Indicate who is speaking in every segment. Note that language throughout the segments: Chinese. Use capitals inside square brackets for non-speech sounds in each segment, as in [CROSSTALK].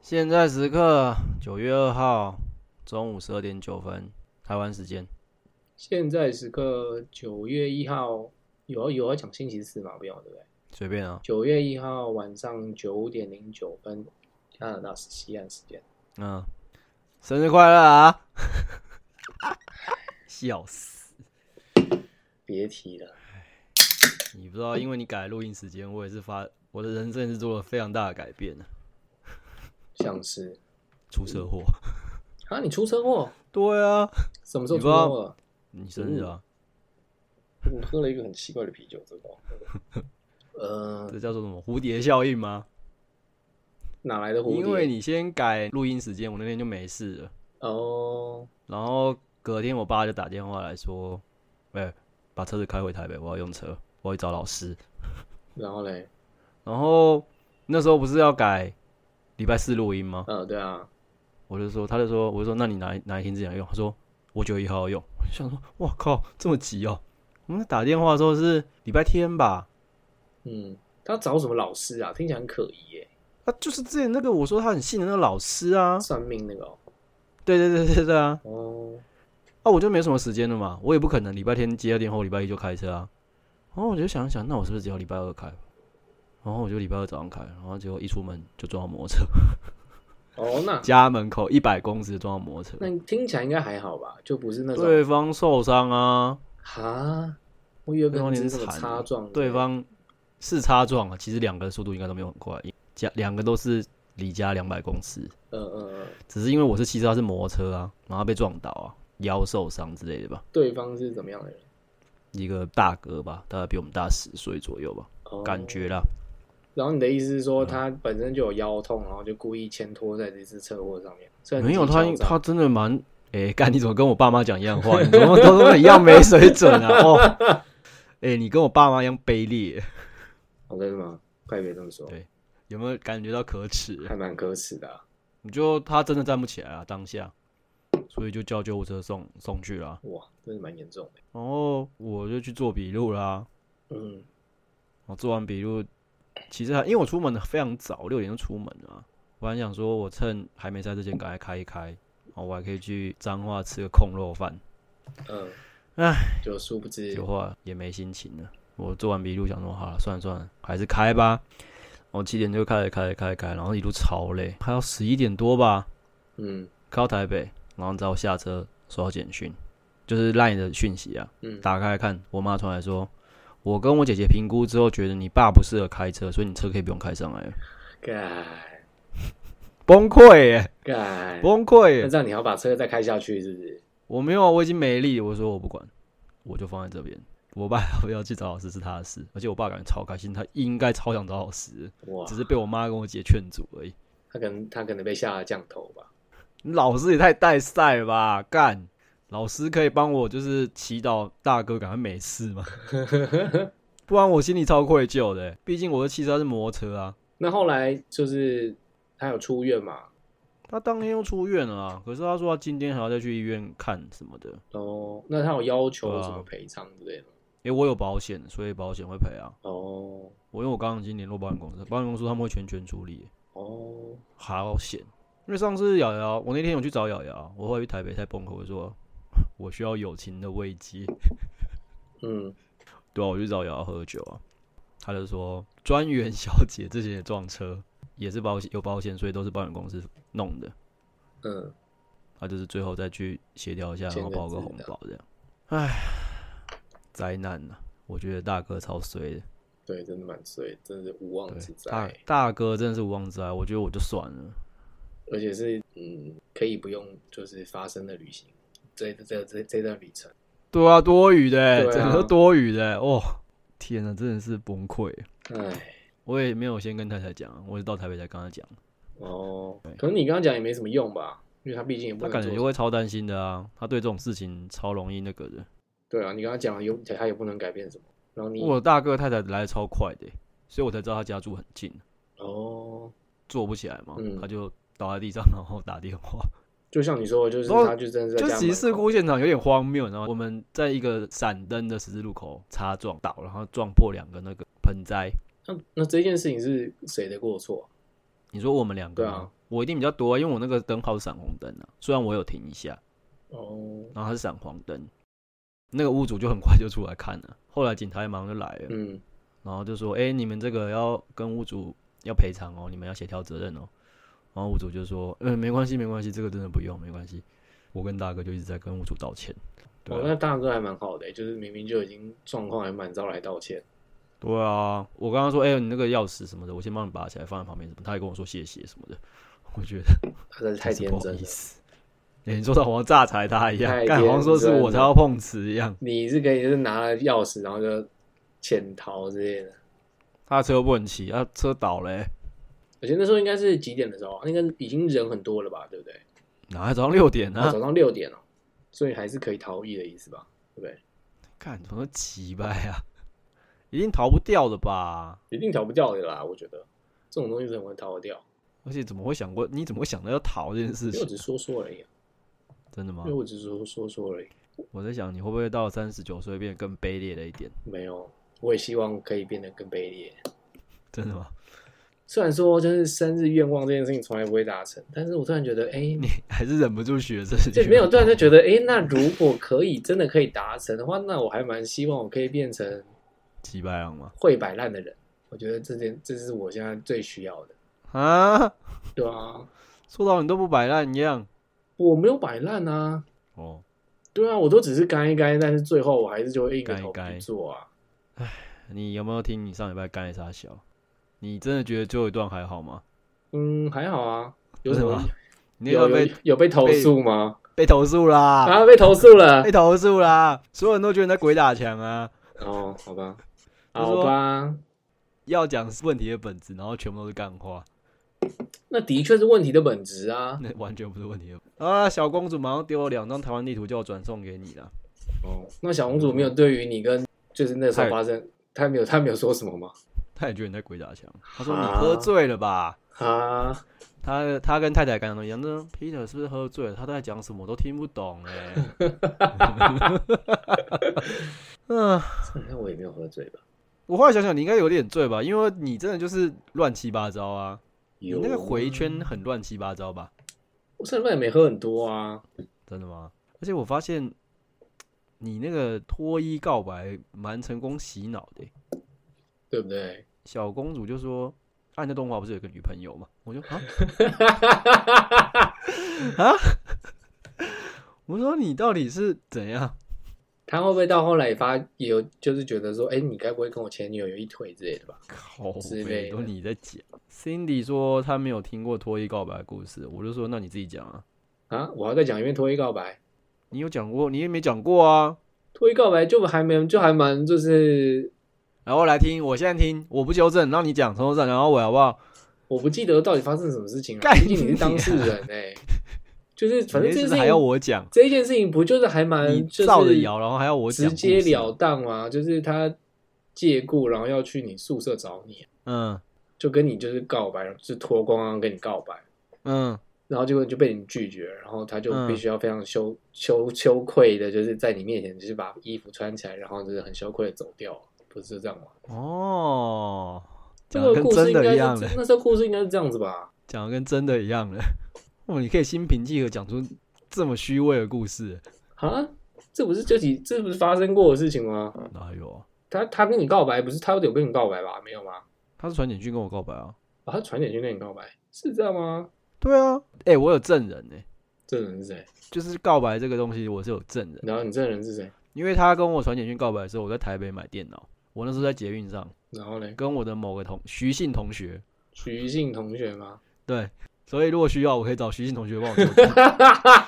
Speaker 1: 现在时刻九月二号中午十二点九分，台湾时间。
Speaker 2: 现在时刻九月一号，有有要讲星期四嘛？不用对不对？
Speaker 1: 随便啊，
Speaker 2: 九月一号晚上九点零九分，加拿大西岸时间。
Speaker 1: 嗯，生日快乐啊！ [LAUGHS] 笑死！
Speaker 2: 别提了，
Speaker 1: 你不知道，因为你改录音时间，我也是发我的人生也是做了非常大的改变啊
Speaker 2: 像是
Speaker 1: 出车祸。 [LAUGHS]
Speaker 2: 啊，你出车祸，
Speaker 1: 对啊，
Speaker 2: 什么时候出车祸了？
Speaker 1: 你生日啊，
Speaker 2: 我喝了一个很奇怪的啤酒，这个。呃，
Speaker 1: 这叫做什么蝴蝶效应吗？
Speaker 2: 哪来的蝴蝶？
Speaker 1: 因为你先改录音时间，我那天就没事了。
Speaker 2: 哦，
Speaker 1: 然后隔天我爸就打电话来说：“哎、把车子开回台北，我要用车，我要去找老师。
Speaker 2: 然后嘞，”
Speaker 1: 然后那时候不是要改礼拜四录音吗？
Speaker 2: 呃，对啊，
Speaker 1: 我就说，他就说，我就说，那你哪哪一天之前要用？他说我九月一号要用。我就想说，哇靠，这么急哦！我们打电话的时候是礼拜天吧？
Speaker 2: 嗯，他找什么老师啊？听起来很可疑耶，
Speaker 1: 啊，就是之前那个我说他很信的那个老师啊，
Speaker 2: 算命那个哦。
Speaker 1: 对对对对对啊，
Speaker 2: 哦，
Speaker 1: 啊，我就没什么时间了嘛，我也不可能礼拜天接到电话，我礼拜一就开车啊。然后我就想一想，那我是不是只有礼拜二开？然后我就礼拜二早上开，然后结果一出门就撞到摩托车，
Speaker 2: 哦，那
Speaker 1: 家门口一百公尺撞到摩托车，
Speaker 2: 那你听起来应该还好吧？就不是那种
Speaker 1: 对方受伤啊，
Speaker 2: 哈，我以为
Speaker 1: 对
Speaker 2: 跟
Speaker 1: 方
Speaker 2: 你是
Speaker 1: 连
Speaker 2: 什么
Speaker 1: 惨
Speaker 2: 擦
Speaker 1: 了
Speaker 2: 撞的，
Speaker 1: 对方是擦撞啊，其实两个速度应该都没有很快，加两个都是离家两百公尺，
Speaker 2: 呃，呃呃，
Speaker 1: 只是因为我是汽车，他是摩托车啊，然后他被撞倒啊，腰受伤之类的吧，
Speaker 2: 对方是怎么样的人？
Speaker 1: 一个大哥吧，大概比我们大十岁左右吧，
Speaker 2: 哦
Speaker 1: 感。觉嗯啦，
Speaker 2: 然后你的意思是说，他本身就有腰痛，然后就故意牵拖在这次车祸上面？这很
Speaker 1: 没有他
Speaker 2: 技，巧
Speaker 1: 他真的蛮……哎、干你怎么跟我爸妈讲一样话？ [LAUGHS] 你怎么都跟我一样没水准啊？哦，哎、你跟我爸妈一样卑劣，
Speaker 2: 哦，真的吗？快别这么说
Speaker 1: 对，有没有感觉到可耻？
Speaker 2: 还蛮可耻的啊、
Speaker 1: 你就他真的站不起来啊，当下，所以就叫救护车送送去了。
Speaker 2: 哇，真的蛮严重的。
Speaker 1: 然后我就去做笔录啦。
Speaker 2: 嗯，
Speaker 1: 我做完笔录，其实还因为我出门的非常早，六点就出门了啊。我还想说，我趁还没塞之前，赶快开一开，哦，我还可以去彰化吃个控肉饭。
Speaker 2: 嗯，
Speaker 1: 唉，
Speaker 2: 就殊不知
Speaker 1: 有话也没心情了。我做完笔录，想说好了，算了算了，还是开吧。我七点就开了开了开了开了，然后一路超累，开到十一点多吧，
Speaker 2: 嗯
Speaker 1: 开到台北，然后你知道我下车收到简讯，就是赖的讯息啊，
Speaker 2: 嗯
Speaker 1: 打开来看，我妈传来说，我跟我姐姐评估之后，觉得你爸不适合开车，所以你车可以不用开上来了，
Speaker 2: 干
Speaker 1: 崩溃耶，
Speaker 2: 干，
Speaker 1: 崩溃
Speaker 2: 那
Speaker 1: 耶！
Speaker 2: 这样你还要把车再开下去是不是？
Speaker 1: 我没有啊，我已经没力了，我说我不管，我就放在这边。我爸要不要去找老师是他的事，而且我爸感觉超开心，他应该超想找老师的。
Speaker 2: 哇
Speaker 1: 只，是被我妈跟我姐劝阻而已。
Speaker 2: 他可能他可能被下了降头吧？
Speaker 1: 老师也太带赛了吧，干！老师可以帮我就是祈祷大哥赶快没事吗？不然我心里超愧疚的欸，毕竟我的汽车是摩托车啊。
Speaker 2: 那后来就是他有出院嘛？
Speaker 1: 他当天又出院了啊，可是他说他今天还要再去医院看什么的。
Speaker 2: 哦，那他有要求什
Speaker 1: 对
Speaker 2: 么
Speaker 1: 啊
Speaker 2: 赔偿之类的吗？
Speaker 1: 诶、我有保险，所以保险会赔啊。
Speaker 2: 哦
Speaker 1: 我因为我刚刚已经联络保险公司，保险公司他们会全权处理欸，
Speaker 2: 哦，
Speaker 1: 好险。因为上次瑶瑶，我那天有去找瑶瑶，我后来去台北才崩溃，我说 [LAUGHS] 我需要友情的慰藉。
Speaker 2: 嗯，
Speaker 1: 对啊，我就找瑶瑶喝酒啊，他就说专员小姐之前也撞车，也是保险有保险，所以都是保险公司弄的。
Speaker 2: 嗯，
Speaker 1: 他就是最后再去协调一下，然后
Speaker 2: 签个
Speaker 1: 包个
Speaker 2: 字
Speaker 1: 红
Speaker 2: 这样
Speaker 1: 包这样。唉，灾难呐、我觉得大哥超衰的，
Speaker 2: 对，真的蛮衰，真的是无妄之
Speaker 1: 对，大
Speaker 2: 灾，
Speaker 1: 大哥真的是无妄之灾。我觉得我就算了，
Speaker 2: 而且是嗯，可以不用就是发生的旅行，这这这这段旅程，
Speaker 1: 对啊，多余的、欸，
Speaker 2: 对啊
Speaker 1: 整个都多余的欸、哦，天呐，真的是崩溃。欸
Speaker 2: 唉，
Speaker 1: 我也没有先跟太太讲，我是到台北才跟她讲，
Speaker 2: 哦，可能你刚刚讲也没什么用吧，因为他毕竟也不
Speaker 1: 她
Speaker 2: 能
Speaker 1: 感觉就
Speaker 2: 做，
Speaker 1: 会超担心的啊，她对这种事情超容易那个的。
Speaker 2: 对啊，你刚刚讲了有他也不能改变什么，然后你
Speaker 1: 我大哥太太来的超快的欸，所以我才知道他家住很近，
Speaker 2: 哦，
Speaker 1: 坐不起来嘛，
Speaker 2: 嗯
Speaker 1: 他就倒在地上，然后打电话。
Speaker 2: 就像你说的，就是
Speaker 1: 然后
Speaker 2: 他就真的是在
Speaker 1: 就
Speaker 2: 家
Speaker 1: 其实事
Speaker 2: 门口，
Speaker 1: 故现场有点荒谬，然后我们在一个闪灯的十字路口擦撞倒，然后撞破两个那个盆栽。
Speaker 2: 那那这件事情是谁的过错？
Speaker 1: 你说我们两个
Speaker 2: 对
Speaker 1: 吗？
Speaker 2: 啊，
Speaker 1: 我一定比较多啊，因为我那个灯泡是闪红灯啊，虽然我有停一下，啊
Speaker 2: 哦，
Speaker 1: 然后它是闪黄灯，那个屋主就很快就出来看了，后来警察也马上就来了，
Speaker 2: 嗯，
Speaker 1: 然后就说：“哎、你们这个要跟屋主要赔偿哦，你们要协调责任哦。”然后屋主就说：“嗯、没关系，没关系，这个真的不用，没关系。”我跟大哥就一直在跟屋主道歉。对
Speaker 2: 哦，
Speaker 1: 啊、
Speaker 2: 那大哥还蛮好的、欸就是明明就已经状况还蛮糟，来道歉。
Speaker 1: 对啊，我刚刚说：“哎、你那个钥匙什么的，我先帮你拔起来放在旁边什么。”他也跟我说：“谢谢什么的。”我觉得
Speaker 2: 他真是太
Speaker 1: 真是
Speaker 2: 天
Speaker 1: 不好
Speaker 2: 真
Speaker 1: 意
Speaker 2: 了。
Speaker 1: 思。哎、你说到好像榨财他一样
Speaker 2: 太，
Speaker 1: 干好像说是
Speaker 2: 天真
Speaker 1: 我才
Speaker 2: 了
Speaker 1: 要碰瓷一样。
Speaker 2: 你是可以就是拿了钥匙，然后就潜逃之类的。
Speaker 1: 他的车又不能骑，他车倒了、欸，
Speaker 2: 而且那时候应该是几点的时候啊？应该已经人很多了吧，对不对？
Speaker 1: 哪来早上六点
Speaker 2: 哦
Speaker 1: 啊？
Speaker 2: 早上六点哦、所以还是可以逃逸的意思吧，对不对？
Speaker 1: 干什么奇掰啊？一定逃不掉的吧？
Speaker 2: 一定逃不掉的啦，我觉得这种东西是很难逃得掉。
Speaker 1: 而且怎么会想过？你怎么会想到要逃这件事
Speaker 2: 因为我
Speaker 1: 情？
Speaker 2: 只是说说而已啊、
Speaker 1: 真的吗
Speaker 2: 因为？我只是说说说而已，
Speaker 1: 我在想，你会不会到三十九岁变得更卑劣了一点？
Speaker 2: 没有。我也希望可以变得更卑劣。
Speaker 1: 真的吗？
Speaker 2: 虽然说就是生日愿望这件事情从来不会达成，但是我突然觉得，哎、
Speaker 1: 你 [LAUGHS] 还是忍不住学生？
Speaker 2: 就没有突然就觉得，哎、那如果可以真的可以达成的话，那我还蛮希望我可以变成
Speaker 1: 几百样吗？
Speaker 2: 会摆烂的人。我觉得这件这是我现在最需要的，
Speaker 1: 啊，
Speaker 2: 对啊，
Speaker 1: 说到你都不摆烂一样
Speaker 2: 我没有摆烂啊，
Speaker 1: 哦。
Speaker 2: 对啊，我都只是干一干，但是最后我还是就会硬着头
Speaker 1: 干一干
Speaker 2: 皮做啊。
Speaker 1: 你有没有听你上礼拜干一啥小？你真的觉得最后一段还好吗？
Speaker 2: 嗯，还好啊，有什
Speaker 1: 真的
Speaker 2: 么
Speaker 1: 吗？你那段
Speaker 2: 有有
Speaker 1: 被
Speaker 2: 有被投诉吗？
Speaker 1: 被投诉啦，
Speaker 2: 啊，被投诉
Speaker 1: [LAUGHS]
Speaker 2: 了
Speaker 1: 被。投诉啦，所有人都觉得你在鬼打墙啊。
Speaker 2: 哦，好吧，
Speaker 1: 就
Speaker 2: 好
Speaker 1: 说
Speaker 2: 吧，
Speaker 1: 要讲问题的本质，然后全部都是干话，
Speaker 2: 那的确是问题的本质啊。
Speaker 1: 那完全不是问题的啊！小公主马上丢了两张台湾地图，叫我转送给你了。
Speaker 2: 哦，那小公主没有对于你跟就是那时候发生，她没有她没有说什么吗？
Speaker 1: 他也觉得你在鬼打墙。他说你喝醉了吧？
Speaker 2: 啊，
Speaker 1: 他他跟太太感到一样，那 Peter 是不是喝醉了？他在讲什么我都听不懂哎、 [LAUGHS] 嗯，
Speaker 2: 那我也没有喝醉吧？
Speaker 1: 我后来想想，你应该有点醉吧，因为你真的就是乱七八糟啊，你
Speaker 2: 有
Speaker 1: 那个回
Speaker 2: 啊，
Speaker 1: 圈很乱七八糟吧？
Speaker 2: 我上班也没喝很多啊。
Speaker 1: 真的吗？而且我发现你那个脱衣告白蛮成功洗脑的欸、
Speaker 2: 对不对？
Speaker 1: 小公主就说：“啊，你的动画不是有个女朋友吗？”我就
Speaker 2: [LAUGHS]
Speaker 1: 啊啊，我说你到底是怎样？
Speaker 2: 她会不会到后来也发也有就是觉得说，哎，你该不会跟我前女友有一腿之类的吧？
Speaker 1: 靠
Speaker 2: 之
Speaker 1: 北
Speaker 2: 类
Speaker 1: 都
Speaker 2: 的
Speaker 1: 你在讲。Cindy 说她没有听过脱衣告白的故事，我就说那你自己讲啊，
Speaker 2: 啊，我要再讲一遍脱衣告白，
Speaker 1: 你有讲过，你也没讲过啊。
Speaker 2: 脱衣告白就还没就还蛮就是
Speaker 1: 然后来听，我现在听，我不纠正，让你讲从头再讲，然后我好不好？
Speaker 2: 我不记得到底发生什么事情了、
Speaker 1: 干啊
Speaker 2: 毕竟你是当事人哎、就是反正
Speaker 1: 你
Speaker 2: 这
Speaker 1: 那是
Speaker 2: 件事
Speaker 1: 还要
Speaker 2: 情，
Speaker 1: 我讲，
Speaker 2: 这一件事情不就是还
Speaker 1: 你
Speaker 2: 蛮就
Speaker 1: 照着
Speaker 2: 是
Speaker 1: 摇，然后还要我讲
Speaker 2: 直
Speaker 1: 故
Speaker 2: 截
Speaker 1: 事
Speaker 2: 了。当啊，就是他借故然后要去你宿舍找你，啊
Speaker 1: 嗯
Speaker 2: 就跟你就是告白，就是脱光光跟你告白，
Speaker 1: 嗯，
Speaker 2: 然后结果就被你拒绝，然后他就
Speaker 1: 嗯
Speaker 2: 必须要非常羞羞羞愧的，就是在你面前就是把衣服穿起来，然后就是很羞愧的走掉，不是就这样吗？
Speaker 1: 哦，
Speaker 2: 这
Speaker 1: 讲得
Speaker 2: 个
Speaker 1: 跟
Speaker 2: 故事
Speaker 1: 真
Speaker 2: 应该
Speaker 1: 的一
Speaker 2: 是
Speaker 1: 样欸的。
Speaker 2: 那时候故事应该是这样子吧？
Speaker 1: 讲的跟真的一 [LAUGHS] 样了。哦，你可以心平气和讲出这么虚伪的故事，
Speaker 2: 啊，这不是这几这不是发生过的事情吗？
Speaker 1: 哪有啊？
Speaker 2: 他他跟你告白不是他有跟你告白吧？没有吗？
Speaker 1: 他是传简讯跟我告白啊？
Speaker 2: 啊，他传简讯跟你告白是这样吗？
Speaker 1: 对啊，哎、我有证人呢、
Speaker 2: 这人是谁？
Speaker 1: 就是告白这个东西，我是有证人，
Speaker 2: 然后你这人是谁？
Speaker 1: 因为他跟我传简讯告白的时候，我在台北买电脑，我那时候在捷运上
Speaker 2: 然后嘞，
Speaker 1: 跟我的某个同徐姓同学，
Speaker 2: 徐姓同学吗？
Speaker 1: 对，所以如果需要，我可以找徐姓同学帮我作证 [LAUGHS]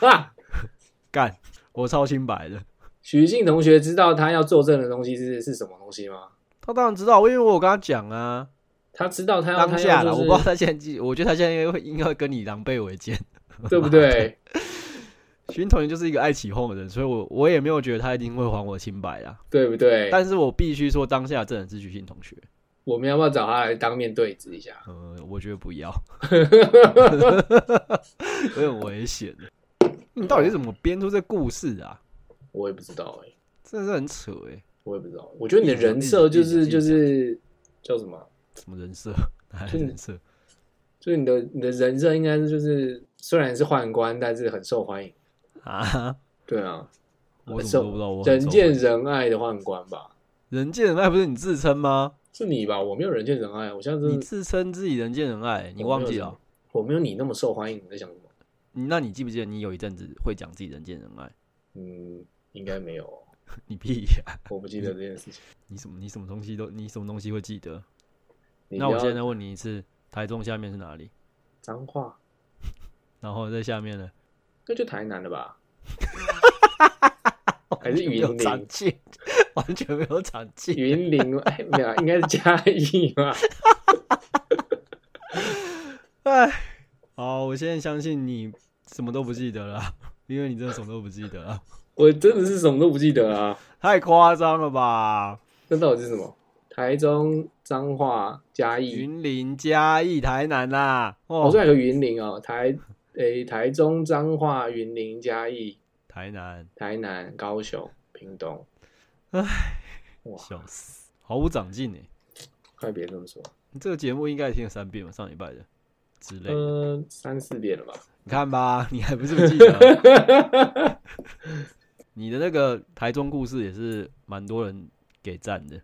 Speaker 1: 干，我超清白的。
Speaker 2: 徐姓同学知道他要作证的东西是是什么东西吗？
Speaker 1: 他当然知道，因为我有跟他讲啊，
Speaker 2: 他知道他要
Speaker 1: 当下
Speaker 2: 他
Speaker 1: 啦，
Speaker 2: 要
Speaker 1: 我不
Speaker 2: 就是
Speaker 1: 知道他现在记，我觉得他现在应该会应该会跟你狼狈为奸。
Speaker 2: 对
Speaker 1: [LAUGHS]
Speaker 2: 不对？
Speaker 1: 徐同学就是一个爱起哄的人，所以我我也没有觉得他一定会还我清白啦。
Speaker 2: 对不对？
Speaker 1: 但是我必须说，当下真的是徐信同
Speaker 2: [LAUGHS]
Speaker 1: 学，
Speaker 2: 我们要不要找他来当面对质一下？
Speaker 1: 呃，我觉得不
Speaker 2: [LAUGHS]
Speaker 1: 要，有点危险。你到底是怎么编出这故事啊？
Speaker 2: 我也不知道哎、
Speaker 1: 真的是很扯哎、
Speaker 2: 我也不知道。我觉得你的
Speaker 1: 一直讲
Speaker 2: 人设就
Speaker 1: 一
Speaker 2: 是
Speaker 1: 直
Speaker 2: 就
Speaker 1: 讲
Speaker 2: 是叫什么？
Speaker 1: 什么人设？哪来的人设？
Speaker 2: 就是你的你的人设应该是就是虽然是宦官，但是很受欢迎。
Speaker 1: 啊！
Speaker 2: 对啊，
Speaker 1: 我怎么都不知道我很
Speaker 2: 人
Speaker 1: 受
Speaker 2: 见
Speaker 1: 欢迎
Speaker 2: 人爱的宦官吧？
Speaker 1: 人见人爱不是你自称吗？
Speaker 2: 是你吧？我没有人见人爱，啊我现在
Speaker 1: 你
Speaker 2: 真的
Speaker 1: 自称自己人见人爱，你忘记了？
Speaker 2: 我没有你那么受欢迎。你在想什么？
Speaker 1: 你那你记不记得你有一阵子会讲自己人见人爱？
Speaker 2: 嗯，应该没有，
Speaker 1: 你屁呀！
Speaker 2: 我不记得这件事情。
Speaker 1: 你什么你什么东西都你什么东西会记得？
Speaker 2: 你
Speaker 1: 那
Speaker 2: 不
Speaker 1: 我
Speaker 2: 要
Speaker 1: 现在问你一次，台中下面是哪里？
Speaker 2: 脏话，
Speaker 1: 然后在下面呢？
Speaker 2: 那就台南
Speaker 1: [LAUGHS]
Speaker 2: 了吧？还
Speaker 1: 完
Speaker 2: 是
Speaker 1: 全没
Speaker 2: 云
Speaker 1: 有长
Speaker 2: 林？
Speaker 1: 进， [LAUGHS] 完全没有长进。
Speaker 2: 云林 [LAUGHS] 哎，没有啊，应该是嘉义吧？
Speaker 1: 哎，好，我现在相信你什么都不记得了啊，因为你真的什么都不记得了，
Speaker 2: 我真的是什么都不记得啊！
Speaker 1: 太夸张了吧？
Speaker 2: 那到底是什么？台中、彰化、嘉义，
Speaker 1: 云林、嘉义、台南啦、
Speaker 2: 哦，
Speaker 1: 哦，
Speaker 2: 这还有个云林哦，台诶、台中、彰化、云林、嘉义、
Speaker 1: 台南，
Speaker 2: 台南、高雄、屏东。哇
Speaker 1: 笑死，毫无长进哎！
Speaker 2: 快别这么说，
Speaker 1: 你这个节目应该也听了三遍吧，上礼拜的之类的
Speaker 2: 嗯、三四遍了吧？ [LAUGHS]
Speaker 1: 你看吧，你还不是不记得？你的那个台中故事也是蛮多人给赞的，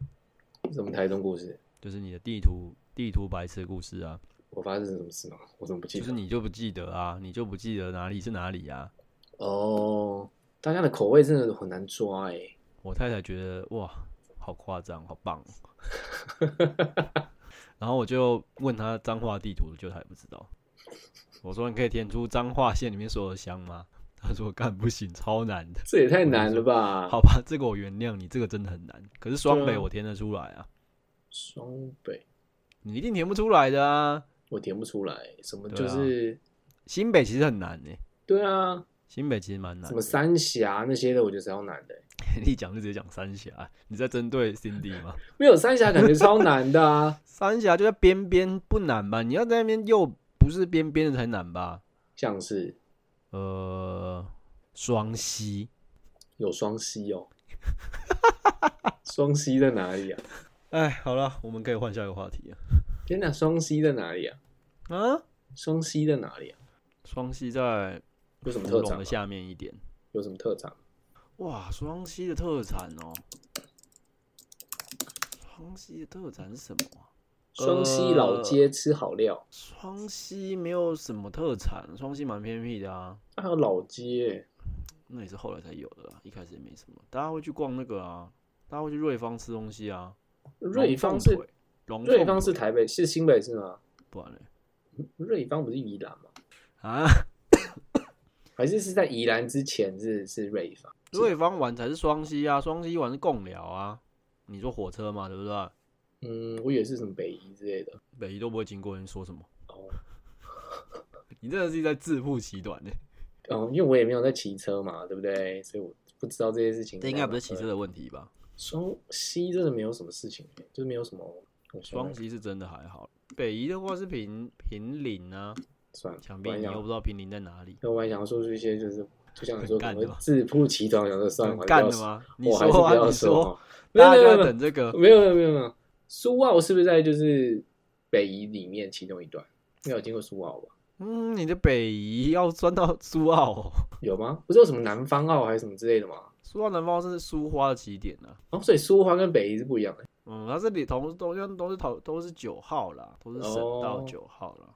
Speaker 2: 什么台中故事？
Speaker 1: 就是你的地图地图白痴故事啊，
Speaker 2: 我发生什么事吗？我怎么不记
Speaker 1: 就
Speaker 2: 得？
Speaker 1: 是你就不记得啊，你就不记得哪里是哪里啊。
Speaker 2: 哦，大家的口味真的很难抓哎、
Speaker 1: 我太太觉得哇，好夸张，好
Speaker 2: [LAUGHS]
Speaker 1: 棒哦、然后我就问她彰化地图，就她也不知道。我说你可以填出彰化县里面所有的乡吗？她说干不行，超难的。
Speaker 2: 这也太难了吧？
Speaker 1: 好吧，这个我原谅你，这个真的很难。可是双
Speaker 2: 啊对
Speaker 1: 北
Speaker 2: 啊
Speaker 1: 我填得出来啊，
Speaker 2: 双北
Speaker 1: 你一定填不出来的啊。
Speaker 2: 我填不出来，什么
Speaker 1: 对
Speaker 2: 就
Speaker 1: 啊
Speaker 2: 是
Speaker 1: 新北其实很难呢、
Speaker 2: 对啊，
Speaker 1: 新北其实蛮难
Speaker 2: 什么
Speaker 1: 的。
Speaker 2: 三峡那些的，我觉得超难的欸、
Speaker 1: [LAUGHS] 你讲就直接讲三峡，你在针对 Cindy 吗？
Speaker 2: 没有三峡感觉超难的啊。
Speaker 1: 三峡就在边边，不难吧？你要在那边又不是边边的才难吧？
Speaker 2: 像是
Speaker 1: 呃，双溪，
Speaker 2: 有双溪 [LAUGHS] 哦，双溪在哪里啊？
Speaker 1: 哎，好了，我们可以换下一个话题了。
Speaker 2: 天哪，双溪在哪里啊？
Speaker 1: 啊，
Speaker 2: 双溪在哪里啊？
Speaker 1: 双溪在
Speaker 2: 有什么
Speaker 1: 芙
Speaker 2: 特
Speaker 1: 蓉
Speaker 2: 产
Speaker 1: 的
Speaker 2: 吗？
Speaker 1: 下面一点。
Speaker 2: 有什么特产？
Speaker 1: 哇，双溪的特产哦，双溪的特产是什么啊？
Speaker 2: 双溪老街吃好料，
Speaker 1: 双溪没有什么特产，双溪蛮偏僻的啊，
Speaker 2: 啊还有老街
Speaker 1: 那也是后来才有的啦，一开始也没什么。大家会去逛那个啊，大家会去瑞芳吃东西啊。
Speaker 2: 瑞芳
Speaker 1: 龙
Speaker 2: 是
Speaker 1: 凤腿，龙
Speaker 2: 瑞
Speaker 1: 凤
Speaker 2: 芳是
Speaker 1: 腿
Speaker 2: 台北是新北市吗？
Speaker 1: 不然嘞
Speaker 2: 瑞芳不是宜兰吗？
Speaker 1: 啊，
Speaker 2: 还是是在宜兰之前是是瑞芳？
Speaker 1: 瑞芳玩才是双溪啊，双溪玩是贡寮啊。你坐火车嘛，对不对？
Speaker 2: 嗯，我以为是什么北宜之类的。
Speaker 1: 北宜都不会经过，你说什么？
Speaker 2: 哦，
Speaker 1: 你真的是在自负其短呢、
Speaker 2: 哦，因为我也没有在骑车嘛，对不对？所以我不知道这些事情。
Speaker 1: 这应该不是
Speaker 2: 啊
Speaker 1: 骑车。的问题吧？
Speaker 2: 双溪真的没有什么事情，欸就是没有什么。我想
Speaker 1: 双
Speaker 2: 想
Speaker 1: 溪是真的还好，北宜的话是平平岭啊，
Speaker 2: 算了，
Speaker 1: 想
Speaker 2: 我
Speaker 1: 必
Speaker 2: 还
Speaker 1: 你
Speaker 2: 想
Speaker 1: 又不知道平岭在哪里。
Speaker 2: 那我还想要说出一些，就是就像你
Speaker 1: 很
Speaker 2: 说，可
Speaker 1: 干
Speaker 2: 能
Speaker 1: 的吗
Speaker 2: 会自曝其短，想说算了，
Speaker 1: 很
Speaker 2: 我还是
Speaker 1: 干
Speaker 2: 不
Speaker 1: 的
Speaker 2: 要
Speaker 1: 吗？你
Speaker 2: 我还是
Speaker 1: 说
Speaker 2: 不
Speaker 1: 啊，
Speaker 2: 要
Speaker 1: 你说，啊
Speaker 2: 哈。没有
Speaker 1: 大家
Speaker 2: 没
Speaker 1: 就在
Speaker 2: 有没有
Speaker 1: 等这个。
Speaker 2: 没有没有没有没有，苏澳是不是在就是北宜里面其中一段？没有经过苏澳吧？
Speaker 1: 嗯，你的北宜要钻到苏澳、哦， [LAUGHS]
Speaker 2: 有吗？不是有什么南方澳还是什么之类的吗？
Speaker 1: 苏澳南方是苏花的起点啊。
Speaker 2: 哦，所以苏花跟北宜是不一样的。
Speaker 1: 嗯，它这里同都像都是头都是九号啦，都是省道
Speaker 2: 哦
Speaker 1: 九号啦。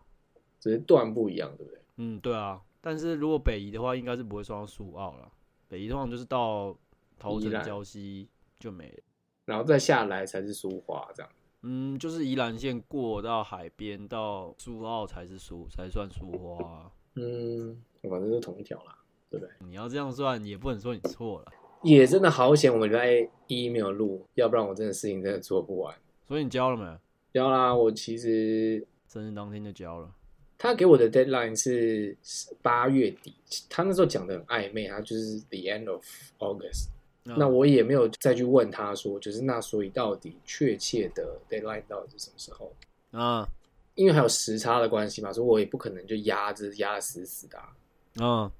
Speaker 2: 只是段不一样，对不对？
Speaker 1: 嗯，对啊。但是如果北宜的话，应该是不会算到苏澳啦。北宜通常就是到桃
Speaker 2: 宜
Speaker 1: 城、
Speaker 2: 兰
Speaker 1: 礁溪就没了。
Speaker 2: 然后再下来才是苏花这样。
Speaker 1: 嗯，就是宜兰县过到海边到苏澳才是苏才算苏花啊、
Speaker 2: 嗯，反正是同一条啦，对不对？
Speaker 1: 你要这样算，也不能说你错了。
Speaker 2: 也真的好险，我们在一没有录，要不然我真的事情真的做不完。
Speaker 1: 所以你交了没？
Speaker 2: 要啦，我其实
Speaker 1: 生日当天就交了。
Speaker 2: 他给我的 deadline 是八月底，他那时候讲的很暧昧，他就是 the end of August。那
Speaker 1: 啊嗯
Speaker 2: 我也没有再去问他说，就是那所以到底确切的 deadline 到底是什么时候？
Speaker 1: 啊
Speaker 2: 因为还有时差的关系嘛，所以我也不可能就压着压得死死的、啊。
Speaker 1: 啊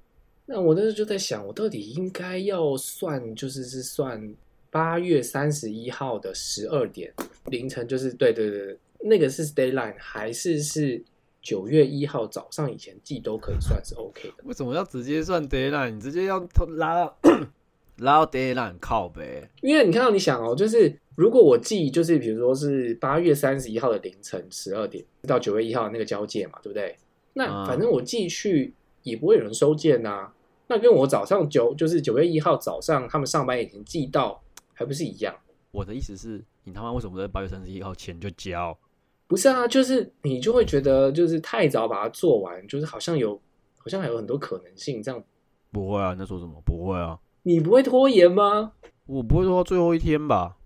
Speaker 2: 那我那时候就在想，我到底应该要算，就是是算八月三十一号的十二点凌晨，就是对对对，对那个是 d a y l i n e 还是是九月一号早上以前寄都可以算是 OK 的。
Speaker 1: 为什么要直接算 d a y l i n e 你直接要拉 [COUGHS] 到拉到 d a y l i n e 靠呗？
Speaker 2: 因为你看到你想哦，就是如果我寄就是比如说是八月三十一号的凌晨十二点到九月一号那个交界嘛，对不对？那
Speaker 1: 嗯
Speaker 2: 反正我寄去也不会有人收件呐、那跟我早上九就是九月一号早上他们上班以前寄到，还不是一样？
Speaker 1: 我的意思是，你他妈为什么在八月三十一号前就交？
Speaker 2: 不是啊，就是你就会觉得就是太早把它做完，就是好像有好像还有很多可能性这样。
Speaker 1: 不会啊，你在说什么？不会啊，
Speaker 2: 你不会拖延吗？
Speaker 1: 我不会说到最后一天吧？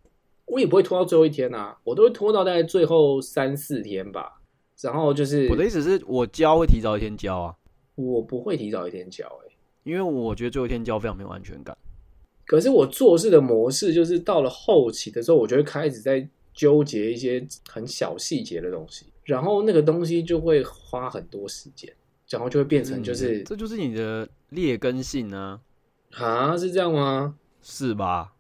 Speaker 2: 我也不会拖到最后一天啊，我都会拖到大概最后三四天吧。然后就是
Speaker 1: 我的意思是我交会提早一天交啊，
Speaker 2: 我不会提早一天交、欸，
Speaker 1: 因为我觉得最后一天交非常没有安全感。
Speaker 2: 可是我做事的模式就是到了后期的时候，我就会开始在纠结一些很小细节的东西，然后那个东西就会花很多时间，然后就会变成就是、
Speaker 1: 嗯这就是你的劣根性啊，
Speaker 2: 啊，是这样吗？
Speaker 1: 是吧？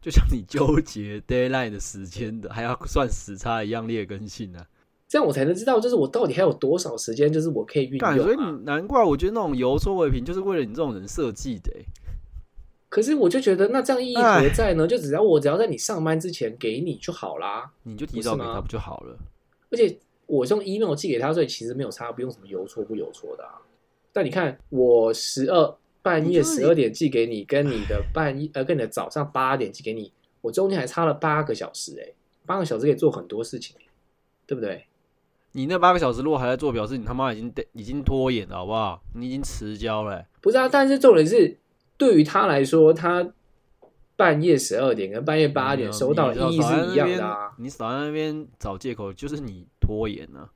Speaker 1: 就像你纠结 d a y l i n e 的时间的，还要算时差一样劣根性啊。
Speaker 2: 这样我才能知道，就是我到底还有多少时间，就是我可以运用、
Speaker 1: 干，
Speaker 2: 啊。
Speaker 1: 所以你难怪我觉得那种油搓尾瓶就是为了你这种人设计的、欸。
Speaker 2: 可是我就觉得，那这样意义何在呢？就只要我只要在你上班之前给你就好啦。
Speaker 1: 你就提早给
Speaker 2: 不是
Speaker 1: 他
Speaker 2: 吗
Speaker 1: 不就好了？
Speaker 2: 而且我是用 email 寄给他，所以其实没有差，不用什么邮戳不邮戳的、啊。但你看，我十二半夜
Speaker 1: 你就是
Speaker 2: 十二点寄给你，跟你的
Speaker 1: [LAUGHS]
Speaker 2: 半夜呃，跟你的早上八点寄给你，我中间还差了八个小时哎、八个小时可以做很多事情、对不对？
Speaker 1: 你那八个小时如果还在做，表示你他妈已经得已经拖延了，好不好？你已经迟交了欸、
Speaker 2: 不是啊，但是重点是，对于他来说，他半夜十二点跟半夜八点收到的
Speaker 1: 嗯你
Speaker 2: 意
Speaker 1: 知
Speaker 2: 义
Speaker 1: 道
Speaker 2: 是一样的啊。
Speaker 1: 你少在那边你少在那边找借口，就是你拖延啊。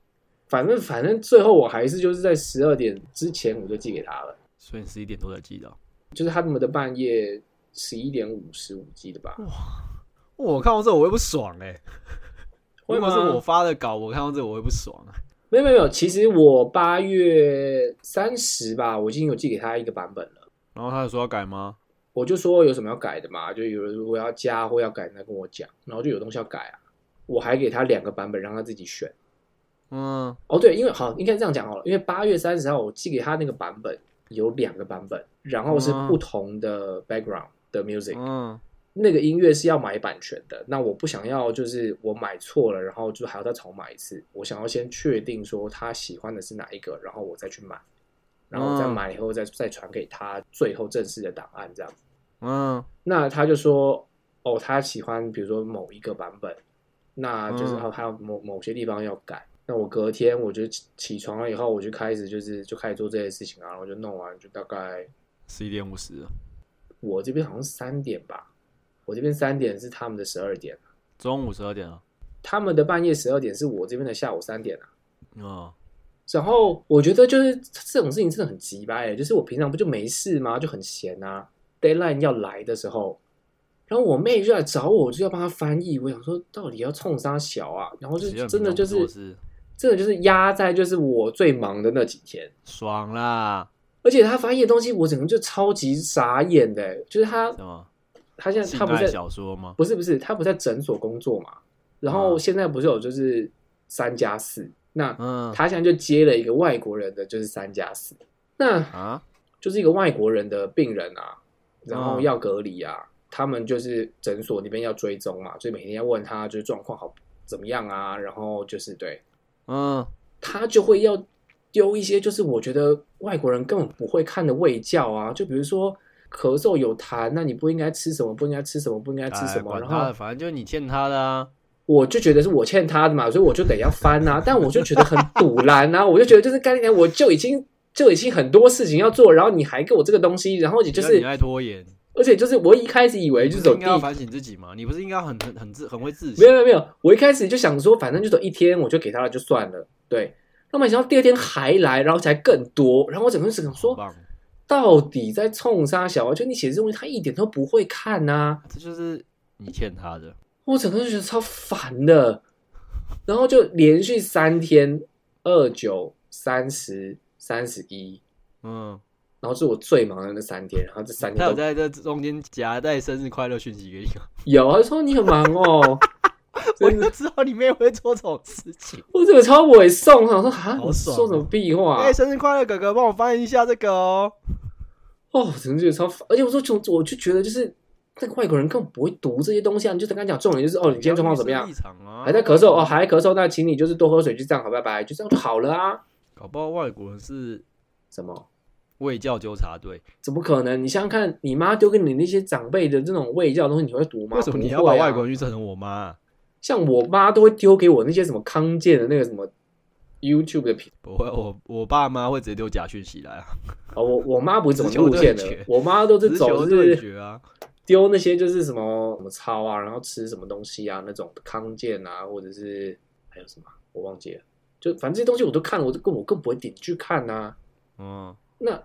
Speaker 2: 反正反正最后我还是就是在十二点之前我就寄给他了，
Speaker 1: 所以你十一点多才寄到。
Speaker 2: 就是他们的半夜十一点五十五寄的吧？
Speaker 1: 我看到这我会不爽哎、
Speaker 2: [LAUGHS] 会
Speaker 1: 如
Speaker 2: 吗
Speaker 1: 果是我发的稿，我看到这我会不爽啊。
Speaker 2: 没有没有没有，其实我八月三十吧，我已经有寄给他一个版本了，
Speaker 1: 然后他有说要改吗？
Speaker 2: 我就说有什么要改的嘛，就有如果要加或要改，那跟我讲，然后就有东西要改啊，我还给他两个版本让他自己选。
Speaker 1: 嗯，
Speaker 2: 哦，对，因为好，应该这样讲好了，因为八月三十号我寄给他那个版本有两个版本，然后是
Speaker 1: 嗯
Speaker 2: 不同的 background 的 music，、
Speaker 1: 嗯，
Speaker 2: 那个音乐是要买版权的，那我不想要，就是我买错了，然后就还要再重买一次。我想要先确定说他喜欢的是哪一个，然后我再去买，然后我再
Speaker 1: 嗯
Speaker 2: 买以后再再传给他最后正式的档案这样。
Speaker 1: 嗯，
Speaker 2: 那他就说，哦，他喜欢比如说某一个版本，那就是
Speaker 1: 嗯
Speaker 2: 他他某某些地方要改。那我隔天我就起起床了以后，我就开始就是就开始做这些事情啊，然后就弄完就大概
Speaker 1: 十一点五十，
Speaker 2: 我这边好像三点吧，我这边三点是他们的十二点。
Speaker 1: 中午十二点啊。
Speaker 2: 他们的半夜十二点是我这边的下午三点啊。
Speaker 1: 嗯，
Speaker 2: 然后我觉得就是这种事情真的很急掰、欸，就是我平常不就没事吗？就很闲啊。Deadline 要来的时候，然后我妹就来找我，我就要帮她翻译。我想说，到底要冲啥小啊？然后就
Speaker 1: 谁叫你
Speaker 2: 真的
Speaker 1: 平常
Speaker 2: 就
Speaker 1: 不做
Speaker 2: 是
Speaker 1: 事
Speaker 2: 真的就是压在就是我最忙的那几天，
Speaker 1: 爽啦，
Speaker 2: 而且她翻译的东西，我整个就超级傻眼的欸、就是她
Speaker 1: 什么
Speaker 2: 她现在
Speaker 1: 性
Speaker 2: 她不
Speaker 1: 爱
Speaker 2: 在
Speaker 1: 小说吗？
Speaker 2: 不是不是，他不在诊所工作嘛，然后
Speaker 1: 嗯
Speaker 2: 现在不是有就是三加四，那
Speaker 1: 嗯
Speaker 2: 他现在就接了一个外国人的就是三加四，那
Speaker 1: 啊，
Speaker 2: 就是一个外国人的病人啊，然后
Speaker 1: 嗯
Speaker 2: 要隔离啊，他们就是诊所那边要追踪嘛，所以每天要问他就是状况好怎么样啊，然后就是对
Speaker 1: 嗯，
Speaker 2: 他就会要丢一些就是我觉得外国人根本不会看的味教啊，就比如说。咳嗽有痰，那你不应该吃什么，不应该吃什么，不应该吃什
Speaker 1: 哎
Speaker 2: 么。
Speaker 1: 管
Speaker 2: 然
Speaker 1: 他
Speaker 2: 后
Speaker 1: 的，反正就是你欠他的啊。
Speaker 2: 我就觉得是我欠他的嘛，所以我就得要翻啊。 [LAUGHS] 但我就觉得很堵然啊，我就觉得就是干你娘，我就已经就已经很多事情要做，然后你还给我这个东西，然后你就
Speaker 1: 谁叫你
Speaker 2: 是，
Speaker 1: 爱拖延，
Speaker 2: 而且就是我一开始以为
Speaker 1: 你
Speaker 2: 就
Speaker 1: 不
Speaker 2: 走
Speaker 1: 是
Speaker 2: 第
Speaker 1: 应
Speaker 2: 一，
Speaker 1: 该要反省自己吗？你不是应该很很很自很会自
Speaker 2: 没有
Speaker 1: 省？
Speaker 2: 没有没有，我一开始就想说，反正就走一天，我就给他了就算了，对。那么想到第二天还来，然后才更多，然后我整个人想
Speaker 1: 好
Speaker 2: 说，
Speaker 1: 棒，
Speaker 2: 到底在冲啥小啊？就你写这东西，他一点都不会看啊呐、
Speaker 1: 这就是你欠他的。
Speaker 2: 我整个人就觉得超烦的，然后就连续三天，二九、三十、三十一，
Speaker 1: 嗯，
Speaker 2: 然后是我最忙的那三天，然后这三
Speaker 1: 他
Speaker 2: 天
Speaker 1: 有
Speaker 2: 都
Speaker 1: 在这中间夹带生日快乐讯息给你吗？
Speaker 2: 啊
Speaker 1: [LAUGHS]
Speaker 2: 有，他就说你很忙哦，
Speaker 1: 我
Speaker 2: 真的
Speaker 1: 就知道你妹会做这种事情。
Speaker 2: 我怎么超委送？我说啊，
Speaker 1: 好
Speaker 2: 我
Speaker 1: 爽哦
Speaker 2: 说什么屁话
Speaker 1: 哎、？生日快乐，哥哥，帮我翻译一下这个哦。
Speaker 2: 哦，我真的觉得超烦，而且我说就我就觉得就是那个外国人根本不会读这些东西啊，你就跟他讲重点就是哦，你今天状况怎么样
Speaker 1: 立？场啊？
Speaker 2: 还在咳嗽哦，还在咳嗽，那请你就是多喝水，就这样好，拜拜，就这样就好了啊。
Speaker 1: 搞不好外国人是
Speaker 2: 什么？
Speaker 1: 卫教纠察队，
Speaker 2: 怎么可能？你想想看，你妈丢给你那些长辈的这种喂教的东西，你会读吗？
Speaker 1: 为什么你要
Speaker 2: 不
Speaker 1: 把
Speaker 2: 会啊
Speaker 1: 外国人去整成我妈啊、
Speaker 2: 像我妈都会丢给我那些什么康健的那个什么 YouTube 的频
Speaker 1: 不会，我我爸妈会直接丢假讯息来啊，
Speaker 2: 哦，我我妈不是走那路线
Speaker 1: 直
Speaker 2: 的
Speaker 1: 球对决，
Speaker 2: 我妈都是
Speaker 1: 直球
Speaker 2: 走
Speaker 1: 对
Speaker 2: 是
Speaker 1: 决啊。
Speaker 2: 丢那些就是什么什么操啊，然后吃什么东西啊那种康健啊，或者是还有什么啊我忘记了，就反正这些东西我都看了，我都更我更不会点去看呐、啊
Speaker 1: 嗯，
Speaker 2: 那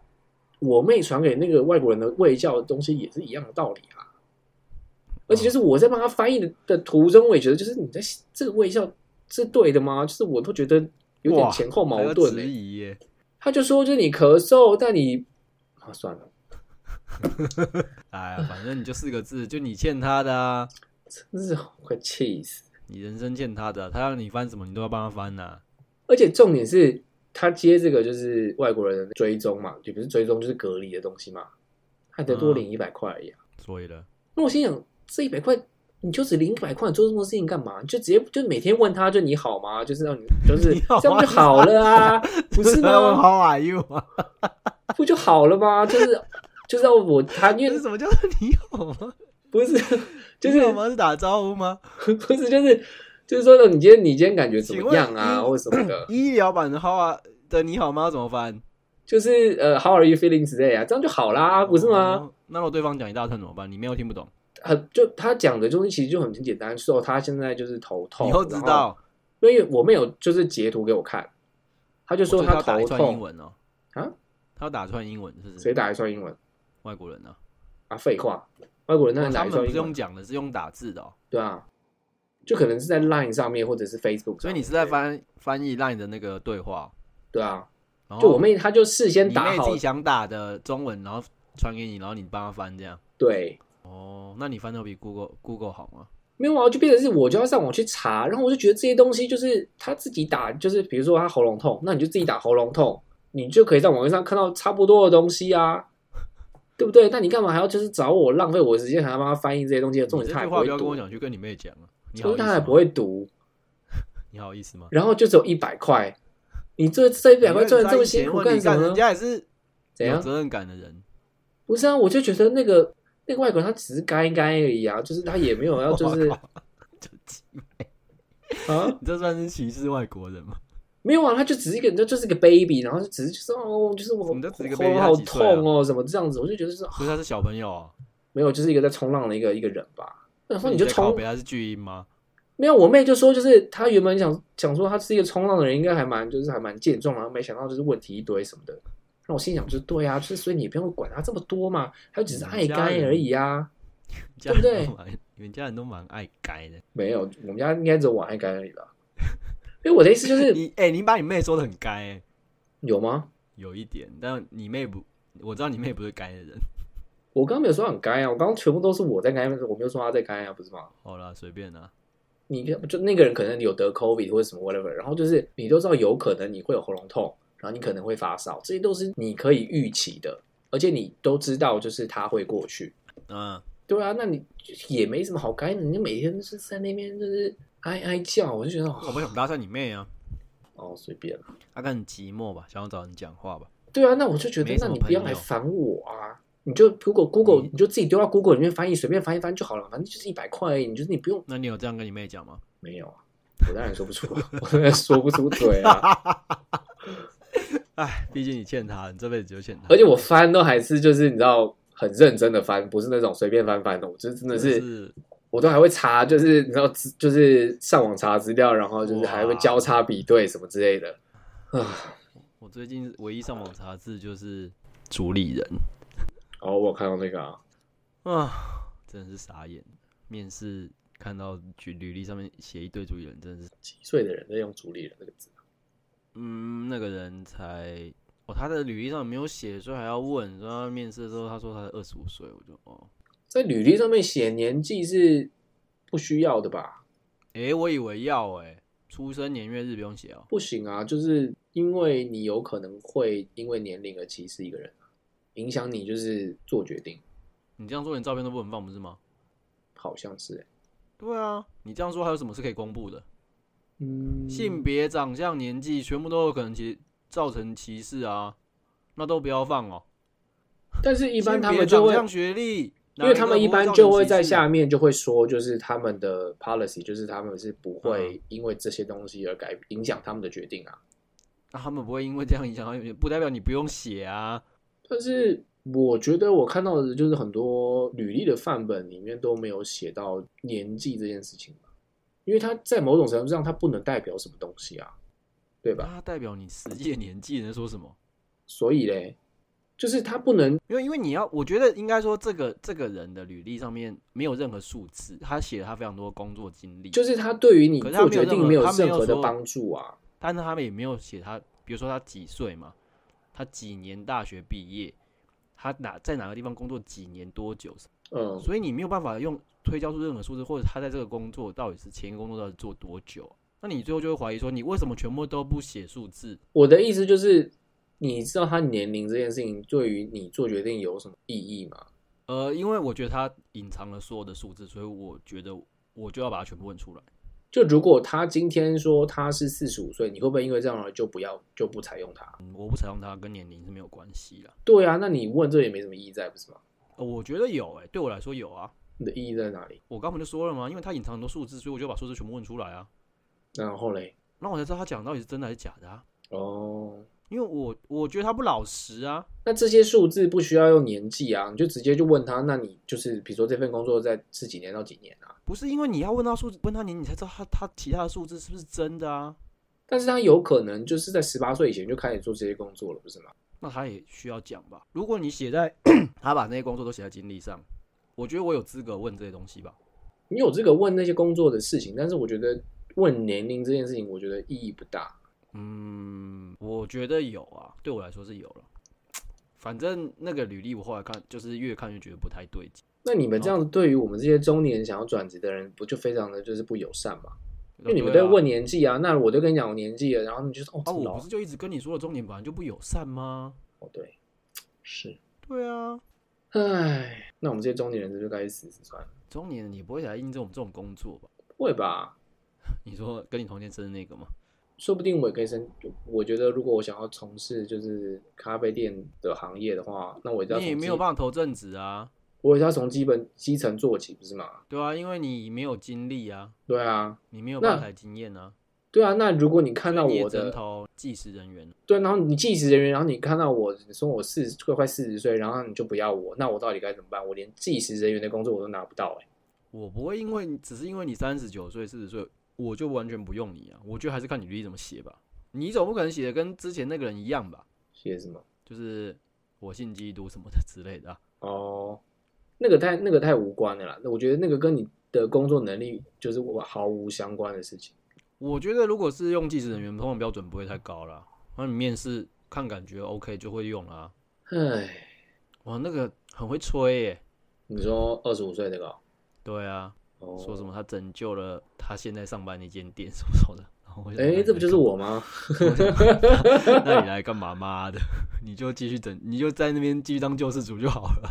Speaker 2: 我妹传给那个外国人的卫教的东西也是一样的道理啊。而且就是我在帮他翻译的的途中，我也觉得就是你在这个卫教是对的吗？就是我都觉得有点
Speaker 1: 哇
Speaker 2: 前后矛
Speaker 1: 还要
Speaker 2: 盾、
Speaker 1: 质
Speaker 2: 欸。
Speaker 1: 疑耶，
Speaker 2: 他就说就是你咳嗽，但你啊算了，
Speaker 1: 哎呀，反正你就四个字，就你欠他的啊，
Speaker 2: 真是快气死。
Speaker 1: 你人生欠他的啊、他让你翻什么，你都要帮他翻呐、
Speaker 2: 而且重点是他接这个就是外国人的追踪嘛，也不是追踪就是隔离的东西嘛，还得多
Speaker 1: 嗯
Speaker 2: 领一百块而已啊。
Speaker 1: 所以呢，
Speaker 2: 那我心想，这一百块，你就只领一百块，你做这么多事情干嘛？你就直接就每天问他，就你好吗？就是让你就是
Speaker 1: 你好吗
Speaker 2: 这样就好了啊，不是
Speaker 1: 问
Speaker 2: 吗？
Speaker 1: [LAUGHS] How are you 啊？
Speaker 2: 不就好了吗？就是就是要我他，因
Speaker 1: 这
Speaker 2: 为
Speaker 1: 什么叫做你好吗？
Speaker 2: 不是就是
Speaker 1: 你好吗？是打招呼吗？
Speaker 2: 不是就是就是说你今天你今天感觉怎么样啊，
Speaker 1: 请问，
Speaker 2: 或什么的
Speaker 1: 嗯医疗版的 How are 的你好吗要怎么翻？
Speaker 2: 就是呃，How are you feeling today 啊？这样就好啦，不是吗？
Speaker 1: 哦？那如果对方讲一大串怎么办？你没有听不懂，
Speaker 2: 很就他讲的东西其实就很很简单，说他现在就是头痛，
Speaker 1: 你又知
Speaker 2: 然后，
Speaker 1: 道。
Speaker 2: 因为我没有就是截图给我看，他就
Speaker 1: 就
Speaker 2: 说
Speaker 1: 他
Speaker 2: 头
Speaker 1: 打一串英
Speaker 2: 痛，
Speaker 1: 文哦，
Speaker 2: 啊，
Speaker 1: 他要打一串英文是不
Speaker 2: 谁
Speaker 1: 是？
Speaker 2: 打一串英文？
Speaker 1: 外国人啊，
Speaker 2: 啊，废话，外国人那
Speaker 1: 哦
Speaker 2: 哪
Speaker 1: 他
Speaker 2: 一
Speaker 1: 们
Speaker 2: 种
Speaker 1: 不是
Speaker 2: 英文
Speaker 1: 用？讲的，是用打字的哦。
Speaker 2: 对啊，就可能是在 Line 上面或者是
Speaker 1: 所
Speaker 2: Facebook，
Speaker 1: 以
Speaker 2: 上
Speaker 1: 你
Speaker 2: 面
Speaker 1: 是在翻翻译 LINE 的那个对话，哦
Speaker 2: 对啊，
Speaker 1: 然后
Speaker 2: 就我妹她就事先
Speaker 1: 你
Speaker 2: 打
Speaker 1: 妹自
Speaker 2: 好
Speaker 1: 己，想打的中文，然后传给你，然后你帮他翻这样。
Speaker 2: 对，
Speaker 1: 哦，那你翻的比 Google Google 好吗？
Speaker 2: 没有啊，就变成是我就要上网去查，然后我就觉得这些东西就是她自己打，就是比如说她喉咙痛，那你就自己打喉咙痛，你就可以在网页上看到差不多的东西啊。对不对？那你干嘛还要就是找我浪费我的时间，还要帮她翻译这些东西？重
Speaker 1: 你
Speaker 2: 点
Speaker 1: 这
Speaker 2: 她也
Speaker 1: 句
Speaker 2: 不
Speaker 1: 话
Speaker 2: 会
Speaker 1: 不要跟我
Speaker 2: 读，
Speaker 1: 讲，去跟你妹讲啊。你好
Speaker 2: 就
Speaker 1: 意思
Speaker 2: 是她
Speaker 1: 吗？
Speaker 2: 还不会读，
Speaker 1: 你好意思吗？
Speaker 2: 然后就只有一百块，你这这一百块赚的这么辛苦
Speaker 1: 你
Speaker 2: 干什么
Speaker 1: 人
Speaker 2: 呢？
Speaker 1: 家也是
Speaker 2: 怎
Speaker 1: 有
Speaker 2: 样？
Speaker 1: 责任感的人，
Speaker 2: 不是啊，我就觉得那个那个外国人他只是该该而已啊，就是他也没有要就是
Speaker 1: [LAUGHS] 哇靠就
Speaker 2: 啊，
Speaker 1: 你这算是歧视外国人吗？
Speaker 2: 没有啊，他就只是一个就就是个 baby，然后就只是就是哦，就是我
Speaker 1: 什么叫只是一个
Speaker 2: 喉
Speaker 1: baby？
Speaker 2: 咙
Speaker 1: 他
Speaker 2: 好
Speaker 1: 几岁啊
Speaker 2: 痛哦，什么这样子，我就觉得是
Speaker 1: 所以他是小朋友
Speaker 2: [LAUGHS]
Speaker 1: 啊。
Speaker 2: 没有，就是一个在冲浪的一个一个人吧。然后
Speaker 1: 那
Speaker 2: 你就
Speaker 1: 在靠
Speaker 2: 冲
Speaker 1: 北，他啊是巨婴吗？
Speaker 2: 没有，我妹就说就是她原本想想说她是一个冲浪的人，应该还蛮就是还蛮健壮，然后没想到就是问题一堆什么的。那我心想就是对啊，就是所以你也不用管他这么多嘛，他就只是爱该而已啊。
Speaker 1: 你家
Speaker 2: 对不
Speaker 1: 人
Speaker 2: 对
Speaker 1: 都蛮，你们家人都蛮爱改的。
Speaker 2: 没有，我们家应该只有我爱该而已吧。 [LAUGHS] 因为我的意思就是
Speaker 1: 你哎、你把你妹说的很该、欸，
Speaker 2: 有吗？
Speaker 1: 有一点，但你妹不，我知道你妹不是该的人。 [LAUGHS]
Speaker 2: 我刚刚没有说很该啊，我刚刚全部都是我在该，我没有说他在该啊，不是吗？
Speaker 1: 好啦，随便啦。
Speaker 2: 你就那个人可能有得 COVID 或者什么 whatever，然后就是你都知道有可能你会有喉咙痛，然后你可能会发烧，这些都是你可以预期的，而且你都知道就是它会过去，
Speaker 1: 嗯，
Speaker 2: 对啊，那你也没什么好该的，你就每天就是在那边就是哀哀叫，我就觉得
Speaker 1: 我不
Speaker 2: 哦
Speaker 1: 想搭讪你妹啊，
Speaker 2: 哦随便了，
Speaker 1: 她看你寂寞吧，想要找人讲话吧。
Speaker 2: 对啊，那我就觉得
Speaker 1: 没什
Speaker 2: 那
Speaker 1: 么
Speaker 2: 你不要
Speaker 1: 朋
Speaker 2: 来
Speaker 1: 友
Speaker 2: 烦我啊。你就 Google Google，
Speaker 1: 你
Speaker 2: 你就自己丢到 Google 里面翻译，随便翻一翻就好了，反正就是一百块而已，你就是你不用
Speaker 1: 那你有这样跟你妹讲吗？
Speaker 2: 没有啊，我当然说不出， [LAUGHS] 我当然说不出 [LAUGHS] 嘴啊。
Speaker 1: 哎，毕竟你欠她，你这辈子就欠她。
Speaker 2: 而且我翻都还是就是你知道很认真的翻，不是那种随便翻翻的。我就是真的
Speaker 1: 真的
Speaker 2: 是，我都还会查，就是你知道，资就是上网查资料，然后就是还会
Speaker 1: 哇
Speaker 2: 交叉比对什么之类的。啊，
Speaker 1: 我最近唯一上网查字就是主理人
Speaker 2: 哦，我有看到那个啊，
Speaker 1: 啊，真的是傻眼。面试看到举履历上面写一堆主理人，真的是，
Speaker 2: 几岁的人在用“主理人”这个字，啊
Speaker 1: 嗯，那个人才。哦，他的履历上没有写，所以还要问。然后面试的时候，他说他才二十五岁，我就哦，
Speaker 2: 在履历上面写年纪是不需要的吧？
Speaker 1: 诶、我以为要诶、出生年月日不用写哦。
Speaker 2: 不行啊，就是因为你有可能会因为年龄而歧视一个人啊，影响你就是做决定，
Speaker 1: 你这样说，连照片都不能放，不是吗？
Speaker 2: 好像是、欸，
Speaker 1: 对啊，你这样说还有什么是可以公布的？
Speaker 2: 嗯，
Speaker 1: 性别、长相、年纪，全部都有可能其造成歧视啊，那都不要放哦。
Speaker 2: 但是一般他
Speaker 1: 性别
Speaker 2: 们就会
Speaker 1: 长，相、学历，
Speaker 2: 因为他
Speaker 1: 哪个
Speaker 2: 们一
Speaker 1: 不会
Speaker 2: 般
Speaker 1: 造
Speaker 2: 就
Speaker 1: 成
Speaker 2: 会
Speaker 1: 歧
Speaker 2: 在
Speaker 1: 视啊
Speaker 2: 下面就会说，就是他们的 policy，就是他们是不
Speaker 1: 嗯
Speaker 2: 会因为这些东西而改影响他们的决定啊。
Speaker 1: 那、他们不会因为这样影响到你，不代表你不用写啊。
Speaker 2: 但是我觉得我看到的就是很多履历的范本里面都没有写到年纪这件事情吧，因为它在某种程度上它不能代表什么东西啊，对吧？
Speaker 1: 它代表你实际的年纪，你在说什么？
Speaker 2: 所以嘞，就是它不能
Speaker 1: 因为因为你要，我觉得应该说这个这个人的履历上面没有任何数字，他写了他非常多工作经历，
Speaker 2: 就是它对于你
Speaker 1: 可是它
Speaker 2: 做
Speaker 1: 没有
Speaker 2: 决
Speaker 1: 任
Speaker 2: 定
Speaker 1: 何
Speaker 2: 有
Speaker 1: 它没有
Speaker 2: 任何的
Speaker 1: 说
Speaker 2: 帮助啊。
Speaker 1: 但是他们也没有写他，比如说他几岁嘛，他几年大学毕业，他哪在哪个地方工作几年多久，
Speaker 2: 嗯，
Speaker 1: 所以你没有办法用推敲出任何数字，或者他在这个工作到底是前一个工作到底做多久，那你最后就会怀疑说，你为什么全部都不写数字？
Speaker 2: 我的意思就是，你知道他年龄这件事情对于你做决定有什么意义吗？
Speaker 1: 呃，因为我觉得他隐藏了所有的数字，所以我觉得我就要把它全部问出来。
Speaker 2: 就如果他今天说他是四十五岁，你会不会因为这样而就不要就不采用他？
Speaker 1: 嗯，我不采用它跟年龄是没有关系啦。
Speaker 2: 对啊，那你问这也没什么意义在，不是吗？
Speaker 1: 呃，我觉得有诶、对我来说有啊。
Speaker 2: 你的意义在哪里？
Speaker 1: 我刚不就说了嘛，因为它隐藏很多数字，所以我就把数字全部问出来啊。
Speaker 2: 然后嘞，
Speaker 1: 那我才知道他讲到底是真的还是假的啊。
Speaker 2: 哦，
Speaker 1: 因为我我觉得他不老实啊，
Speaker 2: 那这些数字不需要用年纪啊，你就直接就问他，那你就是比如说这份工作在是几年到几年啊？
Speaker 1: 不是因为你要问他数字，问他年，你才知道他他其他的数字是不是真的啊。
Speaker 2: 但是他有可能就是在十八岁以前就开始做这些工作了，不是吗？
Speaker 1: 那他也需要讲吧。如果你写在 [CLEARS THROAT] 他把那些工作都写在经历上，我觉得我有资格问这些东西吧。
Speaker 2: 你有资格问那些工作的事情，但是我觉得问年龄这件事情，我觉得意义不大。
Speaker 1: 嗯，我觉得有啊，对我来说是有了。反正那个履历我后来看，就是越看越觉得不太对劲。
Speaker 2: 那你们这
Speaker 1: 哦
Speaker 2: 样对于我们这些中年想要转职的人，不就非常的就是不友善吗？因为你们
Speaker 1: 对
Speaker 2: 在
Speaker 1: 啊
Speaker 2: 问年纪啊，那我都跟你讲我年纪了，然后你就说哦，
Speaker 1: 啊，
Speaker 2: 这么
Speaker 1: 我
Speaker 2: 老
Speaker 1: 不是就一直跟你说了，中年本来就不友善吗？
Speaker 2: 哦，对，是，
Speaker 1: 对啊，
Speaker 2: 唉，那我们这些中年人是不是该死死算了？
Speaker 1: 中年人也不会来应征我们这种工作吧？
Speaker 2: 不会吧？
Speaker 1: 你说跟你同年生的那个吗？
Speaker 2: 说不定我也可以升。我觉得如果我想要从事就是咖啡店的行业的话，那我一定要
Speaker 1: 你也
Speaker 2: 从
Speaker 1: 没有
Speaker 2: 基，
Speaker 1: 办法投正职啊，
Speaker 2: 我也要从基本基层做起，不是吗？
Speaker 1: 对啊，因为你没有经历啊，
Speaker 2: 对啊，
Speaker 1: 你没有
Speaker 2: 那
Speaker 1: 吧台经验啊，
Speaker 2: 对啊。那如果你看到
Speaker 1: 你也
Speaker 2: 我
Speaker 1: 只能
Speaker 2: 的
Speaker 1: 投计时人员。啊
Speaker 2: 对，啊然后你技职人员，然后你看到我，你说我四十快快四十岁，然后你就不要我，那我到底该怎么办？我连技职人员的工作我都拿不到、欸，
Speaker 1: 我不会因为你只是因为你三十九岁、四十岁，我就完全不用你啊。我觉得还是看你履历怎么写吧。你总不可能写的跟之前那个人一样吧？
Speaker 2: 写什么？
Speaker 1: 就是我信基督什么的之类的啊、
Speaker 2: 哦，那个太那个太无关的啦，我觉得那个跟你的工作能力就是我毫无相关的事情。
Speaker 1: 我觉得如果是用技职人员，通常标准不会太高啦。那你面试看感觉 OK 就会用啦。
Speaker 2: 唉，
Speaker 1: 哇，那个很会吹耶、
Speaker 2: 你说二十五岁那个哦，
Speaker 1: 对啊，
Speaker 2: 哦
Speaker 1: 说什么他拯救了他现在上班的一间店什么什么的。然后我想
Speaker 2: 哎、这不就是我吗？
Speaker 1: 那你来干嘛 [LAUGHS] 妈的？你就继续等，你就在那边继续当救世主就好了。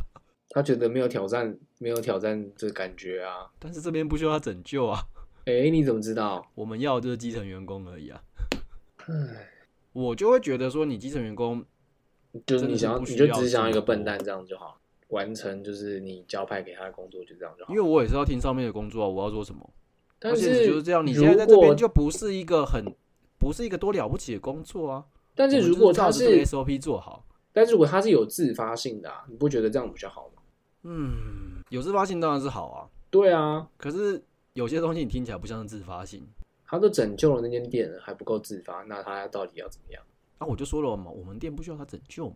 Speaker 2: 他觉得没有挑战，没有挑战的感觉啊。
Speaker 1: 但是这边不需要他拯救啊，
Speaker 2: 哎、你怎么知道？
Speaker 1: 我们要的就是基层员工而已啊。
Speaker 2: 唉，
Speaker 1: 我就会觉得说，你基层员工，
Speaker 2: 就是
Speaker 1: 真的
Speaker 2: 你
Speaker 1: 是
Speaker 2: 想要，
Speaker 1: 不
Speaker 2: 你
Speaker 1: 需
Speaker 2: 就
Speaker 1: 要
Speaker 2: 只想要一
Speaker 1: 这
Speaker 2: 个
Speaker 1: 么
Speaker 2: 笨
Speaker 1: 多
Speaker 2: 蛋这样就好了，完成就是你交派给他的工作就这样就好
Speaker 1: 因为。我也是要听上面的工作啊，我要做什么？
Speaker 2: 但
Speaker 1: 而且
Speaker 2: 是
Speaker 1: 就是这样，你
Speaker 2: 如
Speaker 1: 现在在这
Speaker 2: 果
Speaker 1: 边就不是一个很，不是一个多了不起的工作啊。
Speaker 2: 但是
Speaker 1: 我们
Speaker 2: 如
Speaker 1: 就
Speaker 2: 果
Speaker 1: 照
Speaker 2: 他
Speaker 1: 着这个
Speaker 2: 是，
Speaker 1: SOP 做好，
Speaker 2: 但是如果他是有自发性的、啊，你不觉得这样比较好吗？
Speaker 1: 嗯，有自发性当然是好啊。
Speaker 2: 对啊，
Speaker 1: 可是有些东西你听起来不像是自发性。
Speaker 2: 他都拯救了那间店了，还不够自发，那他到底要怎么样？
Speaker 1: 啊，我就说了嘛，我们店不需要他拯救嘛。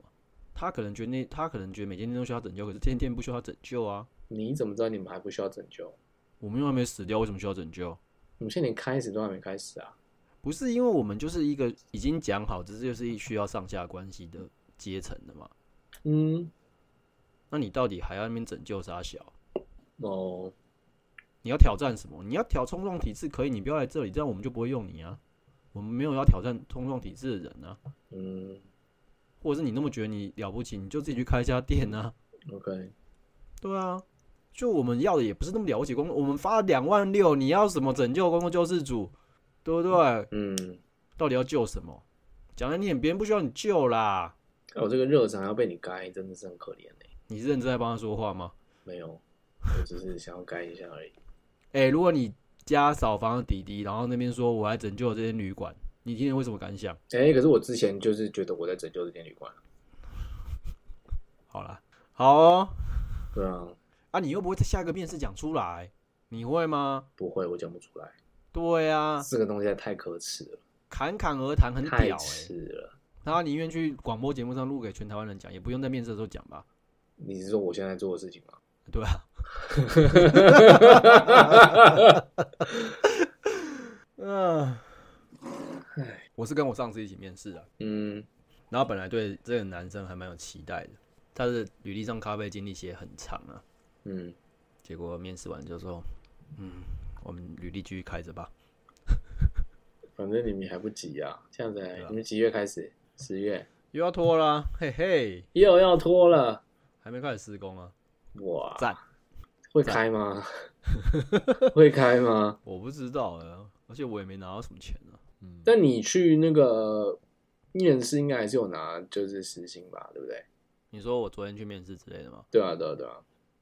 Speaker 1: 他可能觉得那，他可能觉得每间店都需要拯救，可是天天不需要他拯救啊。
Speaker 2: 你怎么知道你们还不需要拯救？
Speaker 1: 我们又还没死掉，为什么需要拯救？
Speaker 2: 我们现在连开始都还没开始啊！
Speaker 1: 不是因为我们就是一个已经讲好，只是就是一需要上下关系的阶层的嘛。
Speaker 2: 嗯，
Speaker 1: 那你到底还要那边拯救啥小？
Speaker 2: 哦，
Speaker 1: 你要挑战什么？你要挑冲撞体制可以，你不要来这里，这样我们就不会用你啊。我们没有要挑战冲撞体制的人啊，
Speaker 2: 嗯
Speaker 1: 或者是你那么觉得你了不起，你就自己去开一家店啊。
Speaker 2: ，OK，
Speaker 1: 对啊，就我们要的也不是那么了不起工作，我们发两万六，你要什么拯救工作救世主，对不对？
Speaker 2: 嗯，
Speaker 1: 到底要救什么？讲难听点，别人不需要你救啦。
Speaker 2: 看哦我这个热场要被你该，真的是很可怜哎、
Speaker 1: 你是认真在帮他说话吗？
Speaker 2: 没有，我只是想要该一下而已。
Speaker 1: 哎、如果你家扫房的弟弟，然后那边说我来拯救这些旅馆，你今天会什么感想？
Speaker 2: 哎、可是我之前就是觉得我在拯救这间旅馆，啊
Speaker 1: 好啦，好哦，
Speaker 2: 对啊，
Speaker 1: 啊，你又不会在下一个面试讲出来，你会吗？
Speaker 2: 不会，我讲不出来，
Speaker 1: 对啊，
Speaker 2: 这个东西太可耻了，
Speaker 1: 侃侃而谈很
Speaker 2: 太
Speaker 1: 屌哎、
Speaker 2: 耻了。
Speaker 1: 那他宁愿去广播节目上录给全台湾人讲，也不用在面试的时候讲吧？
Speaker 2: 你是说我现在做的事情吗？
Speaker 1: 对啊， [LAUGHS] 嗯，我是跟我上司一起面试的，
Speaker 2: 嗯，
Speaker 1: 然后本来对这个男生还蛮有期待的，他的履历上咖啡经历写很长啊，
Speaker 2: 嗯，
Speaker 1: 结果面试完就说，嗯，我们履历继续开着吧。
Speaker 2: 反正你们还不急啊，这样子、
Speaker 1: 对啊
Speaker 2: 你们几月开始？十月
Speaker 1: 又要拖啦、嘿嘿，
Speaker 2: 又要拖了，
Speaker 1: 还没开始施工啊！
Speaker 2: 哇！
Speaker 1: 赞，
Speaker 2: 会
Speaker 1: [LAUGHS]
Speaker 2: 开吗？会开吗？
Speaker 1: 我不知道啊，而且我也没拿到什么钱啊。嗯，
Speaker 2: 但你去那个面试，应该还是有拿就是实薪吧，对不对？
Speaker 1: 你说我昨天去面试之类的吗？
Speaker 2: 对啊，对啊，对啊，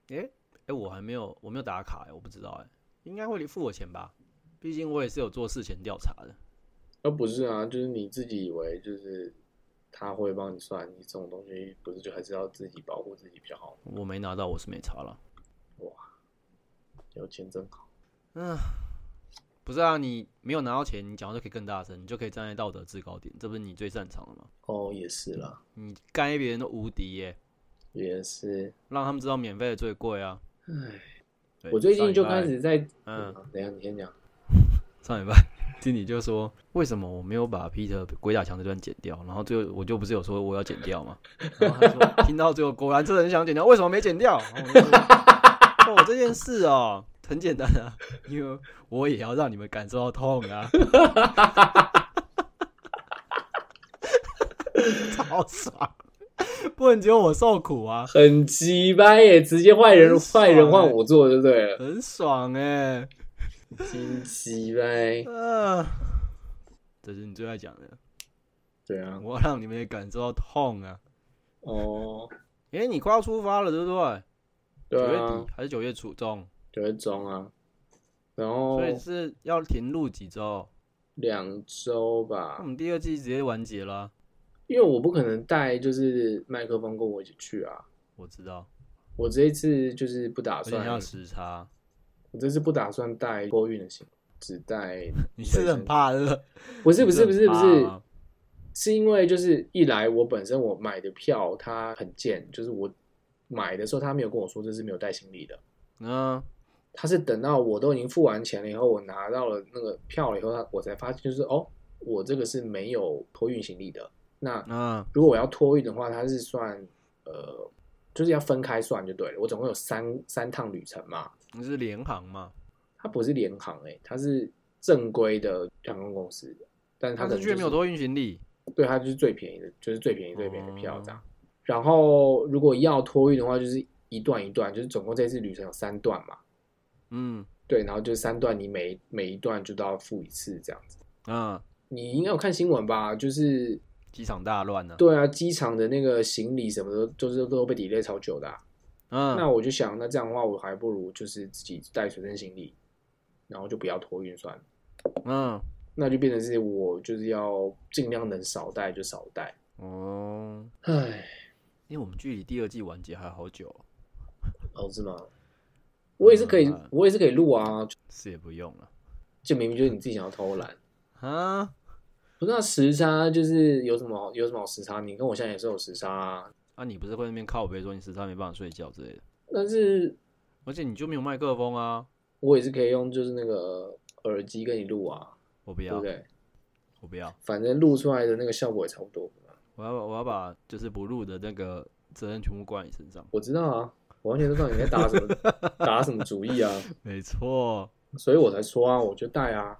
Speaker 1: 诶、诶、我还没有，我没有打卡、欸，我不知道诶、应该会付我钱吧？毕竟我也是有做事前调查的。
Speaker 2: 那不是啊，就是你自己以为就是他会帮你算，你这种东西不是就还是要自己保护自己比较好吗？
Speaker 1: 我没拿到，我是没查了。
Speaker 2: 有钱真好。
Speaker 1: 嗯，不是啊，你没有拿到钱，你讲话就可以更大声，你就可以站在道德制高点，这不是你最擅长的吗？
Speaker 2: 哦，也是啦，
Speaker 1: 你该别人都无敌耶、
Speaker 2: 也是。
Speaker 1: 让他们知道免费的最贵啊。
Speaker 2: 唉，
Speaker 1: 对
Speaker 2: 我最近就
Speaker 1: 上礼拜
Speaker 2: 开始在，
Speaker 1: 嗯，
Speaker 2: 等一下你先讲。
Speaker 1: 上礼拜经理就说，为什么我没有把 Peter 鬼打墙这段剪掉？然后最后我就不是有说我要剪掉吗？ [LAUGHS] 然后他说，听到最后果然真的很想剪掉，为什么没剪掉？然后我就说哦，这件事哦，很简单啊，因为我也要让你们感受到痛啊。 [LAUGHS] 超爽，不能只有我受苦啊，
Speaker 2: 很鸡掰耶，直接坏人
Speaker 1: 很爽
Speaker 2: 坏人换
Speaker 1: 欸
Speaker 2: 我做就对了，
Speaker 1: 很爽哎、
Speaker 2: 真鸡掰。
Speaker 1: 呃，这是你最爱讲的，
Speaker 2: 对啊，
Speaker 1: 我要让你们也感受到痛啊！
Speaker 2: 哦，
Speaker 1: 因为你快要出发了，对不对？
Speaker 2: 对
Speaker 1: 九
Speaker 2: 啊
Speaker 1: 月底，还是九月初中，
Speaker 2: 九月中啊，然后
Speaker 1: 所以是要停录几周？
Speaker 2: 两周
Speaker 1: 那
Speaker 2: 吧
Speaker 1: 我，们第二季直接完结了啊、
Speaker 2: 因为我不可能带就是麦克风跟我一起去啊，
Speaker 1: 我知道，
Speaker 2: 我这一次就是不打
Speaker 1: 而且你
Speaker 2: 算
Speaker 1: 还，有时差，
Speaker 2: 我这次不打算带托运的行李，只带
Speaker 1: 你是不是很怕热？
Speaker 2: [LAUGHS] 不是不是不是不
Speaker 1: 很
Speaker 2: 是
Speaker 1: 怕，吗
Speaker 2: 是因为就是一来我本身我买的票它很贱，就是我买的时候他没有跟我说这是没有带行李的。
Speaker 1: 嗯，
Speaker 2: 他是等到我都已经付完钱了以后，我拿到了那个票了以后，他我才发现就是哦，我这个是没有托运行李的。那
Speaker 1: 嗯，
Speaker 2: 如果我要托运的话，它是算呃，就是要分开算就对了。我总共有三三趟旅程嘛，
Speaker 1: 你是联航嘛？
Speaker 2: 它不是联航诶、它是正规的航空公司的，但是它
Speaker 1: 但
Speaker 2: 可
Speaker 1: 是
Speaker 2: 能、
Speaker 1: 却没有托运行李，
Speaker 2: 对，它就是最便宜的，就是最便宜最便宜的票
Speaker 1: 哦
Speaker 2: 这样。然后如果要托运的话，就是一段一段，就是总共这次旅程有三段嘛，
Speaker 1: 嗯
Speaker 2: 对，然后就三段，你每每一段就都要付一次这样子。
Speaker 1: 嗯，
Speaker 2: 你应该有看新闻吧？就是
Speaker 1: 机场大乱呢、
Speaker 2: 对啊，机场的那个行李什么的，就是都被 delay 超久的啊、那
Speaker 1: 嗯，
Speaker 2: 我就想，那这样的话，我还不如就是自己带随身行李，然后就不要托运算了。
Speaker 1: 嗯，
Speaker 2: 那就变成是我就是要尽量能少带就少带。
Speaker 1: 哦，
Speaker 2: 唉，
Speaker 1: 因为我们距离第二季完结还有好久哦、
Speaker 2: 哦，是吗？我也是可以
Speaker 1: 嗯，
Speaker 2: 我也是可以录啊，
Speaker 1: 是也不用了
Speaker 2: 就明明就是你自己想要偷懒。
Speaker 1: 啊
Speaker 2: 不是、啊、时差，就是有什么好有什么好时差？你跟我现在也是有时差、啊，
Speaker 1: 啊！你不是会那边靠背说你时差没办法睡觉之类的，
Speaker 2: 但是
Speaker 1: 而且你就没有麦克风啊！
Speaker 2: 我也是可以用就是那个耳机跟你录啊，
Speaker 1: 我不
Speaker 2: 对不
Speaker 1: 要，
Speaker 2: 对？
Speaker 1: 我不要，
Speaker 2: 反正录出来的那个效果也差不多。
Speaker 1: 我要把我要把就是不录的那个责任全部怪你身上。
Speaker 2: 我知道啊，我完全不知道你在打
Speaker 1: [LAUGHS]
Speaker 2: 什么打什么主意啊，
Speaker 1: 没错，
Speaker 2: 所以我才说啊，我就带啊，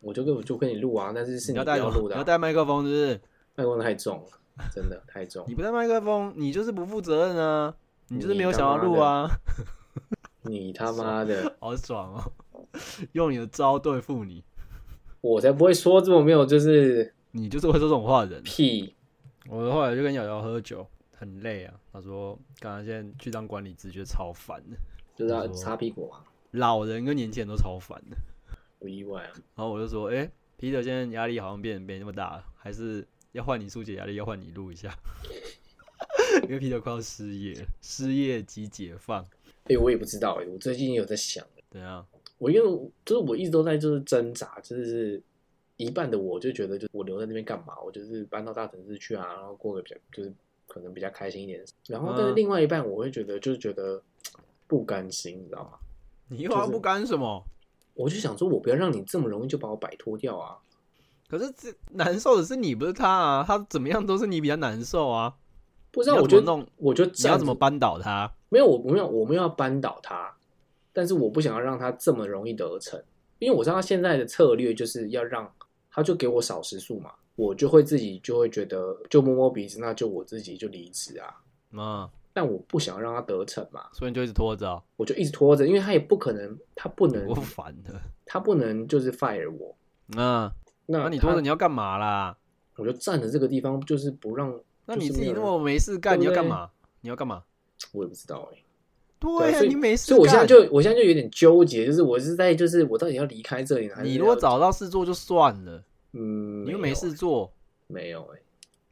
Speaker 2: 我就跟我就跟你录啊，但是是
Speaker 1: 你
Speaker 2: 不
Speaker 1: 要带什
Speaker 2: 要
Speaker 1: 么
Speaker 2: 录
Speaker 1: 你
Speaker 2: 的啊、
Speaker 1: 要带麦克风，是不是？
Speaker 2: 麦克风太重了，真的太重。
Speaker 1: 你不带麦克风，你就是不负责任啊！你就是没有想要录啊！
Speaker 2: 你他妈的，
Speaker 1: 好爽 [LAUGHS] 哦，用你的招对付你，
Speaker 2: 我才不会说这么没有就是
Speaker 1: 你就是会说这种话的人。
Speaker 2: 屁。
Speaker 1: 我后来就跟瑶瑶喝酒，很累啊。他说，刚刚现在去当管理职，觉得超烦的，
Speaker 2: 就是要
Speaker 1: 你说
Speaker 2: 擦屁股嘛，
Speaker 1: 老人跟年轻人都超烦的。
Speaker 2: 不意外啊。
Speaker 1: 然后我就说，哎、皮特现在压力好像变没那么大了，还是要换你疏解压力，要换你录一下， [LAUGHS] 因为皮特快要失业了，失业及解放，
Speaker 2: 哎、我也不知道哎、我最近有在想，
Speaker 1: 怎样？
Speaker 2: 我因为我就是我一直都在就是挣扎，就是一半的我就觉得，就是我留在那边干嘛？我就是搬到大城市去啊，然后过个比较就是可能比较开心一点的生活。然
Speaker 1: 嗯
Speaker 2: 后但是另外一半，我会觉得就是觉得不甘心，你知道吗？
Speaker 1: 你又要
Speaker 2: 就是
Speaker 1: 不干什么？
Speaker 2: 我就想说，我不要让你这么容易就把我摆脱掉啊！
Speaker 1: 可是这难受的是你，不是他啊！他怎么样都是你比较难受啊！
Speaker 2: 不
Speaker 1: 不
Speaker 2: 知道，我
Speaker 1: 怎
Speaker 2: 就
Speaker 1: 么弄，
Speaker 2: 我就
Speaker 1: 你
Speaker 2: 这
Speaker 1: 要
Speaker 2: 样
Speaker 1: 怎么扳倒他？
Speaker 2: 没有，我没有，我们要扳倒他，但是我不想要让他这么容易得逞，因为我知道他现在的策略就是要让他就给我少时数嘛，我就会自己就会觉得就摸摸鼻子，那就我自己就离职啊。
Speaker 1: 嗯，
Speaker 2: 但我不想让他得逞嘛，
Speaker 1: 所以你就一直拖着哦、
Speaker 2: 我就一直拖着，因为他也不可能，他不能
Speaker 1: 我，烦的。
Speaker 2: 他不能就是 fire 我。
Speaker 1: 嗯，
Speaker 2: 那
Speaker 1: 那你
Speaker 2: 他
Speaker 1: 拖着你要干嘛啦？
Speaker 2: 我就站着这个地方，就是不让，
Speaker 1: 那
Speaker 2: 就是
Speaker 1: 你自己
Speaker 2: 没有
Speaker 1: 那
Speaker 2: 人
Speaker 1: 么没事干，
Speaker 2: 对
Speaker 1: 你要
Speaker 2: 不对
Speaker 1: 干嘛？你要干嘛？
Speaker 2: 我也不知道哎、
Speaker 1: 对
Speaker 2: 对
Speaker 1: 呀、
Speaker 2: 所以
Speaker 1: 你没事干。
Speaker 2: 所以我现在就我现在就有点纠结，就是我是在就是我到底要离开这里呢还是
Speaker 1: 你如果
Speaker 2: 要
Speaker 1: 找到事做就算了，
Speaker 2: 嗯，
Speaker 1: 你又
Speaker 2: 没
Speaker 1: 没
Speaker 2: 有
Speaker 1: 事做。
Speaker 2: 没有哎、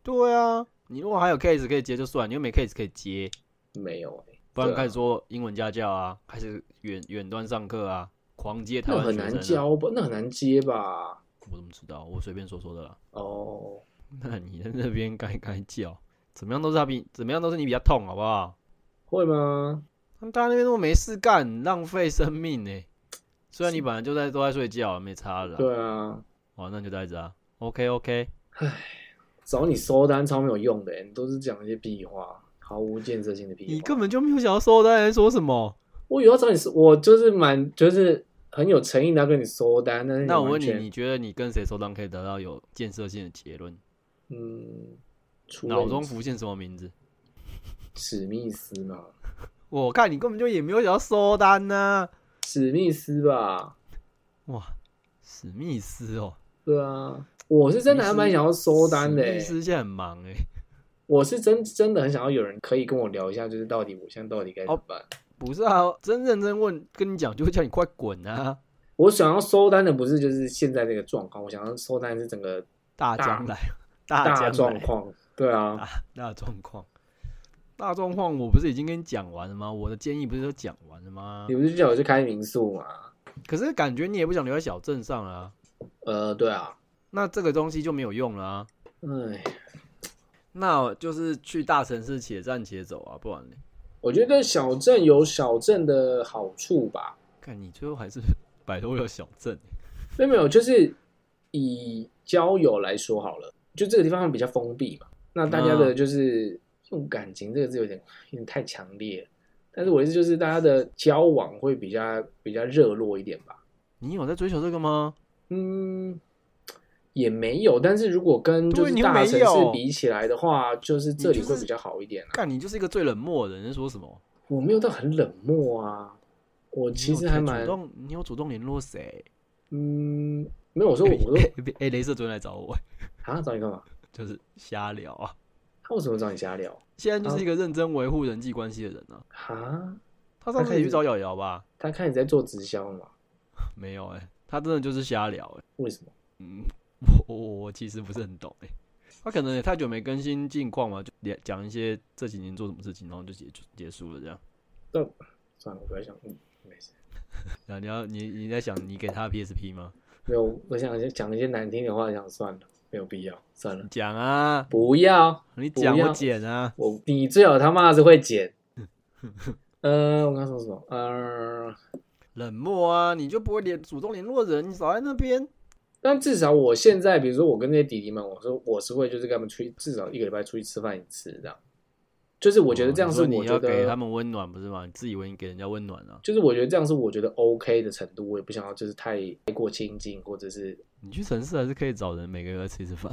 Speaker 1: 对啊，你如果还有 case 可以接就算，你又没 case 可以接，
Speaker 2: 没有哎、欸，
Speaker 1: 不然
Speaker 2: 对啊
Speaker 1: 开始做英文家教啊，开始远远端上课啊，狂接台
Speaker 2: 那
Speaker 1: 湾
Speaker 2: 很
Speaker 1: 学
Speaker 2: 难
Speaker 1: 生啊、
Speaker 2: 教吧？那很难接吧？
Speaker 1: 我怎么知道？我随便说说的啦。
Speaker 2: 哦，
Speaker 1: 那你在那边该该叫，怎么样都是他比，怎么样都是你比较痛，好不好？
Speaker 2: 会吗？
Speaker 1: 他们大家那边那么没事干，浪费生命呢、虽然你本来就在都在睡觉，没差了啦。
Speaker 2: 对啊，
Speaker 1: 哦，那你就待着啊。OK OK，
Speaker 2: 找你收单超没有用的、欸，你都是讲一些屁话，毫无建设性的屁话。
Speaker 1: 你根本就没有想要收单，还说什么？
Speaker 2: 我有要找你收，我就是蛮就是很有诚意的要跟你收单，但是
Speaker 1: 那我
Speaker 2: 完
Speaker 1: 问你，
Speaker 2: 全
Speaker 1: 你觉得你跟谁收单可以得到有建设性的结论？
Speaker 2: 嗯，除了
Speaker 1: 脑
Speaker 2: 你
Speaker 1: 中浮现什么名字？
Speaker 2: 史密斯嘛，
Speaker 1: 我看你根本就也没有想要收单呐、
Speaker 2: 史密斯吧？
Speaker 1: 哇，史密斯哦，
Speaker 2: 对啊，我是真的还蛮想要收单的、
Speaker 1: 史密
Speaker 2: 欸，
Speaker 1: 斯现在很忙哎、
Speaker 2: 我是真真的很想要有人可以跟我聊一下，就是到底我现在到底该怎么办。
Speaker 1: 不是啊，真认真问，跟你讲就会叫你快滚啊！
Speaker 2: 我想要收单的不是就是现在这个状况，我想要收单是整个
Speaker 1: 大将来，大
Speaker 2: 大
Speaker 1: 将
Speaker 2: 状
Speaker 1: 来，
Speaker 2: 况。对啊，
Speaker 1: 大状况，大状况，我不是已经跟你讲完了吗？我的建议不是都讲完了吗
Speaker 2: 你？不是叫我去开民宿嘛？
Speaker 1: 可是感觉你也不想留在小镇上啊，
Speaker 2: 呃，对啊，
Speaker 1: 那这个东西就没有用了啊。
Speaker 2: 哎，
Speaker 1: 那就是去大城市且战且走啊，不然呢？
Speaker 2: 我觉得小镇有小镇的好处吧，
Speaker 1: 看你最后还是 [LAUGHS] 摆脱了小镇。欸
Speaker 2: 没有没有，就是以交友来说好了，就这个地方比较封闭嘛，那大家的就是、用感情这个字有点有点太强烈了，但是我的意思就是大家的交往会比较比较热络一点吧。
Speaker 1: 你有在追求这个吗？
Speaker 2: 嗯，也没有，但是如果跟就
Speaker 1: 对
Speaker 2: 是
Speaker 1: 你
Speaker 2: 大
Speaker 1: 没
Speaker 2: 城
Speaker 1: 有
Speaker 2: 市比起来的话，就是这
Speaker 1: 你
Speaker 2: 里
Speaker 1: 就
Speaker 2: 会
Speaker 1: 是
Speaker 2: 比较好一点啊。
Speaker 1: 看你就是一个最冷漠的人，你在说什么？
Speaker 2: 我没有到很冷漠啊，我其
Speaker 1: 你
Speaker 2: 实
Speaker 1: 有
Speaker 2: 还
Speaker 1: 主
Speaker 2: 蛮
Speaker 1: 动，你有主动联络谁？
Speaker 2: 嗯，没有，我说我我
Speaker 1: 哎、 [LAUGHS]
Speaker 2: 说
Speaker 1: 欸雷射昨天来找我， [LAUGHS]
Speaker 2: 啊，找你干嘛？
Speaker 1: 就是瞎聊啊。
Speaker 2: 他为什么找你瞎聊？
Speaker 1: 现在就是一个认真维护人际关系的人啊。
Speaker 2: 啊，
Speaker 1: 他上次也去找瑶瑶吧？
Speaker 2: 他看你在做直销嘛？
Speaker 1: 没有哎、他真的就是瞎聊哎、
Speaker 2: 为什么？
Speaker 1: 嗯， [LAUGHS] 我我我其实不是很懂哎、他可能也太久没更新近况嘛，就也讲一些这几年做什么事情，然后就结就结束了这样。
Speaker 2: 算了，我不要想，嗯，没事。
Speaker 1: 然啊后你要你你在想你给他 PSP 吗？
Speaker 2: 没有，我想讲一些难听的话，想算了，没有必要，算了
Speaker 1: 你，讲啊，
Speaker 2: 不要。
Speaker 1: 你讲
Speaker 2: 不要
Speaker 1: 我剪啊。
Speaker 2: 我你最好他妈的是
Speaker 1: [LAUGHS]
Speaker 2: 会剪。呃，我刚说什么？呃，
Speaker 1: 冷漠啊，你就不会联主动联络人，你少在那边。
Speaker 2: 但至少我现在，比如说我跟那些弟弟们，我说我是会就是跟他们出去，至少一个礼拜出去吃饭一次这样。就是我觉得这样是
Speaker 1: 哦你说
Speaker 2: 我
Speaker 1: 你
Speaker 2: 觉
Speaker 1: 要给他
Speaker 2: 得，
Speaker 1: 们温暖不是吗？你自以为你给人家温暖啊？
Speaker 2: 就是我觉得这样是我觉得 OK 的程度，我也不想要就是太太过亲近，或者是
Speaker 1: 你去城市还是可以找人每个月吃一次饭。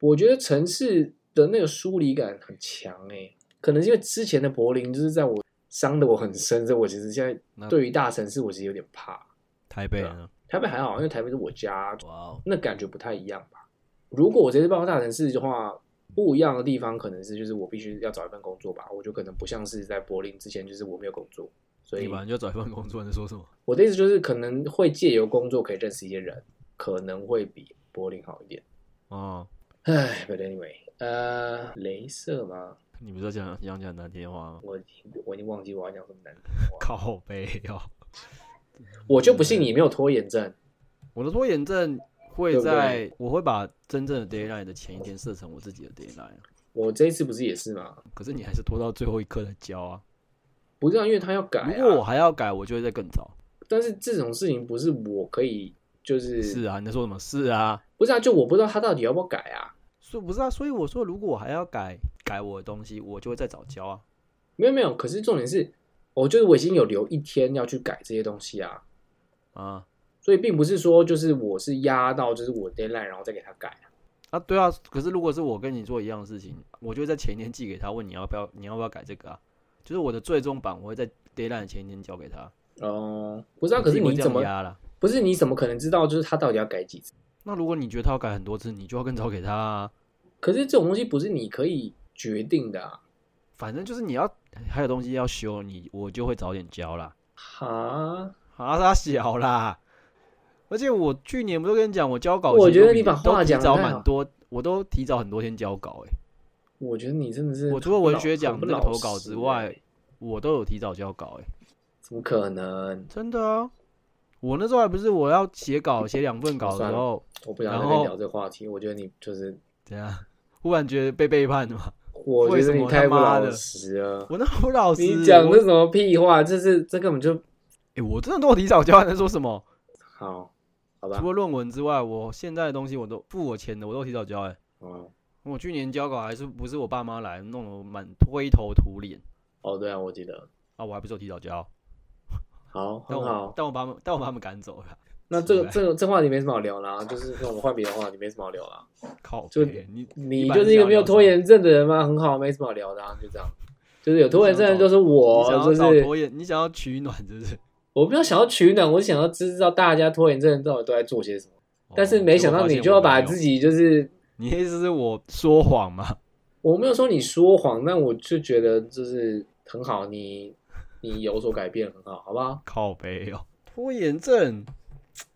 Speaker 2: 我觉得城市的那个疏离感很强诶、可能是因为之前的柏林就是在我伤的我很深，所以我其实现在
Speaker 1: 那
Speaker 2: 对于大城市我其实有点怕。
Speaker 1: 台北
Speaker 2: 对啊
Speaker 1: 呢？
Speaker 2: 台北还好，因为台北是我家，
Speaker 1: 哇哦，
Speaker 2: 那感觉不太一样吧。如果我这次搬到大城市的话，不一样的地方可能是就是我必须要找一份工作吧，我就可能不像是在柏林之前就是我没有工作，所
Speaker 1: 你
Speaker 2: 以
Speaker 1: 本来就找一份工作，你在说什么？
Speaker 2: 我的意思就是可能会借由工作可以认识一些人，可能会比柏林好一点。
Speaker 1: 哦，
Speaker 2: 唉，but anyway，呃，镭射吗？
Speaker 1: 你不是要讲想讲难听话吗？
Speaker 2: 我已经我已经忘记我要讲什么难听话，
Speaker 1: 靠背哦，
Speaker 2: 我就不信你没有拖延症。
Speaker 1: 我的拖延症会
Speaker 2: 对不对
Speaker 1: 在，我会把真正的 d a y l i n e 的前一天设成我自己的 d a y l i n e
Speaker 2: 我这一次不是也是吗？
Speaker 1: 可是你还是拖到最后一刻才交啊。
Speaker 2: 不是、啊，因为他要改、
Speaker 1: 如
Speaker 2: 啊。
Speaker 1: 果我还要改，我就会再更早。
Speaker 2: 但是这种事情不是我可以，就是
Speaker 1: 是啊，你在说什么？是啊，
Speaker 2: 不是啊？就我不知道他到底要不要改啊。
Speaker 1: 所以不是啊，所以我说，如果我还要改改我的东西，我就会再找交啊。
Speaker 2: 没有没有，可是重点是，我就是我已经有留一天要去改这些东西啊，
Speaker 1: 啊
Speaker 2: 所以并不是说就是我是压到就是我 deadline 然后再给他改啊。
Speaker 1: 啊，对啊。可是如果是我跟你做一样的事情，我就会在前一天寄给他，问你要不要，你要不要改这个啊？就是我的最终版，我会在 d a y l i n e 前一天交给他。
Speaker 2: 哦、不是啊，
Speaker 1: 我
Speaker 2: 可
Speaker 1: 自
Speaker 2: 是
Speaker 1: 己会
Speaker 2: 你
Speaker 1: 这
Speaker 2: 怎
Speaker 1: 样
Speaker 2: 么
Speaker 1: 压了？
Speaker 2: 不是你怎么可能知道就是他到底要改几次？
Speaker 1: 那如果你觉得他要改很多次，你就要更早给他啊。
Speaker 2: 可是这种东西不是你可以决定的啊。
Speaker 1: 反正就是你要还有东西要修，你我就会早点交啦。
Speaker 2: 哈，
Speaker 1: 啊，他小啦。而且我去年不是跟你讲，我交稿，
Speaker 2: 我觉得你把话
Speaker 1: 都
Speaker 2: 讲
Speaker 1: 提
Speaker 2: 得
Speaker 1: 早
Speaker 2: 太好
Speaker 1: 蛮多，我都提早很多天交稿、欸，
Speaker 2: 我觉得你真的是
Speaker 1: 我除了
Speaker 2: 很不老
Speaker 1: 文学奖
Speaker 2: 很不
Speaker 1: 这个
Speaker 2: 老
Speaker 1: 投稿之
Speaker 2: 实
Speaker 1: 外
Speaker 2: 欸
Speaker 1: 我都有提早交稿、欸，
Speaker 2: 怎么可能？
Speaker 1: 真的啊。我那时候还不是我要写稿，写两份
Speaker 2: 哦
Speaker 1: 稿的时候，
Speaker 2: 我不想
Speaker 1: 然
Speaker 2: 跟
Speaker 1: 后
Speaker 2: 你聊这个话题，我觉得你就是，
Speaker 1: 怎样？忽然觉得被背叛了嘛？
Speaker 2: 我觉得
Speaker 1: 为什
Speaker 2: 你
Speaker 1: 么
Speaker 2: 太不
Speaker 1: 他妈
Speaker 2: 老
Speaker 1: 的
Speaker 2: 实了。
Speaker 1: 我那不老实，
Speaker 2: 你讲
Speaker 1: 我
Speaker 2: 的什么屁话？这是这根本就
Speaker 1: 欸我真的都有提早交，还能说什么？
Speaker 2: 好，好吧
Speaker 1: 除，了论文之外，我现在的东西我都付我钱的，我都提早交、欸，
Speaker 2: 哦
Speaker 1: 我去年交稿还是不是我爸妈来，弄得我满灰头土脸
Speaker 2: 哦，对啊，我记得，
Speaker 1: 啊！我还不是有提早交，
Speaker 2: 好，
Speaker 1: 但
Speaker 2: 很
Speaker 1: 我
Speaker 2: 好。
Speaker 1: 但我把他们但我把他们赶走了，
Speaker 2: 那
Speaker 1: 奇
Speaker 2: 这个
Speaker 1: 怪
Speaker 2: 这个这话题没什么好聊啦，就是那我们换别的话题没什么好聊啦。
Speaker 1: 靠
Speaker 2: 就
Speaker 1: 北！你
Speaker 2: 你
Speaker 1: 一般
Speaker 2: 就是一个没有
Speaker 1: 想要聊什么
Speaker 2: 拖延症的人吗？很好，没什么好聊的、啊，就这样。就是有拖延症的就是我
Speaker 1: 你想，要
Speaker 2: 就
Speaker 1: 找
Speaker 2: 是
Speaker 1: 拖延，你想要取暖是不是？
Speaker 2: 我没有想要取暖，我想要知道大家拖延症到底都在做些什么。但是
Speaker 1: 哦
Speaker 2: 没想到你就要把自，己就是，
Speaker 1: 结果发现我没有你的意思是我说谎吗？
Speaker 2: 我没有说你说谎，但我就觉得就是很好，你你有所改变很好，好不好？
Speaker 1: 靠北哦，拖延症，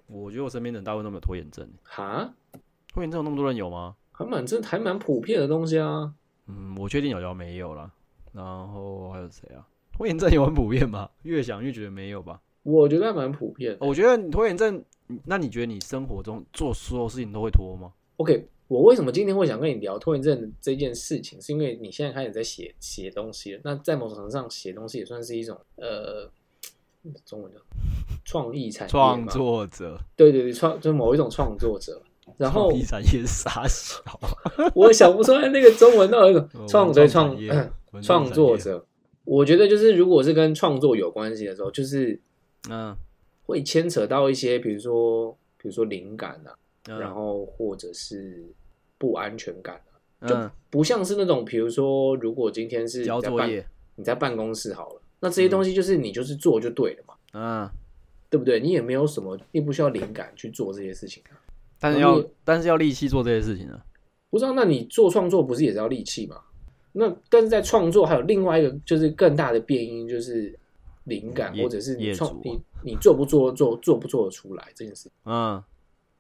Speaker 1: 我觉得我身边的人大部分都没有拖延症，
Speaker 2: 哈，
Speaker 1: 拖延症有那么多人有吗？
Speaker 2: 还蛮这还蛮普遍的东西啊。
Speaker 1: 嗯，我确定瑶瑶没有啦。然后还有谁啊？拖延症有很普遍吗？越想越觉得没有吧。
Speaker 2: 我觉得还蛮普遍的。
Speaker 1: 我觉得你拖延症，那你觉得你生活中做所有事情都会拖吗？
Speaker 2: OK，我为什么今天会想跟你聊拖延症这件事情，是因为你现在开始在写写东西了。那在某种程度上，写东西也算是一种呃，中文叫创意产业
Speaker 1: 创，
Speaker 2: 嘛
Speaker 1: 作者，
Speaker 2: 对对对，创就是某一种创作者。然后
Speaker 1: 创意产业傻小啊，
Speaker 2: 我想不出来那个中文到底有什
Speaker 1: 文
Speaker 2: 么创对
Speaker 1: 哦创
Speaker 2: 创 [CLEARS THROAT]
Speaker 1: 产业文创
Speaker 2: 创
Speaker 1: 产
Speaker 2: 作
Speaker 1: 业
Speaker 2: 者。我觉得就是如果是跟创作有关系的时候，就是
Speaker 1: 嗯，
Speaker 2: 会牵扯到一些，比如说比如说灵感啊，
Speaker 1: 嗯
Speaker 2: 然后或者是不安全感啊、
Speaker 1: 嗯，
Speaker 2: 不像是那种，比如说，如果今天是
Speaker 1: 交
Speaker 2: 你在
Speaker 1: 作
Speaker 2: 办
Speaker 1: 业，
Speaker 2: 你在办公室好了，那这些东西就是你就是做就对了嘛，
Speaker 1: 嗯，
Speaker 2: 对不对？你也没有什么，你不需要灵感去做这些事情啊。
Speaker 1: 但是
Speaker 2: 然后
Speaker 1: 要但是要力气做这些事情啊呢。
Speaker 2: 不知道，那你做创作不是也是要力气嘛？那但是在创作还有另外一个就是更大的变因就是灵感，
Speaker 1: 业
Speaker 2: 或者是你
Speaker 1: 业
Speaker 2: 创
Speaker 1: 主啊
Speaker 2: 你你做不做做做不做得出来这件事情。
Speaker 1: 嗯，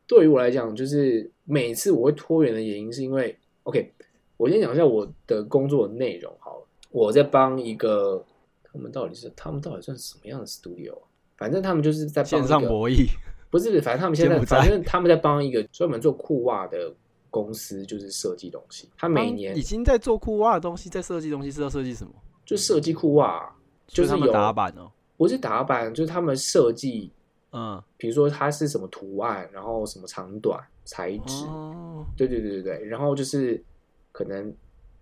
Speaker 2: 对于我来讲，就是每次我会拖延的原因，是因为 OK，我先讲一下我的工作内容好了。我在帮一个，他们到底是他们到底算什么样的 studio 啊？反正他们就是在帮
Speaker 1: 线
Speaker 2: 一
Speaker 1: 上
Speaker 2: 个，
Speaker 1: 博弈，
Speaker 2: 不是，反正他们现在
Speaker 1: 柬，埔寨
Speaker 2: 反正他们在帮一个专门做裤袜的公司，就是设计东西。他每年
Speaker 1: 他们已经在做裤袜的东西，在设计东西是要设计什么？
Speaker 2: 就设计裤袜啊，就是
Speaker 1: 所以他们
Speaker 2: 有
Speaker 1: 打板哦。
Speaker 2: 不是打版，就是他们设计，
Speaker 1: 嗯，
Speaker 2: 比如说它是什么图案，然后什么长短、材质，
Speaker 1: 哦，
Speaker 2: 对对对对对，然后就是可能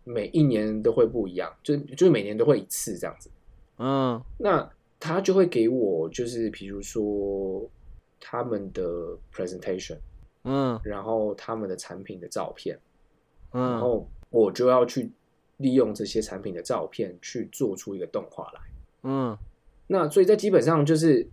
Speaker 2: 每一年都会不一样，就是就是每年都会一次这样子。
Speaker 1: 嗯
Speaker 2: 那他就会给我就是比如说他们的 presentation，
Speaker 1: 嗯
Speaker 2: 然后他们的产品的照片，然
Speaker 1: 嗯
Speaker 2: 后我就要去利用这些产品的照片去做出一个动画来。
Speaker 1: 嗯
Speaker 2: 那所以在基本上就是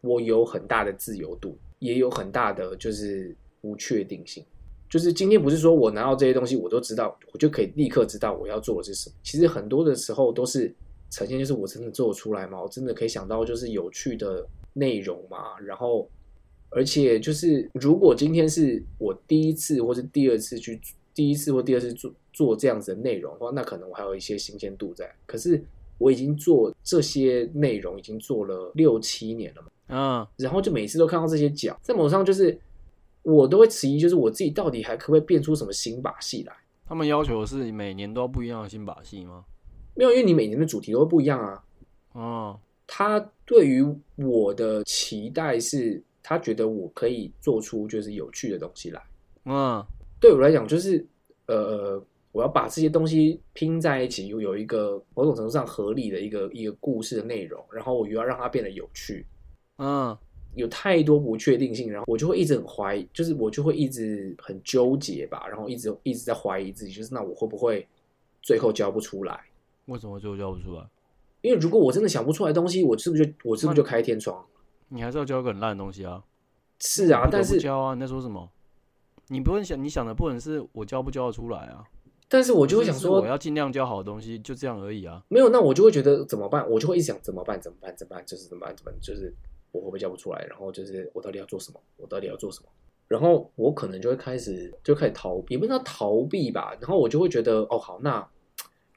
Speaker 2: 我有很大的自由度，也有很大的就是不确定性。就是今天不是说我拿到这些东西我都知道，我就可以立刻知道我要做的是什么。其实很多的时候都是呈现，就是我真的做得出来吗？我真的可以想到就是有趣的内容吗？然后，而且就是如果今天是我第一次或是第二次去第一次或第二次做做这样子的内容的话，那可能我还有一些新鲜度在。可是我已经做这些内容已经做了六七年了嘛，
Speaker 1: 嗯
Speaker 2: 然后就每次都看到这些奖，在某种上就是我都会迟疑，就是我自己到底还可不可以变出什么新把戏来？
Speaker 1: 他们要求是每年都要不一样的新把戏吗？
Speaker 2: 没有，因为你每年的主题都不一样啊。
Speaker 1: 嗯
Speaker 2: 他对于我的期待是，他觉得我可以做出就是有趣的东西来。
Speaker 1: 嗯
Speaker 2: 对我来讲，就是呃，我要把这些东西拼在一起，有有一个某种程度上合理的一个一个故事的内容，然后我又要让它变得有趣。
Speaker 1: 嗯
Speaker 2: 有太多不确定性，然后我就会一直很怀疑，就是我就会一直很纠结吧，然后一直一直在怀疑自己，就是那我会不会最后交不出来？
Speaker 1: 为什么就教不出来？
Speaker 2: 因为如果我真的想不出来东西，我是不是就我是不
Speaker 1: 嗯
Speaker 2: 是就开天窗？
Speaker 1: 你还是要教一个很烂的东西啊！
Speaker 2: 是啊
Speaker 1: 你，不得
Speaker 2: 但
Speaker 1: 不
Speaker 2: 是
Speaker 1: 教啊！你在说什么？你不能想，你想的不能是我教不教得出来啊！
Speaker 2: 但是我
Speaker 1: 我
Speaker 2: 就会想
Speaker 1: 我
Speaker 2: 说，
Speaker 1: 要尽量教好的东西，就这样而已啊！
Speaker 2: 没有，那我就会觉得怎么办？我就会一直想怎么办？怎么办？怎么办？就是怎么办？怎么办？就是我会不会教不出来？然后就是我到底要做什么？我到底要做什么？然后我可能就会开始就开始逃，也不能叫逃避吧。然后我就会觉得，哦，好，那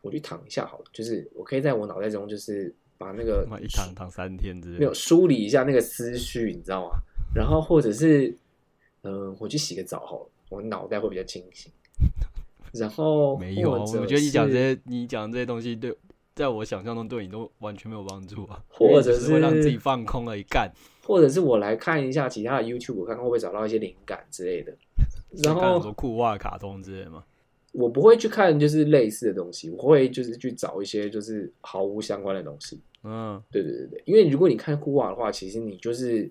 Speaker 2: 我去躺一下好了，就是我可以在我脑袋中就是把那个
Speaker 1: 妈一躺躺三天之
Speaker 2: 没
Speaker 1: 类
Speaker 2: 有
Speaker 1: 的，
Speaker 2: 梳理一下那个思绪，你知道吗？然后或者是，嗯、我去洗个澡好了，我脑袋会比较清醒。然后
Speaker 1: 没有啊！
Speaker 2: 或者
Speaker 1: 我觉得你讲这
Speaker 2: 是
Speaker 1: 些，你讲这些东西对，在我想象中对你都完全没有帮助啊！
Speaker 2: 或者
Speaker 1: 你只是会让
Speaker 2: 是
Speaker 1: 自己放空而已，干。
Speaker 2: 或者是我来看一下其他的 YouTube，我看看会不会找到一些灵感之
Speaker 1: [LAUGHS]
Speaker 2: 类的。然
Speaker 1: 看很多
Speaker 2: 后
Speaker 1: 酷画、卡通之类的嘛。
Speaker 2: 我不会去看就是类似的东西，我会就是去找一些就是毫无相关的东西。
Speaker 1: 嗯，
Speaker 2: 对对对对，因为如果你看酷瓦的话，其实你就是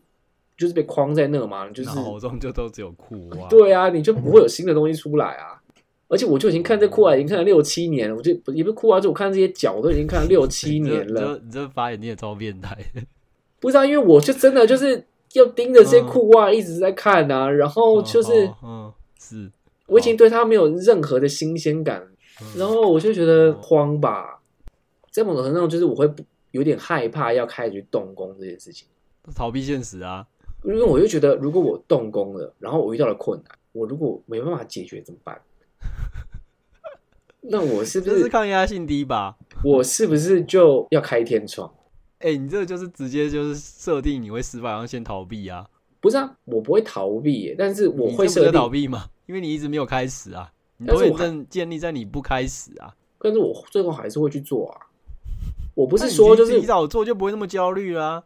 Speaker 2: 就是被框在那嘛，你就是
Speaker 1: 脑中就都只有
Speaker 2: [LAUGHS]
Speaker 1: 酷画。，
Speaker 2: 对啊，你就不会有新的东西出来啊。而且我就已经看这酷瓦已经看了六七年了，我就不也不是酷瓦，就我看这些脚都已经看了
Speaker 1: [LAUGHS]
Speaker 2: 六七
Speaker 1: 你这
Speaker 2: 年
Speaker 1: 你
Speaker 2: 了
Speaker 1: 这。你这发言你也超变态。
Speaker 2: 不知道、因为我就真的就是要盯着这些酷瓦一直在看啊，然后就是。
Speaker 1: 哦嗯是，
Speaker 2: 我
Speaker 1: 哦
Speaker 2: 已经对他没有任何的新鲜感，
Speaker 1: 嗯
Speaker 2: 然后我就觉得慌吧，在某种程度上就是我会不有点害怕要开始去动工这件事情，
Speaker 1: 逃避现实啊。
Speaker 2: 因为我就觉得如果我动工了，然后我遇到了困难，我如果没办法解决怎么
Speaker 1: [LAUGHS]
Speaker 2: 办？那我是不
Speaker 1: 这是
Speaker 2: 是
Speaker 1: 抗压性低吧？
Speaker 2: 我是不是就要开天窗？
Speaker 1: 哎、你这个就是直接就是设定你会失败，然后先逃避啊。
Speaker 2: 不是啊，我不会逃避耶，但是我
Speaker 1: 你
Speaker 2: 会
Speaker 1: 这不
Speaker 2: 设
Speaker 1: 是逃
Speaker 2: 定，
Speaker 1: 避嘛？ [LAUGHS] 因为你一直没有开始啊，你
Speaker 2: 但
Speaker 1: 都
Speaker 2: 是我
Speaker 1: 很
Speaker 2: 还
Speaker 1: 正建立在你不开始啊。
Speaker 2: 但是我最后还是会去做啊。我
Speaker 1: 不
Speaker 2: 不是说就是
Speaker 1: 你，早做就不会那么焦虑啦、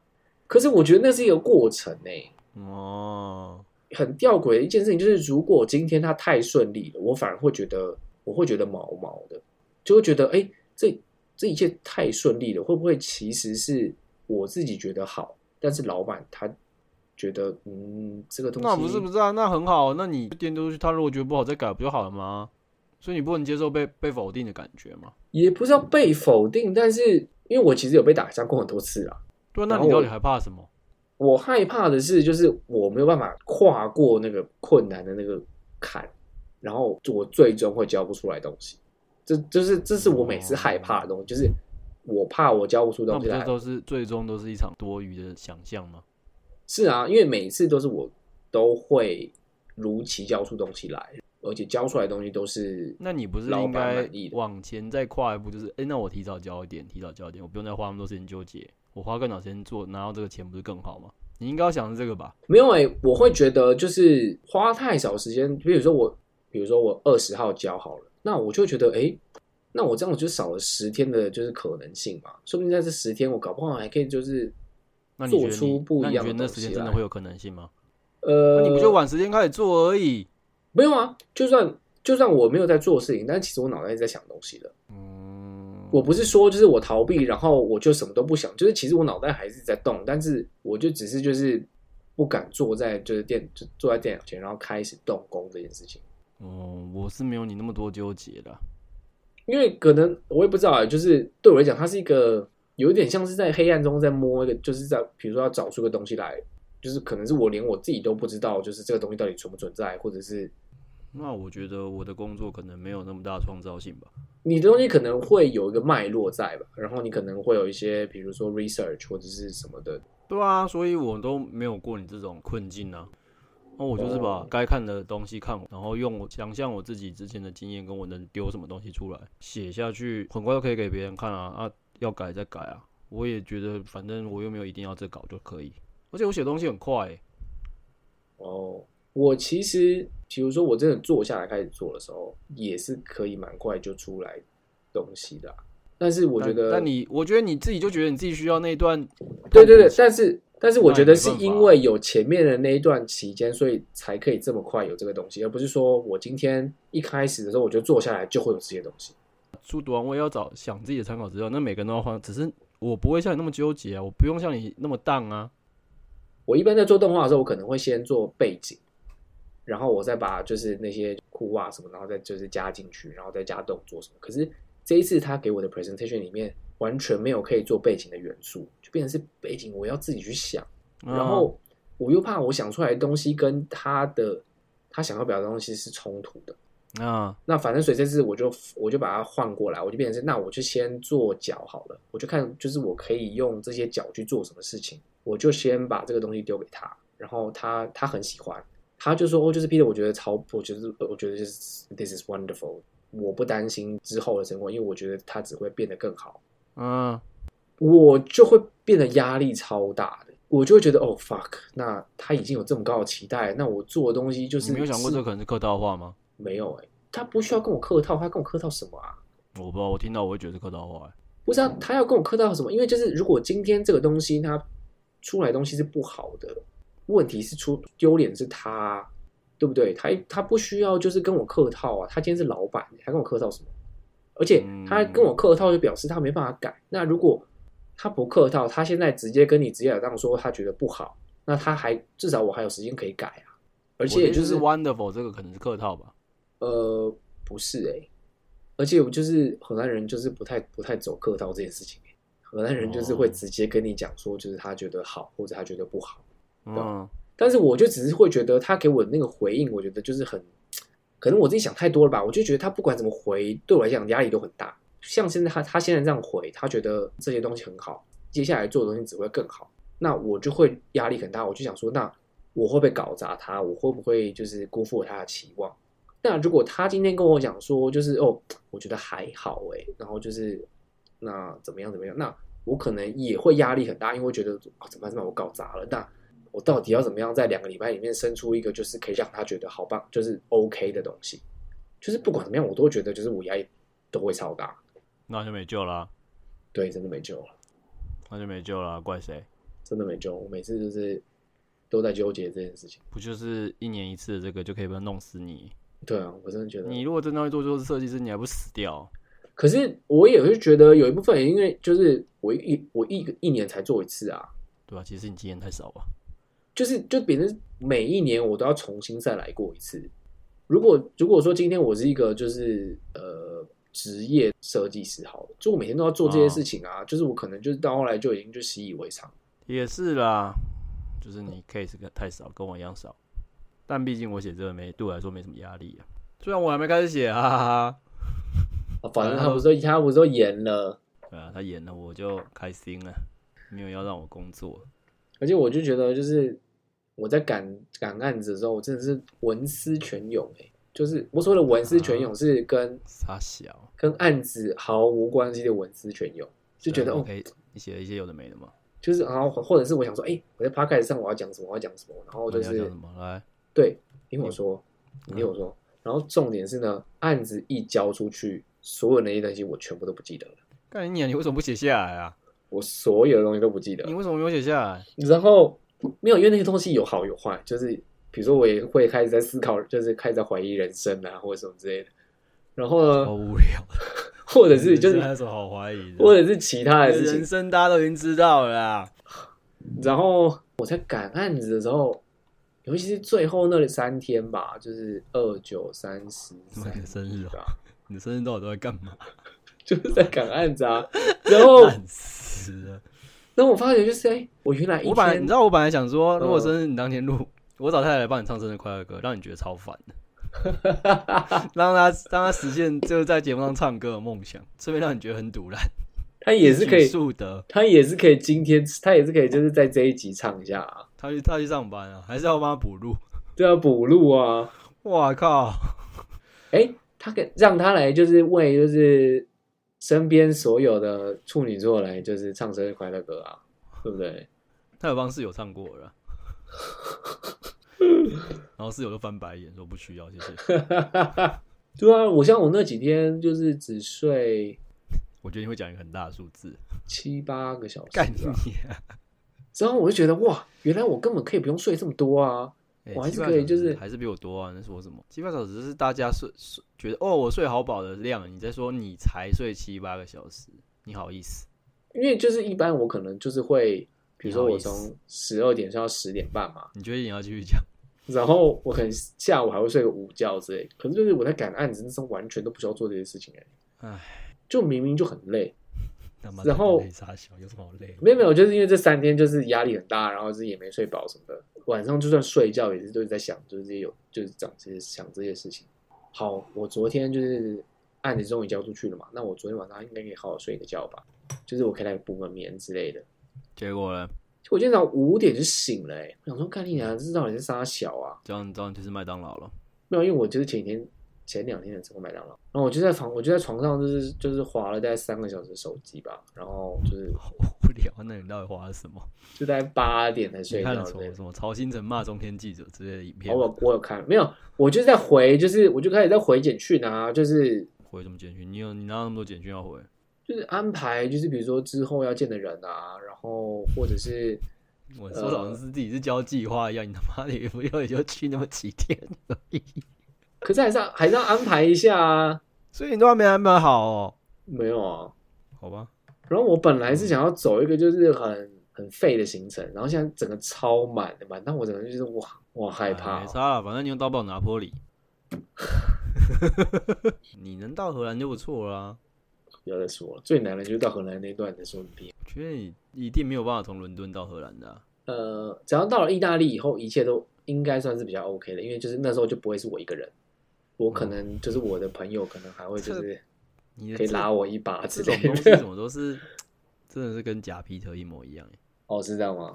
Speaker 2: 可是我觉得那是一个过程诶、
Speaker 1: 哦，
Speaker 2: 很吊诡的一件事情，就是如果今天它太顺利了，我反而会觉得我会觉得毛毛的，就会觉得哎、诶这这一切太顺利了，会不会其实是我自己觉得好，但是老板他觉得嗯这个东西
Speaker 1: 那不是不是啊，那很好，那你监督去他如果觉得不好再改不就好了吗？所以你不能接受被被否定的感觉嘛？
Speaker 2: 也不是要被否定，但是因为我其实有被打伤过很多次啊，
Speaker 1: 对啊，那
Speaker 2: 然后
Speaker 1: 你到
Speaker 2: 我
Speaker 1: 底还怕什么？
Speaker 2: 我害怕的是就是我没有办法跨过那个困难的那个坎，然后我最终会交不出来东西。这就是这是我每次害怕的东西，就是我怕我交不出
Speaker 1: 哦那
Speaker 2: 东
Speaker 1: 不
Speaker 2: 西
Speaker 1: 这
Speaker 2: 来。
Speaker 1: 都是最终都是一场多余的想象吗？
Speaker 2: 是啊，因为每次都是我都会如期交出东西来，而且交出来的东西都是
Speaker 1: 那你不是
Speaker 2: 老
Speaker 1: 应
Speaker 2: 板
Speaker 1: 该
Speaker 2: 满意的。
Speaker 1: 往前再跨一步，就是哎、诶那我提早交一点，提早交一点，我不用再花那么多时间纠结，我花更少时间做，拿到这个钱不是更好吗？你应该要想的是这个吧？
Speaker 2: 没有哎、我会觉得就是花太少时间，比如说我，比如说我二十号交好了，那我就会觉得哎、那我这样子就少了十天的就是可能性嘛，说不定在这十天我搞不好还可以就是
Speaker 1: 那你觉
Speaker 2: 做
Speaker 1: 得
Speaker 2: 出
Speaker 1: 你
Speaker 2: 不
Speaker 1: 那
Speaker 2: 一
Speaker 1: 你
Speaker 2: 样
Speaker 1: 觉得
Speaker 2: 的
Speaker 1: 那
Speaker 2: 东
Speaker 1: 时
Speaker 2: 西
Speaker 1: 间真的
Speaker 2: 来
Speaker 1: 会有可能性吗？啊
Speaker 2: 呃，
Speaker 1: 那你不就晚时间开始做而已？
Speaker 2: 没有啊，就算就算我没有在做事情，但其实我脑袋一直在想东西的。
Speaker 1: 嗯，
Speaker 2: 我不是说就是我逃避，然后我就什么都不想，就是其实我脑袋还是在动，但是我就只是就是不敢坐在就是电就坐在电脑前，然后开始动工这件事情，
Speaker 1: 哦，我是没有你那么多纠结的。
Speaker 2: 因为可能我也不知道啊，就是对我来讲，它是一个有一点像是在黑暗中在摸一个，就是在比如说要找出个东西来，就是可能是我连我自己都不知道，就是这个东西到底存不存在，或者是
Speaker 1: 那我觉得我的工作可能没有那么大创造性吧。
Speaker 2: 你的东西可能会有一个脉络在吧，然后你可能会有一些，比如说 research 或者是什么的，
Speaker 1: 对啊，所以我都没有过你这种困境啊。那我就是把
Speaker 2: 哦
Speaker 1: 该看的东西看完，然后用我想象我自己之前的经验跟我能丢什么东西出来写下去，很快就可以给别人看啊啊，要改再改啊。我也觉得反正我又没有一定要这稿就可以，而且我写东西很快欸、
Speaker 2: 哦，我其实，比如说我真的坐下来开始做的时候，也是可以蛮快就出来东西的啊、但是我觉
Speaker 1: 但
Speaker 2: 得，
Speaker 1: 但你我觉得你自己就觉得你自己需要那一段，
Speaker 2: 对对对，，但是但是我觉得是
Speaker 1: 那也没办法啊
Speaker 2: 因为有前面的那一段期间，所以才可以这么快有这个东西，而不是说我今天一开始的时候我就坐下来就会有这些东西。
Speaker 1: 书读完我也要找想自己的参考资料，那每个人都要换，只是我不会像你那么纠结啊，我不用像你那么荡啊。
Speaker 2: 我一般在做动画的时候，我可能会先做背景，然后我再把就是那些裤袜什么，然后再就是加进去，然后再加动作什么。可是这一次他给我的 presentation 里面完全没有可以做背景的元素，就变成是背景我要自己去想，
Speaker 1: 嗯
Speaker 2: 然后我又怕我想出来的东西跟他的他想要表达的东西是冲突的。
Speaker 1: 啊啊，
Speaker 2: 那反正所以这次我就我就把它换过来，我就变成是那我就先做脚好了，我就看就是我可以用这些脚去做什么事情，我就先把这个东西丢给他，然后他他很喜欢，他就说哦，就是 Peter，我觉得超，我觉得我觉得就是 this is wonderful，我不担心之后的生活，因为我觉得它只会变得更好，
Speaker 1: 嗯，
Speaker 2: 我就会变得压力超大的。我就会觉得哦 fuck，那他已经有这么高的期待，那我做的东西就是
Speaker 1: 你没有想过
Speaker 2: 是
Speaker 1: 这可能是客套话吗？
Speaker 2: 没有哎、他不需要跟我客套，他跟我客套什么啊？
Speaker 1: 我不知道，我听到我会觉得是客套话欸、
Speaker 2: 不知道他要跟我客套什么，因为就是如果今天这个东西它出来的东西是不好的，问题是出丢脸是他啊，对不对？他他不需要就是跟我客套啊，他今天是老板，他跟我客套什么？而且他跟我客套就表示他没办法改。那如果他不客套，他现在直接跟你直截了当说他觉得不好，那他还至少我还有时间可以改啊。而且
Speaker 1: 我的意
Speaker 2: 就
Speaker 1: 思是
Speaker 2: 是
Speaker 1: wonderful 这个可能是客套吧。
Speaker 2: 呃，不是哎、而且我就是荷兰人，就是不太不太走客套这件事情欸、荷兰人就是会
Speaker 1: 哦
Speaker 2: 直接跟你讲说，就是他觉得好或者他觉得不好。
Speaker 1: 嗯，
Speaker 2: 但是我就只是会觉得他给我的那个回应，我觉得就是很，可能我自己想太多了吧。我就觉得他不管怎么回，对我来讲压力都很大。像现在他他现在这样回，他觉得这些东西很好，接下来做的东西只会更好，那我就会压力很大。我就想说，那我会不会搞砸他？我会不会就是辜负了他的期望？那如果他今天跟我讲说，就是哦，我觉得还好诶，然后就是那怎么样怎么样，那我可能也会压力很大，因为会觉得哦，怎么办怎么办，我搞砸了，那我到底要怎么样在两个礼拜里面生出一个就是可以让他觉得好棒，就是 OK 的东西？就是不管怎么样，我都会觉得就是我压力都会超大，
Speaker 1: 那就没救啦、
Speaker 2: 对，真的没救了，
Speaker 1: 那就没救啦、怪谁？
Speaker 2: 真的没救。我每次就是都在纠结这件事情。
Speaker 1: 不就是一年一次的这个就可以把它弄死你？
Speaker 2: 对啊，我真的觉得
Speaker 1: 你如果真的会做就是设计师，你还不死掉？啊
Speaker 2: 可是我也是觉得有一部分，因为就是我一我一个一年才做一次啊，
Speaker 1: 对吧、其实你经验太少啊吧。
Speaker 2: 就是就变成每一年我都要重新再来过一次。如果如果说今天我是一个就是呃职业设计师好了，就我每天都要做这些事情啊，就是我可能就是到后来就已经就习以为常。
Speaker 1: 也是啦，就是你 case 跟太少，跟我一样少。但毕竟我写这个没对我来说没什么压力啊。虽然我还没开始写，哈哈哈。
Speaker 2: 啊反正他不是说他不是说严了，
Speaker 1: 对啊，他演了我就开心了，没有要让我工作。
Speaker 2: 而且我就觉得就是我在赶赶案子的时候，我真的是文思泉涌哎、就是我所谓的文思泉涌是跟
Speaker 1: 傻小，
Speaker 2: 跟案子毫无关系的文思泉涌，就觉得
Speaker 1: 对啊
Speaker 2: 哦
Speaker 1: 我可以你写了一些有的没的嘛。
Speaker 2: 就是然后或者是我想说，哎、我在 podcast 上我要讲什么，我要讲什么，然后
Speaker 1: 我
Speaker 2: 就
Speaker 1: 你要
Speaker 2: 是
Speaker 1: 讲什么？来，
Speaker 2: 对，
Speaker 1: 嗯
Speaker 2: 听我说，你听我说。然后重点是呢，案子一交出去，所有那些东西我全部都不记得了，
Speaker 1: 干你娘！你为什么不写下来啊？
Speaker 2: 我所有的东西都不记得
Speaker 1: 你。为什么没有写下来？
Speaker 2: 然后没有，因为那些东西有好有坏，就是比如说我也会开始在思考，就是开始在怀疑人生啊，或者什么之类的。然后
Speaker 1: [LAUGHS] 好
Speaker 2: 呢，
Speaker 1: [LAUGHS] 无聊，
Speaker 2: 或
Speaker 1: [LAUGHS]
Speaker 2: 者是就是
Speaker 1: 还有什么好怀疑的？
Speaker 2: 或者是其他的事情
Speaker 1: 人，生大家都已经知道了啦，
Speaker 2: 然后我在赶案子的时候，尤其是最后那三天吧，就是二九三十
Speaker 1: 妈
Speaker 2: 三
Speaker 1: 你的生日哦、
Speaker 2: 啊，
Speaker 1: 你的生日到底都在干嘛？
Speaker 2: 就是在赶案子啊。
Speaker 1: [LAUGHS]
Speaker 2: 然后，
Speaker 1: 烂死了！
Speaker 2: 然后我发觉就是，哎、我原来一
Speaker 1: 我本来你
Speaker 2: 天
Speaker 1: 知道，我本来想说，如果
Speaker 2: 嗯
Speaker 1: 生日你当天录，我找太太来帮你唱生日快乐歌，让你觉得超烦的，
Speaker 2: [LAUGHS]
Speaker 1: 让她让她实现就是在节目上唱歌的梦想，顺便让你觉得很堵然，
Speaker 2: 他也是可以，
Speaker 1: 树德，
Speaker 2: 他也是可以今天，他也是可以，就是在这一集唱一下、啊，
Speaker 1: 她去她去上班啊，还是要帮她补录？
Speaker 2: 对啊，补录啊，
Speaker 1: 哇靠！
Speaker 2: 哎、他给让他来，就是为就是身边所有的处女座来，就是唱生日快乐歌啊，对不对？
Speaker 1: 她有帮室友唱过
Speaker 2: [LAUGHS]
Speaker 1: 了啦，然后室友就翻白眼说不需要，谢谢。
Speaker 2: [LAUGHS] 对啊，我像我那几天就是只睡
Speaker 1: 我觉得你会讲一个很大的数字，
Speaker 2: 七八个小时
Speaker 1: 干
Speaker 2: 啊，
Speaker 1: 你、啊！
Speaker 2: 然后我就觉得哇，原来我根本可以不用睡这么多啊！
Speaker 1: 欸
Speaker 2: 我还是
Speaker 1: 七八
Speaker 2: 可以
Speaker 1: 小
Speaker 2: 就
Speaker 1: 时
Speaker 2: 是
Speaker 1: 还是比我多啊！你在说什么？七八小时是大家睡睡觉觉得哦，我睡好饱的量，你在说你才睡七八个小时，你好意思？
Speaker 2: 因为就是一般我可能就是会，比如说
Speaker 1: 不好
Speaker 2: 我
Speaker 1: 意思
Speaker 2: 从十二点睡到十点半嘛，
Speaker 1: 你觉得你要继续讲？
Speaker 2: 然后我可能下午还会睡个午觉之类。可是就是我在赶案子那时候完全都不需要做这些事情哎、
Speaker 1: 唉，
Speaker 2: 就明明就很累，
Speaker 1: 他妈
Speaker 2: 然后
Speaker 1: 累傻小，有什么好累？
Speaker 2: 没有没有，就是因为这三天就是压力很大，然后就是也没睡饱什么的，晚上就算睡觉也是都是在想，就是这些有就是讲这些想这些事情。好，我昨天就是案子终于交出去了嘛，那我昨天晚上应该可以好好睡个觉吧，就是我可以来补个眠之类的。
Speaker 1: 结果呢？
Speaker 2: 我今天早上五点就醒了、欸，我想说干你娘，这到底是啥小啊？
Speaker 1: 这样这样就是麦当劳了。
Speaker 2: 没有，因为我就是前几天、前两天的吃过麦当劳，然后我就在床，我就在床上就是就是划了大概三个小时手机吧，然后就是
Speaker 1: 好无聊，啊那你到底花了什么？
Speaker 2: 就在八点才睡
Speaker 1: 你
Speaker 2: 觉
Speaker 1: 看了
Speaker 2: 之
Speaker 1: 什
Speaker 2: 类
Speaker 1: 么
Speaker 2: 的。
Speaker 1: 什么曹新成骂中天记者之类的影片
Speaker 2: 哦，
Speaker 1: 吗？
Speaker 2: 我我有看，没有，我就是在回，就是我就开始在回简讯啊，就是
Speaker 1: 回什么简讯？你有你哪有那么多简讯要回？
Speaker 2: 就是安排，就是比如说之后要见的人啊，然后或者是
Speaker 1: 我说
Speaker 2: 呃
Speaker 1: 老师是自己是交计划一样，你他妈的也不要也就去那么几
Speaker 2: [LAUGHS]
Speaker 1: 天而已，
Speaker 2: 可是还是要还是要安排一下啊，
Speaker 1: 所以你都还没安排好哦。
Speaker 2: 没有啊。
Speaker 1: 好吧，
Speaker 2: 然后我本来是想要走一个就是很很废的行程，然后现在整个超满的满，但我整个就是哇哇害怕
Speaker 1: 哎没
Speaker 2: 哦、
Speaker 1: 差啦，反正你用刀帮我拿玻璃。 [LAUGHS] 你能到荷兰就不错啦。
Speaker 2: 不要再说了。最难的就是到荷兰那段的说你
Speaker 1: 我觉得你一定没有办法从伦敦到荷兰的啊、
Speaker 2: 呃，只要到了意大利以后，一切都应该算是比较 OK 的，因为就是那时候就不会是我一个人，我可能就是我的朋友，可能还会就是
Speaker 1: 哦你的
Speaker 2: 可以
Speaker 1: 这
Speaker 2: 拉我一把之
Speaker 1: 这
Speaker 2: 类
Speaker 1: 种东西，
Speaker 2: 的。
Speaker 1: 怎么都是真的是跟假皮特一模一样耶。欸
Speaker 2: 哦，是这样吗？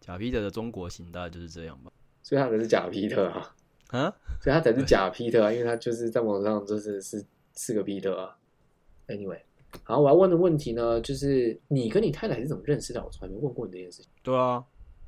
Speaker 1: 假皮特的中国行大概就是这样吧？
Speaker 2: 所以他才是假 Peter 啊，
Speaker 1: 啊，
Speaker 2: 所以他才是假 Peter 啊，因为他就是在网上就是是是个 Peter 啊。Anyway，好，我要问的问题呢，就是你跟你太太是怎么认识的？我从来没问过你这件事情，
Speaker 1: 对啊，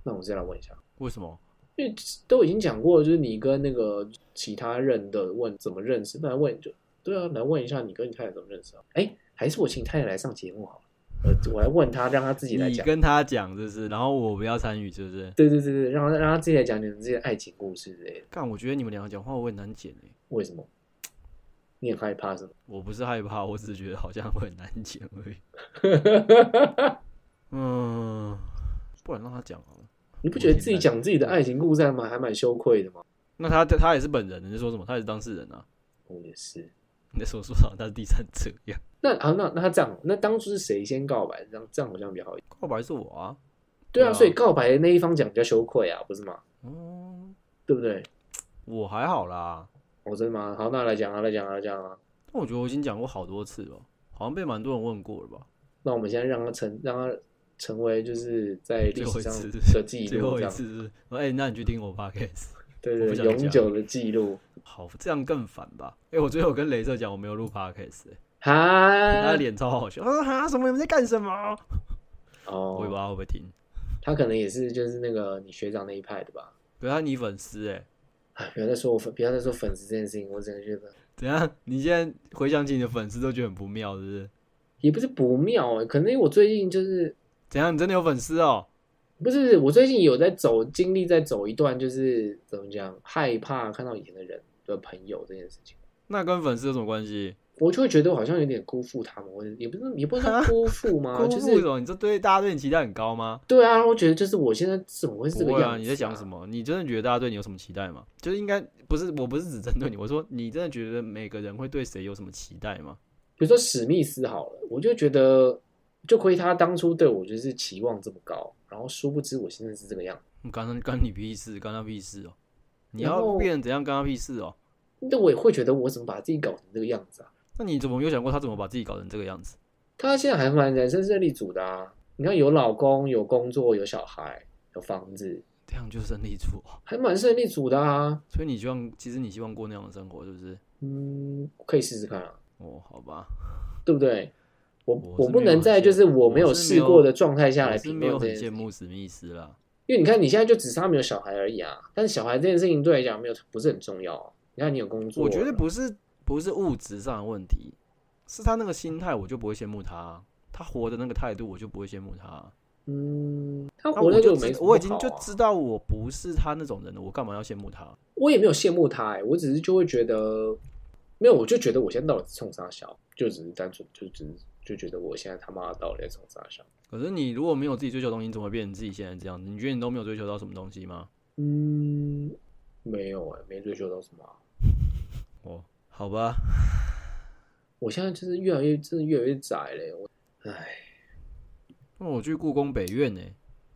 Speaker 2: 那我再来问一下。
Speaker 1: 为什么？
Speaker 2: 因为都已经讲过，就是你跟那个其他人的问怎么认识，那来问就对啊，来问一下你跟你太太怎么认识啊？哎，还是我请太太来上节目好了，呃，我来问她，让她自己来
Speaker 1: 你
Speaker 2: 讲。
Speaker 1: 跟他讲是不是？然后我不要参与是不是？
Speaker 2: 对对对对，让她让她自己来讲你们这些爱情故事之类的。
Speaker 1: 干，我觉得你们两个讲话我很难剪诶、欸
Speaker 2: 为什么？你很害怕是吗？
Speaker 1: 我不是害怕，我只是觉得好像会很难剪而已。 [LAUGHS] 嗯，不然让他讲好了。
Speaker 2: 你不觉得自己讲自己的爱情故事还蛮还蛮羞愧的吗？
Speaker 1: 那他他也是本人，你在说什么？他也是当事人啊。
Speaker 2: 我也是。
Speaker 1: 你在说说啥？他是第三者一样。
Speaker 2: 那啊，那那他这样，那当初是谁先告白？这样这样好像比较好一点。
Speaker 1: 告白是我啊。
Speaker 2: 对啊，
Speaker 1: 对啊
Speaker 2: 所以告白的那一方讲比较羞愧啊，不是吗？
Speaker 1: 嗯，
Speaker 2: 对不对？
Speaker 1: 我还好啦，
Speaker 2: 我、真的吗？好，那来讲啊，来讲啊，来讲啊。
Speaker 1: 但我觉得我已经讲过好多次了，好像被蛮多人问过了吧？
Speaker 2: 那我们现在让他成，让他成为就是在历
Speaker 1: 最后
Speaker 2: 史
Speaker 1: 一
Speaker 2: 上
Speaker 1: 次
Speaker 2: 的记
Speaker 1: 最
Speaker 2: 录，
Speaker 1: 后
Speaker 2: 这
Speaker 1: 一
Speaker 2: 样
Speaker 1: 次是不是哎、那你去听我 podcast，
Speaker 2: 对
Speaker 1: 我
Speaker 2: 对
Speaker 1: 不
Speaker 2: 对，
Speaker 1: 想
Speaker 2: 永
Speaker 1: 讲
Speaker 2: 久的记录。
Speaker 1: 好，这样更烦吧？哎、我最后有跟雷射讲我没有录 podcast，、欸、他
Speaker 2: 哈
Speaker 1: 的，脸超好笑，啊哈，什么你们在干什么？我也不知
Speaker 2: 哦，
Speaker 1: 道他会不会听，
Speaker 2: 他可能也是就是那个你学长那一派的吧。
Speaker 1: 可是他你粉丝哎、
Speaker 2: 哎，不要再说我粉，不要再说粉丝这件事情，我真的觉得
Speaker 1: 怎样？你现在回想起你的粉丝都觉得很不妙，是不是？
Speaker 2: 也不是不妙、欸，可能因为我最近就是
Speaker 1: 怎样？你真的有粉丝哦？
Speaker 2: 不是，我最近有在走，经历在走一段，就是怎么讲，害怕看到以前的人的朋友这件事情，
Speaker 1: 那跟粉丝有什么关系？
Speaker 2: 我就会觉得我好像有点辜负他们，我也不是也不是说辜
Speaker 1: [LAUGHS]
Speaker 2: 负嘛，
Speaker 1: 辜
Speaker 2: 呃就
Speaker 1: 负
Speaker 2: 是
Speaker 1: 总，你这对大家对你期待很高吗？
Speaker 2: 对啊，我觉得就是我现在怎么会是这
Speaker 1: 不
Speaker 2: 个
Speaker 1: 会
Speaker 2: 样子、
Speaker 1: 啊，你在讲什？么？你真的觉得大家对你有什么期待吗？就是应该不是，我不是只针对你，我说你真的觉得每个人会对谁有什么期待吗？
Speaker 2: 比如说史密斯好了，我就觉得就亏他当初对我就是期望这么高，然后殊不知我现在是这个样子。
Speaker 1: 干他干你屁事，干他屁事哦！你
Speaker 2: 然
Speaker 1: 要
Speaker 2: 后
Speaker 1: 变成怎样干他屁事哦？
Speaker 2: 那我也会觉得我怎么把自己搞成这个样子啊？
Speaker 1: 那你怎么没有想过他怎么把自己搞成这个样子？
Speaker 2: 他现在还蛮人生胜利组的啊！你看，有老公，有工作，有小孩，有房子，
Speaker 1: 这样就是胜利组哦。
Speaker 2: 还蛮胜利组的啊。
Speaker 1: 所以你希望，其实你希望过那样的生活，是不是？
Speaker 2: 嗯，可以试试看啊，
Speaker 1: 哦，好吧，
Speaker 2: 对不对？我
Speaker 1: 我是没有
Speaker 2: 不能在就是我没有试过的状态下
Speaker 1: 我
Speaker 2: 来
Speaker 1: 是
Speaker 2: 评
Speaker 1: 没
Speaker 2: 论
Speaker 1: 有
Speaker 2: 这
Speaker 1: 很
Speaker 2: 件事
Speaker 1: 羡
Speaker 2: 情，
Speaker 1: 慕史密斯啦。
Speaker 2: 因为你看你现在就只是他没有小孩而已啊。但是小孩这件事情对来讲没有不是很重要、啊。你看你有工作，
Speaker 1: 我觉得不是不是物质上的问题，是他那个心态，我就不会羡慕他。啊他活的那个态度，我就不会羡慕他。啊
Speaker 2: 嗯，他
Speaker 1: 那
Speaker 2: 活着
Speaker 1: 就
Speaker 2: 没
Speaker 1: 知
Speaker 2: 什么不好啊、
Speaker 1: 我已经就知道我不是他那种人了，我干嘛要羡慕他？啊
Speaker 2: 我也没有羡慕他、欸，我只是就会觉得，没有，我就觉得我现在到底是冲啥小，就只是单纯就只是就觉得我现在他妈的到底在冲啥小。
Speaker 1: 可是你如果没有自己追求的东西，你怎么会变成自己现在这样子？你觉得你都没有追求到什么东西吗？
Speaker 2: 嗯，没有哎、没追求到什么啊、
Speaker 1: 哦，好吧，
Speaker 2: 我现在就是越来越真的越来越窄嘞、我唉，
Speaker 1: 那我去故宫北院呢、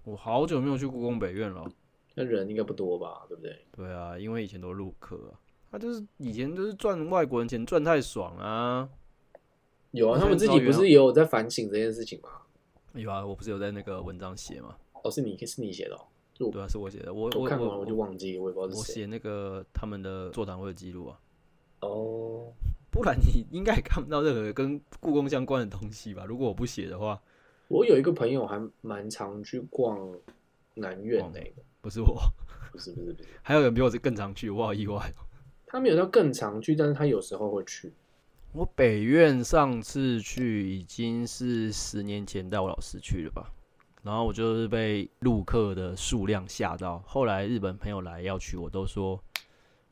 Speaker 1: 我好久没有去故宫北院了。
Speaker 2: 那人应该不多吧，对不对？
Speaker 1: 对啊，因为以前都入客啊，他就是以前就是赚外国人钱赚太爽啊。
Speaker 2: 有
Speaker 1: 我现
Speaker 2: 啊，
Speaker 1: 在
Speaker 2: 他们自己
Speaker 1: 知道
Speaker 2: 不
Speaker 1: 原来
Speaker 2: 是也有在反省这件事情吗？
Speaker 1: 有啊，我不是有在那个文章写嘛？
Speaker 2: 哦，是你是你写的、哦，
Speaker 1: 对啊，是我写的。我
Speaker 2: 我
Speaker 1: 我
Speaker 2: 看完
Speaker 1: 我
Speaker 2: 我就忘记，我也不知道
Speaker 1: 我
Speaker 2: 是谁。
Speaker 1: 写那个他们的座谈会的记录啊，
Speaker 2: 哦，
Speaker 1: 不然你应该也看不到任何跟故宫相关的东西吧？如果我不写的话，
Speaker 2: 我有一个朋友还蛮常去逛南苑
Speaker 1: 逛
Speaker 2: 的、
Speaker 1: 不是我，
Speaker 2: 不是不是不是。
Speaker 1: 还有人比我更常去，我好意外哦。
Speaker 2: 他没有到更常去，但是他有时候会去。
Speaker 1: 我北院上次去已经是十年前带我老师去了吧，然后我就是被陆客的数量吓到，后来日本朋友来要去，我都说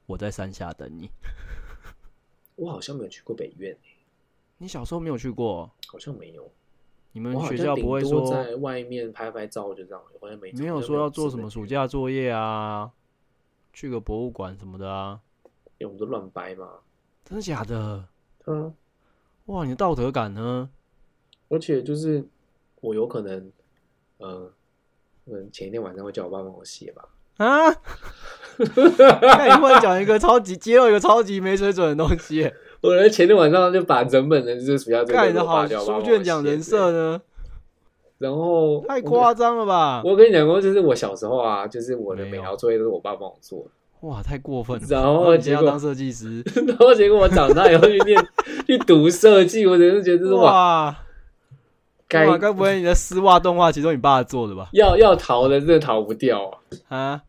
Speaker 1: 我在山下等你。
Speaker 2: 我好像没有去过北院、
Speaker 1: 你小时候没有去过哦？
Speaker 2: 好像没有。
Speaker 1: 你们
Speaker 2: 我好
Speaker 1: 学
Speaker 2: 像
Speaker 1: 校
Speaker 2: 顶
Speaker 1: 不会
Speaker 2: 多
Speaker 1: 说
Speaker 2: 在外面拍拍照就这样，我也没
Speaker 1: 没有说要做什么暑
Speaker 2: 假，
Speaker 1: 假作业啊，去个博物馆什么的啊，
Speaker 2: 因为我们都乱掰嘛。
Speaker 1: 真的假的？
Speaker 2: 对啊，
Speaker 1: 哇，你的道德感呢？
Speaker 2: 而且就是我有可能，呃，嗯，前一天晚上会叫我爸帮我写吧。
Speaker 1: 啊！看你忽然讲一个超级揭露一个超级没水准的东西，
Speaker 2: 我人前天晚上就把整本的这暑假作
Speaker 1: 看
Speaker 2: 业
Speaker 1: 你的
Speaker 2: 都把
Speaker 1: 好
Speaker 2: 它叫我爸
Speaker 1: 书
Speaker 2: 帮我
Speaker 1: 卷奖
Speaker 2: 写
Speaker 1: 人设，呢，
Speaker 2: 然后
Speaker 1: 太夸张了吧？
Speaker 2: 我跟。我跟你讲过，就是我小时候啊，就是我的
Speaker 1: 没
Speaker 2: 每
Speaker 1: 有
Speaker 2: 条作业都是我爸帮我做的， [LAUGHS]
Speaker 1: 哇，太过分了！
Speaker 2: 然后
Speaker 1: 你今天
Speaker 2: 结
Speaker 1: 要
Speaker 2: 果
Speaker 1: 当设计师，
Speaker 2: 然后结果我长大以后去念去读设计，我真是觉得 [LAUGHS] 是哇，
Speaker 1: 哇
Speaker 2: 该
Speaker 1: 哇，该不会你的丝袜动画其中你爸做的吧？
Speaker 2: 要要逃的，真的逃不掉啊！
Speaker 1: 啊，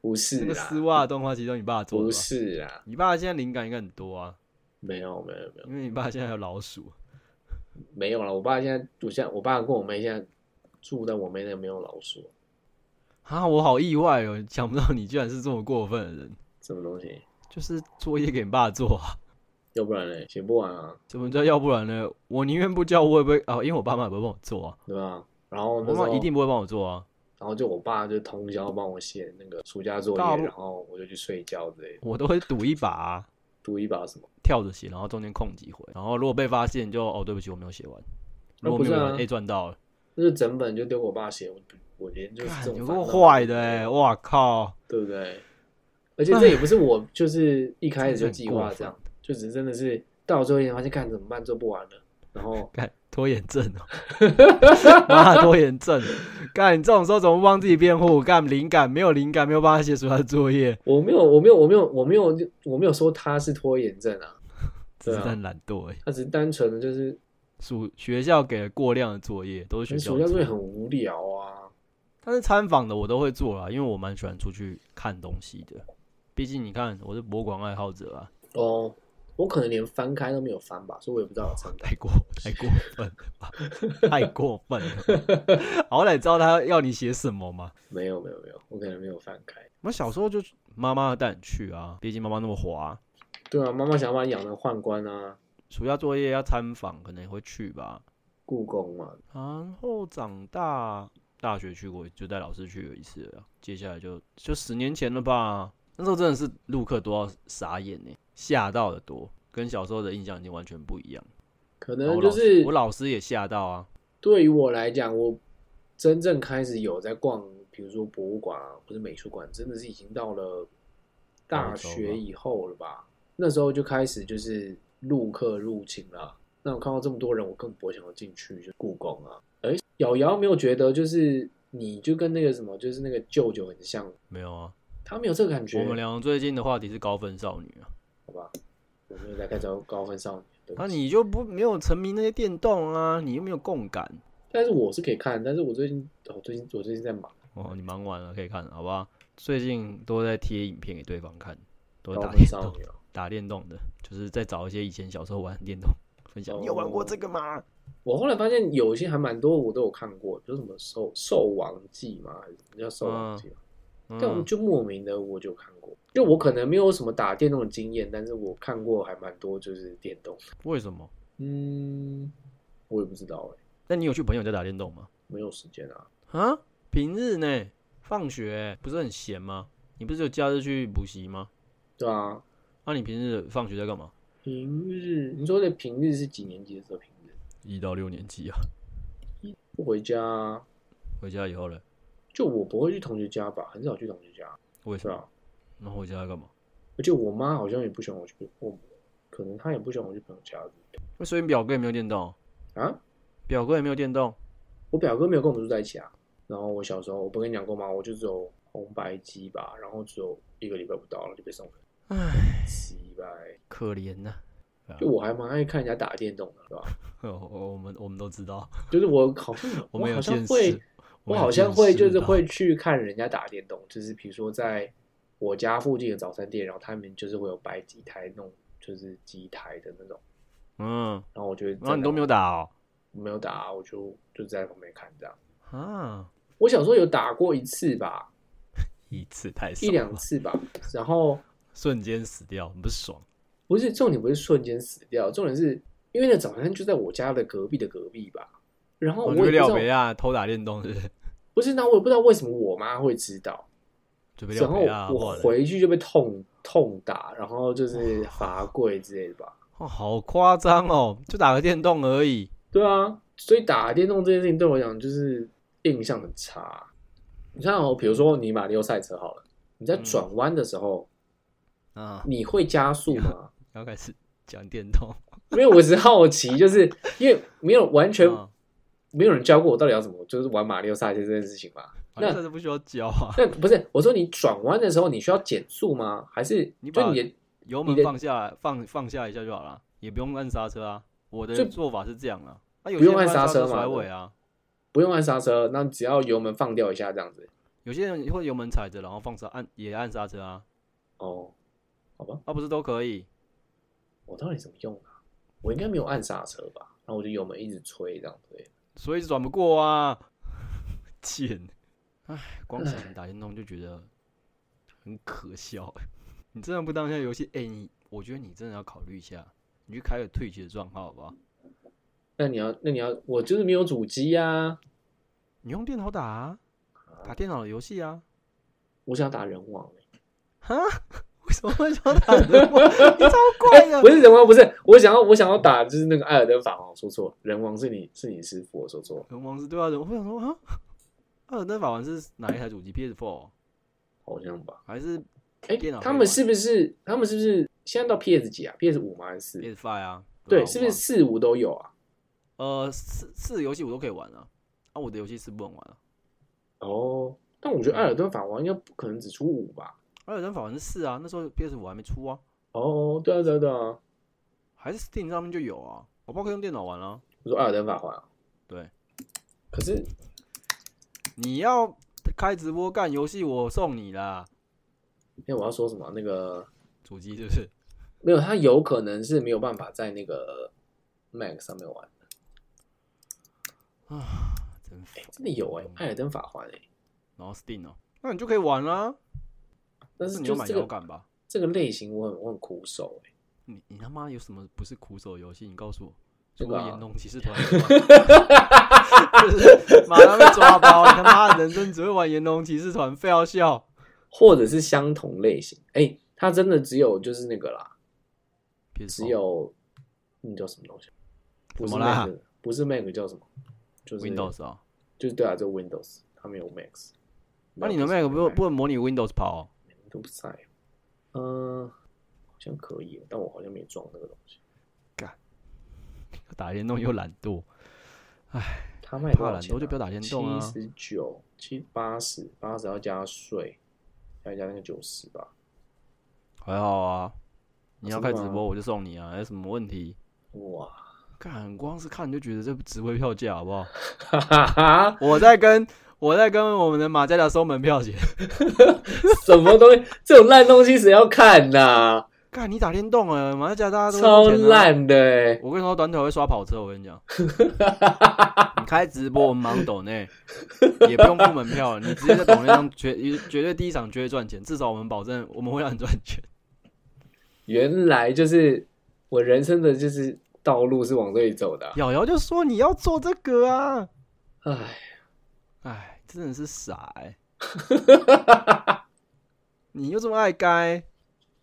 Speaker 2: 不
Speaker 1: 那
Speaker 2: 是
Speaker 1: 个丝
Speaker 2: 啦，
Speaker 1: 袜动画其中你爸做
Speaker 2: 不
Speaker 1: 的吧？
Speaker 2: 是啦，
Speaker 1: 你爸现在灵感应该很多啊，
Speaker 2: 没有没有没有
Speaker 1: 因为你爸现在还有老鼠。
Speaker 2: 没有了。我爸现在，我现在我爸跟我妹现在住在我妹那没有老鼠，
Speaker 1: 啊，我好意外哦，想不到你居然是这么过分的人，
Speaker 2: 什么东西？
Speaker 1: 就是作业给你爸做啊。
Speaker 2: 要不然嘞，写不完啊，
Speaker 1: 怎么叫要不然呢？我宁愿不叫，我也不会啊，因为我爸妈也不会帮我做啊，
Speaker 2: 对吧？然后
Speaker 1: 我
Speaker 2: 那
Speaker 1: 妈
Speaker 2: 时候
Speaker 1: 妈一定，不会帮我做啊，
Speaker 2: 然后就我爸就通宵帮我写那个暑假作
Speaker 1: 大
Speaker 2: 业，
Speaker 1: 陆
Speaker 2: 然后我就去睡觉之类的，
Speaker 1: 我都会赌一把啊、
Speaker 2: 读一把什么。
Speaker 1: 跳着写，然后中间空几回，然后如果被发现就哦，对不起，我没有写完。
Speaker 2: 那
Speaker 1: 如果
Speaker 2: 不
Speaker 1: 没
Speaker 2: 是
Speaker 1: 有完
Speaker 2: 啊，
Speaker 1: ，A 赚到了，
Speaker 2: 那就整本就丢我爸写，我不我连就是这
Speaker 1: 看
Speaker 2: 种
Speaker 1: 有
Speaker 2: 烦
Speaker 1: 够
Speaker 2: 恼
Speaker 1: 坏的
Speaker 2: 都没有
Speaker 1: 哎、哇靠！
Speaker 2: 对不对？而且这也不是我就是一开始就计
Speaker 1: 真
Speaker 2: 划这
Speaker 1: 的很
Speaker 2: 样，就只是真的是到最后一天发现看怎么办做不完了，然后
Speaker 1: 干拖延症哦，
Speaker 2: [LAUGHS]
Speaker 1: 妈拖延症！干你这种时候怎么不帮自己辩护？干灵感没有灵感，没有帮他写暑假作业，
Speaker 2: 我没有我没有我没有我没有我没有说他是拖延症啊，
Speaker 1: 只是
Speaker 2: 对啊
Speaker 1: 很懒惰而欸已。
Speaker 2: 他只是单纯的就是
Speaker 1: 暑学校给了过量的作业，都是学校
Speaker 2: 暑
Speaker 1: 的
Speaker 2: 假
Speaker 1: 作
Speaker 2: 作
Speaker 1: 业
Speaker 2: 业很无聊啊，
Speaker 1: 但是参访的我都会做啦，因为我蛮喜欢出去看东西的。毕竟你看我是博物馆爱好者啊， [LAUGHS]
Speaker 2: 哦，我可能连翻开都没有翻吧，所以我也不知道我参加。 [LAUGHS]
Speaker 1: 太过太过分了吧，太过分了。 [LAUGHS] 好歹知道他要你写什么嘛。
Speaker 2: 没有没有没有，我可能没有翻开。
Speaker 1: 我小时候就妈妈带你去啊，毕竟妈妈那么滑。
Speaker 2: 对啊，妈妈想把你养成宦官啊，
Speaker 1: 暑假作业要参访，可能也会去吧。
Speaker 2: 故宫嘛，
Speaker 1: 然后长大，大学去过，就带老师去了一次了。接下来就就十年前了吧，那时候真的是陆客多到傻眼呢，吓到的多，跟小时候的印象已经完全不一样。
Speaker 2: 可
Speaker 1: 然后
Speaker 2: 能
Speaker 1: 我
Speaker 2: 就
Speaker 1: 老师
Speaker 2: 是
Speaker 1: 我老师也吓到啊，
Speaker 2: 对于我来讲，我真正开始有在逛，比如说博物馆啊，或者美术馆，真的是已经到了大学以后了吧？那时候就开始就是陆客入侵了。那我看到这么多人，我更不会想要进去，就是故宫啊。哎，瑶瑶没有觉得就是你就跟那个什么，就是那个舅舅很像，
Speaker 1: 没有啊。
Speaker 2: 他没有这个感觉。
Speaker 1: 我们俩最近的话题是高分少女啊，
Speaker 2: 我没有在看高高分少女，对不
Speaker 1: 那
Speaker 2: 起
Speaker 1: 你就不没有沉迷那些电动啊，你又没有共感
Speaker 2: 但是我是可以看，但是我最近，我最近我最近在忙。
Speaker 1: 哦，你忙完了可以看，好不好？最近都在贴影片给对方看，都在
Speaker 2: 高
Speaker 1: 打
Speaker 2: 分
Speaker 1: 电
Speaker 2: 少
Speaker 1: 动，
Speaker 2: 女啊，
Speaker 1: 打电动的，就是在找一些以前小时候玩的电动分享。你有玩过这个吗？
Speaker 2: 我后来发现有一些还蛮多我都有看过，比如什么《兽兽王记》嘛，还是什么叫《兽王记》嘛？但我
Speaker 1: 嗯，
Speaker 2: 就莫名的我就看过，就我可能没有什么打电动的经验，但是我看过还蛮多就是电动的。
Speaker 1: 为什么？
Speaker 2: 嗯，我也不知道哎、
Speaker 1: 那你有去朋友家打电动吗？
Speaker 2: 没有时间啊。
Speaker 1: 啊，平日呢，放学欸不是很闲吗？你不是有假日去补习吗？
Speaker 2: 对啊，
Speaker 1: 那、你平日放学在干嘛？
Speaker 2: 平日你说的平日是几年级的时候？平日
Speaker 1: 一到六年级啊，
Speaker 2: 不回家啊，
Speaker 1: 回家以后嘞，
Speaker 2: 就我不会去同学家吧，很少去同学家，
Speaker 1: 为什
Speaker 2: 对
Speaker 1: 么？
Speaker 2: 啊。
Speaker 1: 那回家干嘛？
Speaker 2: 而且我妈好像也不喜欢我去，我可能她也不喜欢我去朋友家
Speaker 1: 那所以你表哥也没有电动，
Speaker 2: 啊。
Speaker 1: 表哥也没有电动，
Speaker 2: 我表哥没有跟我们住在一起啊。然后我小时候，我不跟你讲过吗？我就只有红白机吧，然后只有一个礼拜不到了就被送回来，奇怪。
Speaker 1: 可怜呐、
Speaker 2: 就我还蛮爱看人家打电动的，是吧？
Speaker 1: [LAUGHS] 我我们我们都知道，
Speaker 2: 就是我好像
Speaker 1: [LAUGHS] 我们有
Speaker 2: 好像
Speaker 1: 见
Speaker 2: 会
Speaker 1: 识，，
Speaker 2: 我
Speaker 1: 们有
Speaker 2: 好像
Speaker 1: 见
Speaker 2: 会
Speaker 1: 识
Speaker 2: 就是
Speaker 1: 到
Speaker 2: 会去看人家打电动，就是比如说在我家附近的早餐店，然后他们就是会有摆几台那种就是机台的那种，
Speaker 1: 嗯，
Speaker 2: 然后我就
Speaker 1: 然后你都没有打哦，
Speaker 2: 没有打，我就就在旁边看这样。
Speaker 1: 啊，
Speaker 2: 我小时候有打过一次吧，
Speaker 1: 一次太少
Speaker 2: 一两
Speaker 1: 了
Speaker 2: 次吧，然后。
Speaker 1: 瞬间死掉，很不爽，
Speaker 2: 不是重点，不是瞬间死掉，重点是因为那早餐就在我家的隔壁的隔壁吧。然后
Speaker 1: 我
Speaker 2: 哦我
Speaker 1: 就被
Speaker 2: 也不知
Speaker 1: 廖
Speaker 2: 道，
Speaker 1: 北亚啊偷打电动是不是，
Speaker 2: 不是，那我也不知道为什么我妈会知道。
Speaker 1: 就被廖
Speaker 2: 然
Speaker 1: 北亚
Speaker 2: 后
Speaker 1: 换
Speaker 2: 我
Speaker 1: 了，
Speaker 2: 回去就被痛痛打，然后就是罚跪之类的吧。
Speaker 1: 哦，好夸张哦，就打个电动而已，
Speaker 2: 对啊，所以打电动这件事情对我来讲就是印象很差。你看哦，比如说你马里奥赛车好了，你在
Speaker 1: 嗯
Speaker 2: 转弯的时候，
Speaker 1: 啊，
Speaker 2: 你会加速吗？
Speaker 1: 要开始讲电动，
Speaker 2: 没有，我只是好奇，就是 [LAUGHS] 因为没有完全
Speaker 1: 啊
Speaker 2: 没有人教过我到底要怎么，就是玩马里奥赛车这件事情嘛。
Speaker 1: 好像
Speaker 2: 那
Speaker 1: 真的不需要教啊，
Speaker 2: 那不是我说你转弯的时候你需要减速吗？还是
Speaker 1: 你把
Speaker 2: 就你的
Speaker 1: 油门
Speaker 2: 你的
Speaker 1: 放下来，放放下一下就好了，也不用按刹车啊，我的
Speaker 2: 就
Speaker 1: 做法是这样啊，啊，有
Speaker 2: 不
Speaker 1: 些
Speaker 2: 用
Speaker 1: 人
Speaker 2: 按
Speaker 1: 会
Speaker 2: 刹车嘛
Speaker 1: 甩尾啊。
Speaker 2: 不用按刹车，那只要油门放掉一下这样子？
Speaker 1: 有些人会油门踩着，然后放刹按也按刹车啊，
Speaker 2: 哦，好吧，
Speaker 1: 啊不是都可以？
Speaker 2: 我到底怎么用啊？我应该没有按刹车吧？然后我就油门一直吹这样子。
Speaker 1: 所以转不过啊， [LAUGHS] 贱！唉，光想打电动就觉得很可笑。你真的不当下游戏？哎、你我觉得你真的要考虑一下，你去开个退 w 的账号好不好？
Speaker 2: 那你要，那你要，我就是没有主机啊，
Speaker 1: 你用电脑打、啊，打电脑的游戏啊。
Speaker 2: 我想打人网、欸
Speaker 1: 哈？为什么会想
Speaker 2: [LAUGHS]
Speaker 1: 打人网？你超怪的
Speaker 2: 不！是人王，不是，我想要，我想要打就是那个艾尔登法王，说错了，人王是你是你师傅，我说错了。
Speaker 1: 人王是对啊，人我想说啊，艾尔登法环是哪一台主机？PS4
Speaker 2: 好像吧？
Speaker 1: 还是
Speaker 2: 哎、
Speaker 1: 电脑可以
Speaker 2: 他们
Speaker 1: 玩
Speaker 2: 是不是他们是不是现在到 PS 几啊？PS 五吗？还是四？
Speaker 1: PS5 啊？
Speaker 2: 对，
Speaker 1: 啊
Speaker 2: 是
Speaker 1: 我
Speaker 2: 不是
Speaker 1: 忘了
Speaker 2: 四五都有啊？
Speaker 1: 呃，四四个游戏我都可以玩啊，啊，我的游戏是不能玩啊。
Speaker 2: 哦，但我觉得《艾尔登法王》应该不可能只出五吧？
Speaker 1: 艾尔登法环是四啊，那时候 PS 五还没出啊，
Speaker 2: 哦，对啊，对啊，对啊，
Speaker 1: 还是 Steam 上面就有啊，我不可以用电脑玩啊。
Speaker 2: 我说《艾尔登法环》啊，
Speaker 1: 对，
Speaker 2: 可是
Speaker 1: 你要开直播干游戏，我送你啦，
Speaker 2: 因为我要说什么那个
Speaker 1: 主机是不是？ [LAUGHS]
Speaker 2: 没有，他有可能是没有办法在那个 Mac 上面玩的。
Speaker 1: 啊，真
Speaker 2: 哎、
Speaker 1: 烦
Speaker 2: 真的有哎、艾尔登法环哎、
Speaker 1: 然后 Steam 哦，那你就可以玩啦、
Speaker 2: 但
Speaker 1: 但
Speaker 2: 是
Speaker 1: 你要
Speaker 2: 就是
Speaker 1: 买
Speaker 2: 这
Speaker 1: 摇
Speaker 2: 个
Speaker 1: 杆吧？
Speaker 2: 这个类型我很我很苦手哎、
Speaker 1: 你你他妈有什么不是苦手游戏？你告诉我，
Speaker 2: 这
Speaker 1: 除
Speaker 2: 个啊
Speaker 1: 了岩龙骑士团以外， [LAUGHS] 就是马上被抓包，你他妈人生只会玩岩龙骑士团，非要笑。
Speaker 2: 或者是相同类型哎、他真的只有就是那个啦，
Speaker 1: PS4
Speaker 2: 只有那叫什么东西？不是
Speaker 1: 怎么啦
Speaker 2: Mac，不是 Mac 叫什么？就是那个
Speaker 1: Windows 啊，
Speaker 2: 就是对啊，就 Windows，他没有 Max。
Speaker 1: 那你的 Mac 不
Speaker 2: 不
Speaker 1: 不能模拟 Windows 跑哦、 [LAUGHS]
Speaker 2: 都不在？嗯、好像可以，但我好像没装那个东西。
Speaker 1: 打联动又懒惰，
Speaker 2: 他卖
Speaker 1: 怕
Speaker 2: 多少
Speaker 1: 懒
Speaker 2: 钱、啊？
Speaker 1: 惰就不要打联动
Speaker 2: 七
Speaker 1: 啊。
Speaker 2: 十九、七八十、八十要加税，再加那个九十吧。
Speaker 1: 还好啊，你要开直
Speaker 2: 真的吗
Speaker 1: 播我就送你啊，有什么问题？
Speaker 2: 哇， [LAUGHS]
Speaker 1: 看，光是看你就觉得这值回票价，好不 [LAUGHS] 好？
Speaker 2: 哈哈哈！
Speaker 1: 我在跟我在跟我们的马家达收门票钱。
Speaker 2: 什么东西？这种烂东西谁要看呐、
Speaker 1: 看你打电动啊，马家达大家都会
Speaker 2: 超
Speaker 1: 收钱啊。
Speaker 2: 烂的、欸！
Speaker 1: 我跟你说，短腿会刷跑车，我跟 [LAUGHS] 你讲。你开直播，我们忙抖内，也不用付门票，你直接在抖内上绝绝对第一场绝对赚钱，至少我们保证我们会让你赚钱。
Speaker 2: 原来就是我人生的就是道路是往这里走的啊、
Speaker 1: 瑶瑶就说你要做这个啊，
Speaker 2: 唉，
Speaker 1: 哎，真的是傻哎、 [LAUGHS] 你又这么爱该，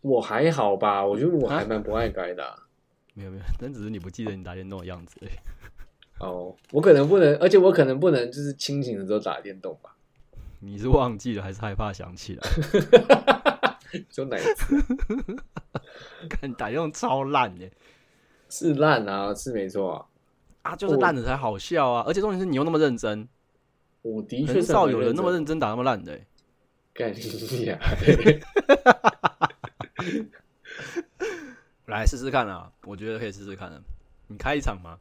Speaker 2: 我还好吧？我觉得我还蛮不爱改的啊、
Speaker 1: 没有没有，但只是你不记得你打电动的样子而已。
Speaker 2: 哦，我可能不能，而且我可能不能就是清醒的时候打电动吧，
Speaker 1: 你是忘记了还是害怕想起 [LAUGHS] 来？
Speaker 2: 就哪一次
Speaker 1: 看你打电动超烂的、
Speaker 2: 是烂啊，是没错啊。
Speaker 1: 啊，就是烂的才好笑啊！而且重点是你又那么认真，
Speaker 2: 我的确
Speaker 1: 很
Speaker 2: 是
Speaker 1: 少
Speaker 2: 很
Speaker 1: 有人那么
Speaker 2: 认
Speaker 1: 认真打那么烂的、欸。
Speaker 2: 干你呀、
Speaker 1: 来试试看啊，我觉得可以试试看、啊。你开一场 [LAUGHS] 嘛，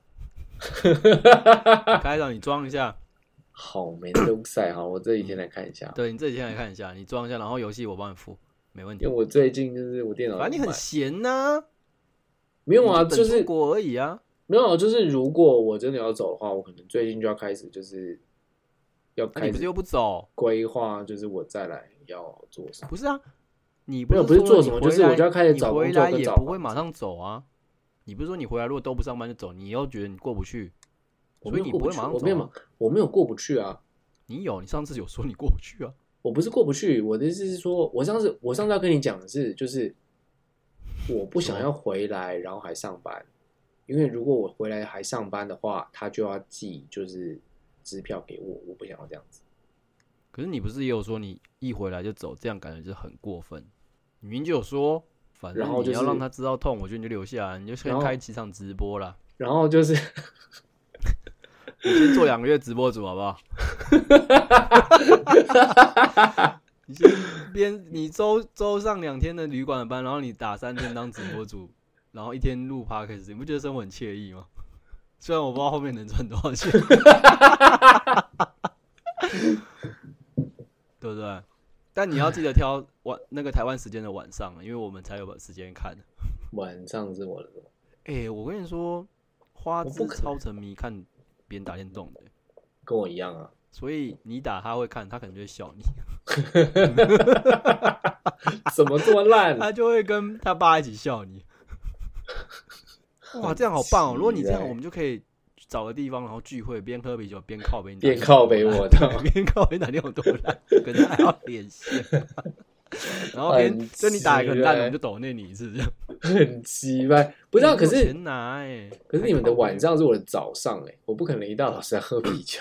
Speaker 1: 你开一场，你装一下。
Speaker 2: 好没东赛哈！我这几天来看一下，
Speaker 1: 对你这几天来看一下，你装一下，然后游戏我帮你付，没问
Speaker 2: 因为
Speaker 1: 题。
Speaker 2: 我最近就是我电脑，
Speaker 1: 反正你很闲呐、
Speaker 2: 没有啊，
Speaker 1: 你
Speaker 2: 就
Speaker 1: 等出
Speaker 2: 是
Speaker 1: 国而已啊。
Speaker 2: 没有啊，就是如果我真的要走的话，我可能最近就要开始就是要
Speaker 1: 那、你
Speaker 2: 开
Speaker 1: 不是
Speaker 2: 始
Speaker 1: 又不走？
Speaker 2: 规划，就是我再来要做什么。
Speaker 1: 不是啊，你
Speaker 2: 没有
Speaker 1: 不
Speaker 2: 不是
Speaker 1: 说
Speaker 2: 做什么
Speaker 1: 你回
Speaker 2: 就是我
Speaker 1: 来
Speaker 2: 就要开始找
Speaker 1: 你回
Speaker 2: 工作
Speaker 1: 来
Speaker 2: 跟
Speaker 1: 也
Speaker 2: 找
Speaker 1: 不会
Speaker 2: 房
Speaker 1: 马上走啊。你不是说你回来如果都不上班就走，你又觉得你过不去，
Speaker 2: 我
Speaker 1: 所
Speaker 2: 没
Speaker 1: 以
Speaker 2: 有
Speaker 1: 你
Speaker 2: 过
Speaker 1: 不
Speaker 2: 不
Speaker 1: 会
Speaker 2: 去，
Speaker 1: 马上
Speaker 2: 我
Speaker 1: 走
Speaker 2: 没有
Speaker 1: 啊、
Speaker 2: 嘛，我没有过不去啊。
Speaker 1: 你有，你上次有说你过不去啊。
Speaker 2: 我不是过不去，我的意思是说，我上次我上次要跟你讲的是，就是我不想要回来，然后还上班，因为如果我回来还上班的话，他就要寄就是支票给我，我不想要这样子。
Speaker 1: 可是你不是也有说你一回来就走，这样感觉就很过分。你明明就有说，反
Speaker 2: 然
Speaker 1: 正
Speaker 2: 后
Speaker 1: 你
Speaker 2: 就
Speaker 1: 要
Speaker 2: 是
Speaker 1: 让他知道痛，我觉得你就留下来，你就先
Speaker 2: 然后
Speaker 1: 开几场直播啦，
Speaker 2: 然后就是 [LAUGHS]
Speaker 1: 你先做两个月直播主好不好？ [LAUGHS] 你先边你周周上两天的旅馆的班，然后你打三天当直播主，然后一天录 podcast，你不觉得生活很惬意吗？ [LAUGHS] 虽然我不知道后面能赚多少 [LAUGHS] 钱，对不对？但你要记得挑晚那个台湾时间的晚上，因为我们才有时间看。
Speaker 2: 晚上是我的什么？
Speaker 1: 哎、我跟你说，花
Speaker 2: 我不
Speaker 1: 枝
Speaker 2: 可
Speaker 1: 超沉迷看别人打电动的，
Speaker 2: 跟我一样啊，
Speaker 1: 所以你打他会看，他可能就会笑你， [LAUGHS]
Speaker 2: 怎么这么烂？
Speaker 1: 他就会跟他爸一起笑
Speaker 2: [LAUGHS]
Speaker 1: 你。哇，这样好棒哦！如果你这样，
Speaker 2: 期待
Speaker 1: 我们就可以找个地方，然后聚会，边喝啤酒边靠北你打
Speaker 2: 边
Speaker 1: 电
Speaker 2: 靠
Speaker 1: 动
Speaker 2: 北
Speaker 1: 啦
Speaker 2: 我的
Speaker 1: [LAUGHS] 边靠北打电动多烂，可能还要连线，然后边
Speaker 2: 很
Speaker 1: 就你打一个很烂的，我们就
Speaker 2: 奇
Speaker 1: 抖那你一次，这样
Speaker 2: 很奇怪，
Speaker 1: [LAUGHS]
Speaker 2: 不知道。可
Speaker 1: 有
Speaker 2: 是
Speaker 1: 钱拿哎，
Speaker 2: 可是你们的
Speaker 1: 还靠北
Speaker 2: 晚，上是我的早上哎、我不可能一大早上喝啤酒，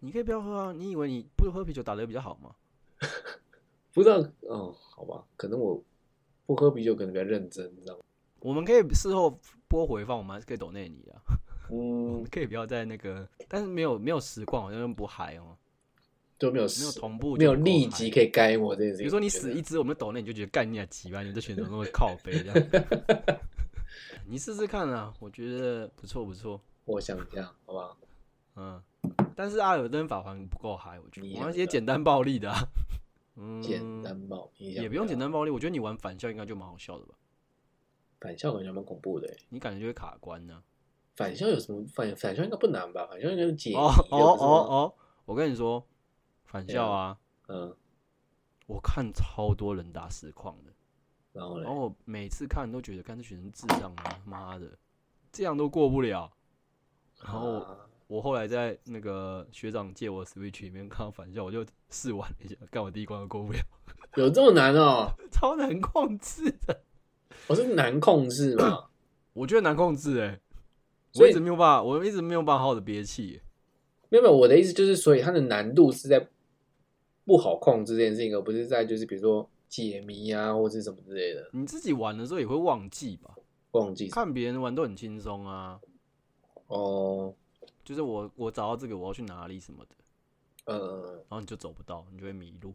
Speaker 1: 你可以不要喝啊！你以为你不喝啤酒打的比较好吗？
Speaker 2: 不知道哦，好吧，可能我不喝啤酒可能比较认真，你知道吗？
Speaker 1: 我们可以事后播回放，我们还是可以抖内你啊。我
Speaker 2: 嗯
Speaker 1: 们，可以不要在那个，但是没有没有实况，好像不嗨哦，
Speaker 2: 就没
Speaker 1: 没
Speaker 2: 有
Speaker 1: 有
Speaker 2: 时
Speaker 1: 同步，
Speaker 2: 没有立即。可以该我这件事情。
Speaker 1: 比如说你
Speaker 2: 我觉得
Speaker 1: 死一，只，我们抖内你就觉得干你啊几万，你这选手那么靠背这样。
Speaker 2: [LAUGHS]
Speaker 1: 你试试看啊，我觉得不错不错，
Speaker 2: 我想一下，好吧？
Speaker 1: 嗯。但是阿尔登法环不够嗨，我觉
Speaker 2: 你
Speaker 1: 得
Speaker 2: 也
Speaker 1: 玩一些简单暴力的、啊，嗯，
Speaker 2: 简单吧，你想一下
Speaker 1: 也不用简，单暴力，我觉得你玩反校应该就蛮好笑的吧。
Speaker 2: 返校感觉蛮恐怖的欸。
Speaker 1: 你感觉就会卡关啊呢、
Speaker 2: 返校有什么返返校应该不难吧？返校应该是解题
Speaker 1: 哦哦
Speaker 2: 又不是
Speaker 1: 哦
Speaker 2: 吗
Speaker 1: 哦，我跟你说，返校啊，
Speaker 2: 嗯，
Speaker 1: 我看超多人打实况的，
Speaker 2: 然后嘞
Speaker 1: 然，后我每次看都觉得，干这学生智障啊，妈的，这样都过不了。然后
Speaker 2: 啊
Speaker 1: 我后来在那个学长借我 Switch 里面看到返校，我就试玩了一下，干我第一关都过不了， [LAUGHS]
Speaker 2: 有这么难哦？
Speaker 1: 超难控制的。
Speaker 2: 我是难控制
Speaker 1: [COUGHS]
Speaker 2: 嘛，
Speaker 1: 我觉得难控制哎、
Speaker 2: 所
Speaker 1: 我
Speaker 2: 以
Speaker 1: 一直没有办法，我一直没有办法好好的憋气欸、
Speaker 2: 没有没有，我的意思就是，所以它的难度是在不好控制这件事情，而不是在就是比如说解谜啊或者什么之类的，
Speaker 1: 你自己玩的时候也会忘记吧？
Speaker 2: 忘记
Speaker 1: 看别人玩都很轻松啊，
Speaker 2: 哦，
Speaker 1: 就是我我找到这个我要去哪里什么的，
Speaker 2: 呃，
Speaker 1: 然后你就走不到，你就会迷路。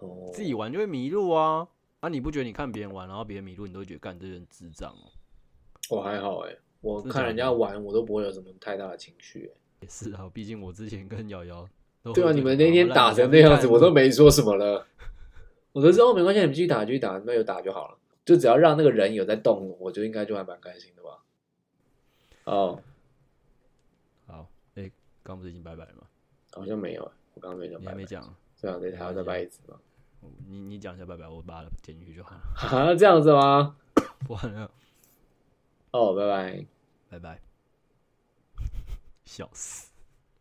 Speaker 2: 哦
Speaker 1: 自己玩就会迷路啊啊！你不觉得你看别人玩，然后别人迷路，你都会觉得干这人智障哦、
Speaker 2: 我还好哎、我
Speaker 1: 真的
Speaker 2: 看
Speaker 1: 假
Speaker 2: 人
Speaker 1: 的
Speaker 2: 家玩我都不会有什么太大的情绪欸、
Speaker 1: 也是啊，毕竟我之前跟瑶瑶都
Speaker 2: 对啊，
Speaker 1: 喝醉
Speaker 2: 你们
Speaker 1: 酒
Speaker 2: 那天
Speaker 1: 然后
Speaker 2: 打
Speaker 1: 烂
Speaker 2: 成
Speaker 1: 醉
Speaker 2: 那样子，
Speaker 1: 干
Speaker 2: 我都没说什么了。我都知道哦没关系，你们继续打，继续打，那有打就好了。就只要让那个人有在动，我就应该就还蛮开心的吧。哦，
Speaker 1: 好。哎、刚不是已经拜拜了吗？
Speaker 2: 好像没有欸，我刚刚没讲
Speaker 1: 你
Speaker 2: 拜
Speaker 1: 还
Speaker 2: 拜
Speaker 1: 没，讲，
Speaker 2: 对啊，对，还要再拜一次吗？ [LAUGHS]
Speaker 1: 你你讲一下拜拜，我把它剪进去就好了。 [LAUGHS]
Speaker 2: 啊，这样子吗？
Speaker 1: 完了，
Speaker 2: 哦，拜拜。
Speaker 1: [LAUGHS] 拜拜，笑死。